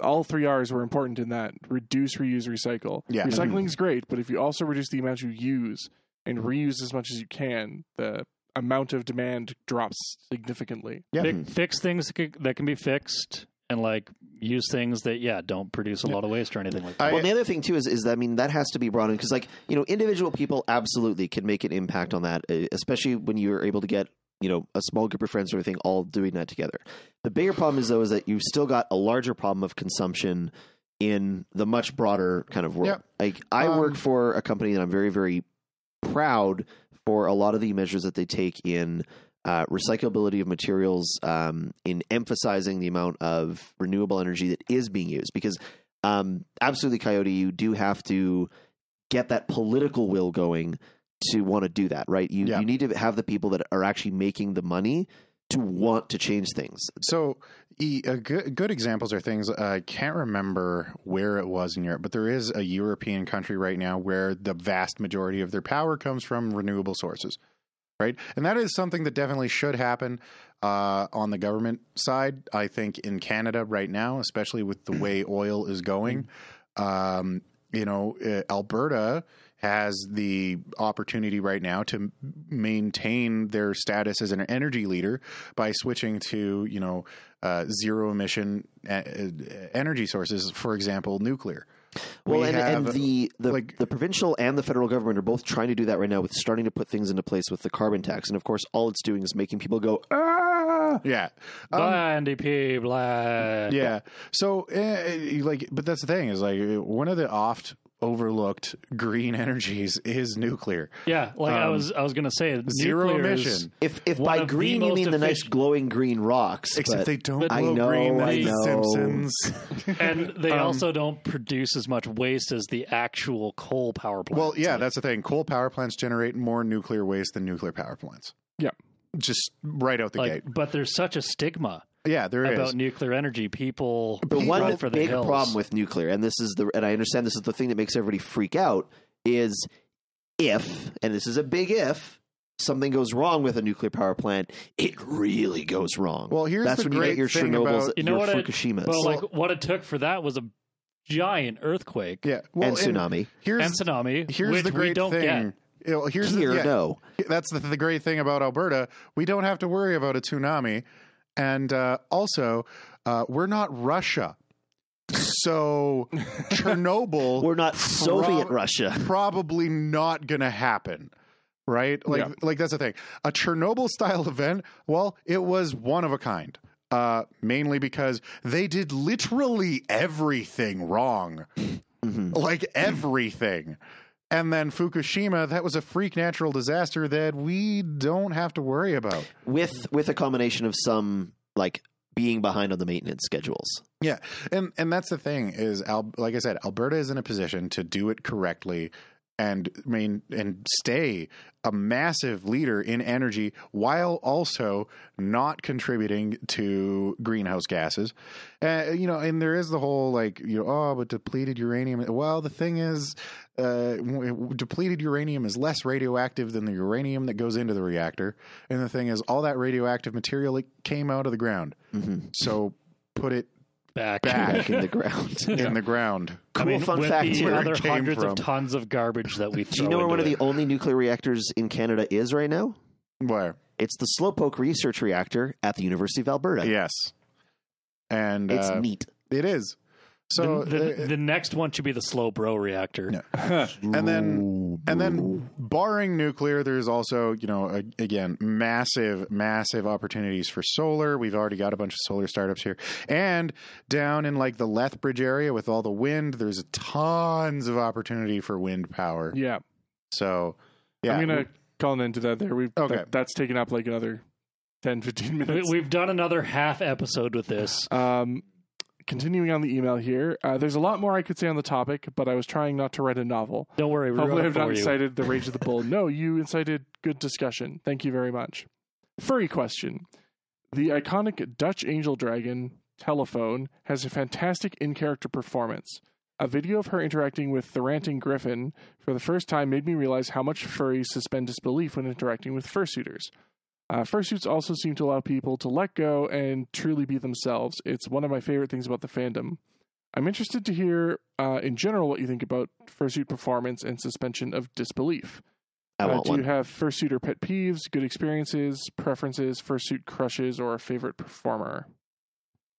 All three R's were important in that: reduce, reuse, recycle. Yeah. Mm-hmm. recycling is great, but if you also reduce the amount you use and reuse as much as you can, the amount of demand drops significantly. Yeah. fi- Mm-hmm. fix things that can, that can be fixed, and like use things that yeah don't produce a lot of waste or anything like that. I- well, and the other thing too is is that I mean that has to be brought in because like you know individual people absolutely can make an impact on that, eh, especially when you're able to get you know a small group of friends or everything all doing that together. The bigger problem is though is that you've still got a larger problem of consumption in the much broader kind of world. Yep. Like I Um, work for a company that I'm very very proud for a lot of the measures that they take in uh, recyclability of materials, um, in emphasizing the amount of renewable energy that is being used. Because um, absolutely, Coyote, you do have to get that political will going to want to do that, right? You Yeah. you need to have the people that are actually making the money to want to change things. So, e, a good, good examples are things I can't remember where it was in Europe, but there is a European country right now where the vast majority of their power comes from renewable sources, right? And that is something that definitely should happen uh, on the government side. I think in Canada right now, especially with the way oil is going, um, you know, uh, Alberta has the opportunity right now to m- maintain their status as an energy leader by switching to you know uh, zero emission e- e- energy sources, for example, nuclear. Well, We and, have- and the the, like- the provincial and the federal government are both trying to do that right now with starting to put things into place with the carbon tax, and of course, all it's doing is making people go, ah. yeah, Blind EP, blind. um, yeah. So, eh, like, but that's the thing is like one of the oft overlooked green energies is nuclear. Yeah, like I was I was gonna say Um, Zero nuclear is- emission. If if One by of the green you most mean the nice efficient- glowing green rocks, Except but- they don't but- I blow know, green I like the know. Simpsons. and they Um, also don't produce as much waste as the actual coal power plant. Well, yeah, that's the thing. Coal power plants generate more nuclear waste than nuclear power plants. Yeah. Just right out the like, gate. but there's such a stigma Yeah, there is. about nuclear energy. People, the run one for the big hills. problem with nuclear, and this is the and I understand this is the thing that makes everybody freak out, is if and this is a big if something goes wrong with a nuclear power plant, it really goes wrong. Well, here's that's the when you get great your thing Chernobyls, about- You know your what I- Fukushimas, but like what it took for that was a giant earthquake yeah. Well, and tsunami. Here's, and tsunami. here's which the great we don't thing. get. You know, here's Here, the, yeah, no. that's the, the great thing about Alberta. We don't have to worry about a tsunami, and uh, also uh, we're not Russia, so Chernobyl. We're not Soviet Prob- Russia. probably not going to happen. Right? Like Yeah. like that's the thing. A Chernobyl style event, well, it was one of a kind. Uh mainly because they did literally everything wrong. Mhm. Like everything. And then Fukushima, that was a freak natural disaster that we don't have to worry about. with with a combination of some like being behind on the maintenance schedules. Yeah, and and that's the thing is, Al, like I said, Alberta is in a position to do it correctly, and I mean, and stay a massive leader in energy while also not contributing to greenhouse gases. Uh, you know, and there is the whole like, you know, oh, but depleted uranium. Well, the thing is, uh, w- w- depleted uranium is less radioactive than the uranium that goes into the reactor. And the thing is, all that radioactive material it came out of the ground, Mhm. so put it Back. back Back in the ground. in the ground. Cool I mean, fun with fact the too. other Where it came hundreds from. of tons of garbage that Do we throw. you know where into one of it. the only nuclear reactors in Canada is right now? Where? It's the Slowpoke Research Reactor at the University of Alberta. Yes. And It's uh, neat. it is. So the, the, uh, the next one should be the slow bro reactor. Yeah. uh, and then and then barring nuclear there's also, you know, a, again, massive massive opportunities for solar. We've already got a bunch of solar startups here. And down in like the Lethbridge area with all the wind, there's tons of opportunity for wind power. Yeah, So yeah. I'm gonna call an end to that. There, we've Okay. that- that's taken up like another 10, 15 We, minutes. we've done another half episode with this. Um, continuing on the email here, uh, there's a lot more I could say on the topic, but I was trying not to write a novel. Don't worry, we Hopefully, wrote it I've not for you. incited the rage of the bull. No, you incited good discussion. Thank you very much. Furry question: The iconic Dutch angel dragon telephone has a fantastic in-character performance. A video of her interacting with the ranting griffin for the first time made me realize how much furries suspend disbelief when interacting with fursuiters. Uh, fursuits also seem to allow people to let go and truly be themselves. It's one of my favorite things about the fandom. I'm interested to hear, uh, in general, what you think about fursuit performance and suspension of disbelief. I Uh, want do one. you have fursuiter pet peeves, good experiences, preferences, fursuit crushes, or a favorite performer?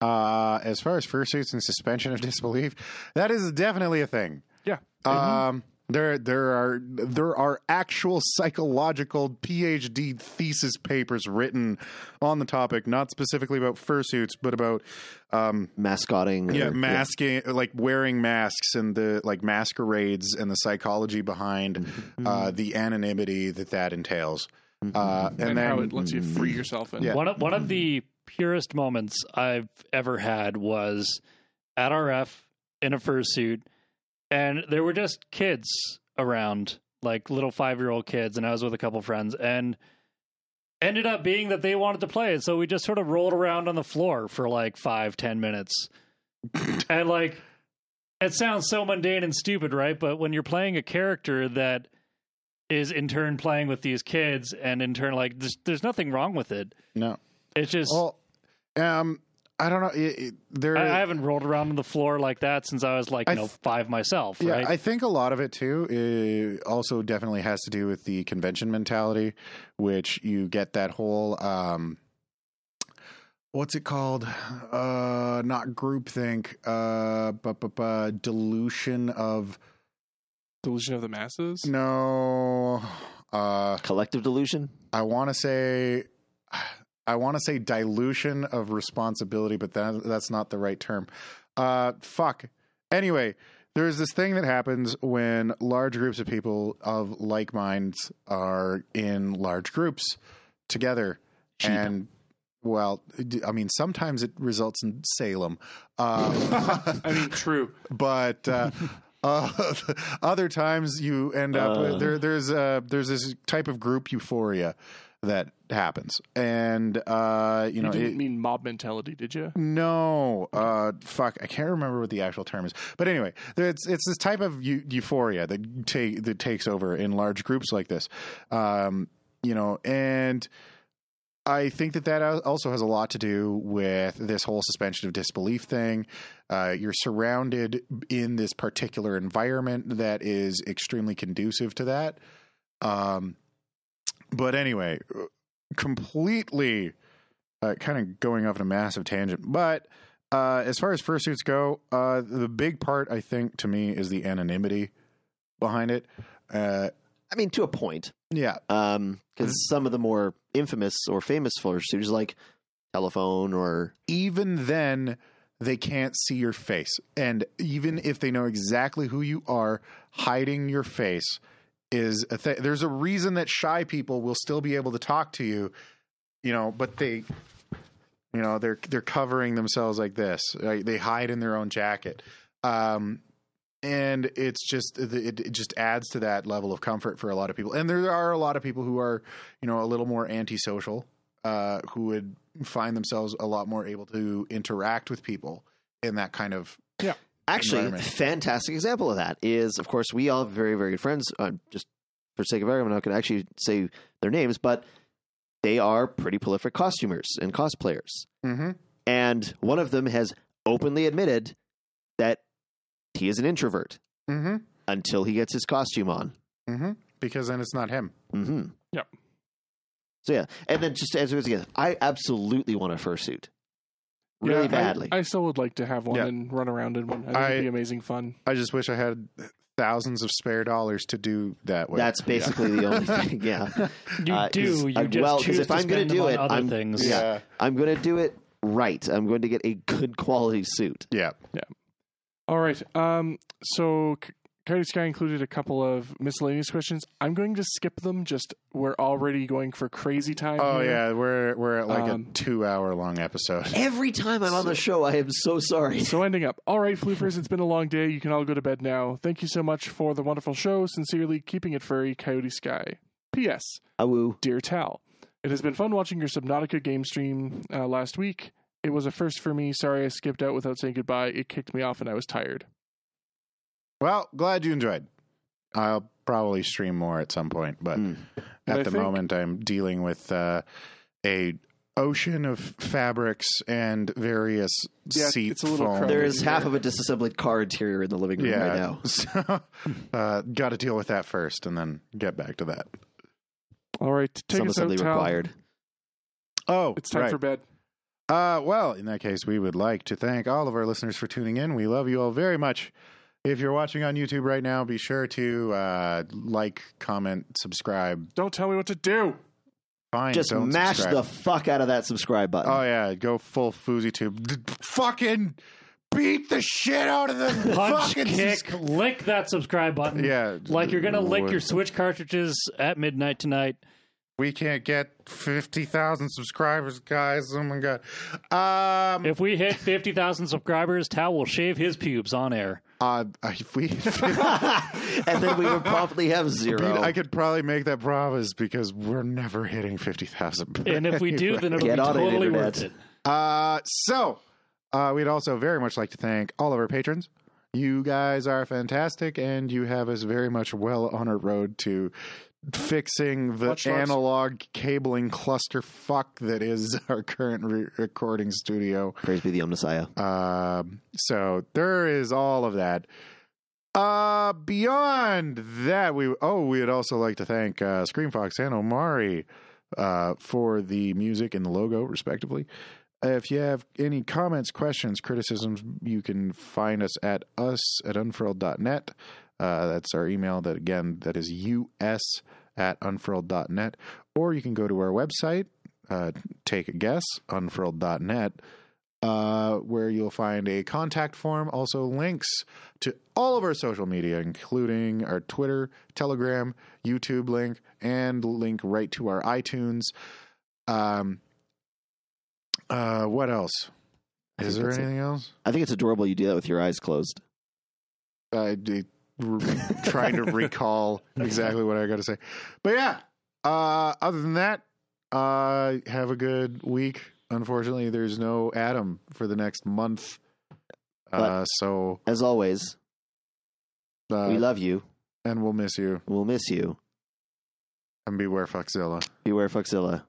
Uh, as far as fursuits and suspension of disbelief, that is definitely a thing. Yeah. Mm-hmm. Um, there, there are there are actual psychological PhD thesis papers written on the topic, not specifically about fursuits, but about um, Mascotting. or- yeah masking like wearing masks and the like masquerades and the psychology behind Mm-hmm. uh, the anonymity that that entails uh, and, And, then how it lets you free yourself in. Yeah. One of, one of the purest moments I've ever had was at RF in a fursuit, and there were just kids around, like little five year old kids, and I was with a couple friends, and ended up being that they wanted to play it, so we just sort of rolled around on the floor for like five ten minutes, and like. It sounds so mundane and stupid, right? But when you're playing a character that is in turn playing with these kids, and in turn, like, there's, there's nothing wrong with it. no It's just well um i don't know it, it, there I, I haven't rolled around on the floor like that since I was like I you know five myself, yeah, right? I think a lot of it too uh also definitely has to do with the convention mentality, which you get that whole um, what's it called? Uh, not groupthink, uh, but, but, but dilution of Delusion of the masses. No, uh, Collective delusion. I want to say, I want to say dilution of responsibility, but that that's not the right term. Uh, fuck. Anyway, there's this thing that happens when large groups of people of like minds are in large groups together, and well, I mean, sometimes it results in Salem. Uh, I mean, true. but uh, uh, other times you end up Uh. there. There's uh, there's this type of group euphoria that happens, and uh, you You know. didn't it- mean mob mentality, did you? no, uh, fuck, I can't remember what the actual term is. But anyway, there- it's it's this type of eu- euphoria that take that takes over in large groups like this, um, you know, and I think that that al- also has a lot to do with this whole suspension of disbelief thing. Uh, you're surrounded in this particular environment that is extremely conducive to that. Um, but anyway, uh, completely uh, kind of going off on a massive tangent. But uh, as far as fursuits go, uh, the big part I think to me is the anonymity behind it. Uh, I mean, to a point. yeah, because some of the more infamous or famous fursuits, like telephone or even then they can't see your face, and even if they know exactly who you are, hiding your face is a thing. There's a reason that shy people will still be able to talk to you, you know, but they. You know they're they're covering themselves like this. Like, they hide in their own jacket. Um, and it's just it, it just adds to that level of comfort for a lot of people and there are a lot of people who are you know a little more antisocial uh who would find themselves a lot more able to interact with people in that kind of actually Environment. fantastic example of that is of course we all have very very good friends. Uh, just for sake of argument, I'm not going to actually say their names, but they are pretty prolific costumers and cosplayers. mm-hmm. and one of them has openly admitted that he is an introvert Mm-hmm. until he gets his costume on. Mm-hmm. because then it's not him hmm Yep. So yeah, and then just as it was again, I absolutely want a fursuit, really Yeah, I- badly. I, still would like to have one Yeah. and run around in one. I think I- it'd be amazing fun. i just wish i had thousands of spare dollars to do that with That's basically the only thing. Yeah, you uh, 'cause do. You I- just well, 'cause choose if to I'm gonna spend them do on it, other I'm- things. yeah. yeah I'm going to do it right. I'm going to get a good quality suit. yeah All right. Um, so K- Coyote Sky included a couple of miscellaneous questions. I'm going to skip them. Just we're already going for crazy time. oh here. yeah we're we're at like Um, a two hour long episode Every time I'm on the show, I am so sorry. So ending up. All right, floofers. It's been a long day. You can all go to bed now. Thank you so much for the wonderful show. Sincerely, keeping it furry, Coyote Sky. P.S. Awoo. Dear Tal, it has been fun watching your Subnautica game stream uh, last week. It was a first for me. Sorry I skipped out without saying goodbye. It kicked me off and I was tired. Well, glad you enjoyed. I'll probably stream more at some point, but Mm. at I the think- moment I'm dealing with uh, a ocean of fabrics and various Yeah, seat it's a little foam. crowded. There is half of a disassembled car interior in the living room yeah. right now. So, uh, got to deal with that first, and then get back to that. All right, take Some us out, assembly Tal. required. Oh, It's time right. for bed. Uh, well, in that case, we would like to thank all of our listeners for tuning in. We love you all very much. If you're watching on YouTube right now, be sure to uh, like, comment, subscribe. Don't tell me what to do. Fine, Just don't mash subscribe. the fuck out of that subscribe button. Oh yeah, go full Foozy Tube. D- fucking beat the shit out of the Punch, fucking kick, lick that subscribe button. Yeah, Like you're gonna lick we- your Switch cartridges at midnight tonight. We can't get fifty thousand subscribers, guys. Oh my god. Um, If we hit fifty thousand subscribers, Tao will shave his pubes on air. uh, if we, and then we would probably have zero. I could probably make that promise because we're never hitting fifty thousand. And if we do, then it'll Get be on it, totally worth it. Internet. Uh, so uh, we'd also very much like to thank all of our patrons. You guys are fantastic, and you have us very much well on our road to fixing the Much love. analog cabling cluster fuck that is our current re- recording studio. Praise be the Omnissiah. Um, so there is all of that. Uh, beyond that, we oh, we would also like to thank uh, Scream Fox and Omari uh, for the music and the logo, respectively. If you have any comments, questions, criticisms, you can find us at us at unfurled.net. Uh, that's our email. That again, that is us at unfurled.net. Or you can go to our website, uh, take a guess, unfurled.net uh, where you'll find a contact form, also links to all of our social media, including our Twitter, Telegram, YouTube link, and link right to our iTunes. Um, uh, what else? I Is think there that's it. anything else? I think it's adorable you do that with your eyes closed. I uh, d- r- trying to recall exactly what I got to say, but yeah. Uh, other than that, uh, have a good week. Unfortunately, there's no Adam for the next month, uh, so As always, Uh, we love you. and we'll miss you. We'll miss you. And beware, Foxzilla. Beware Foxzilla.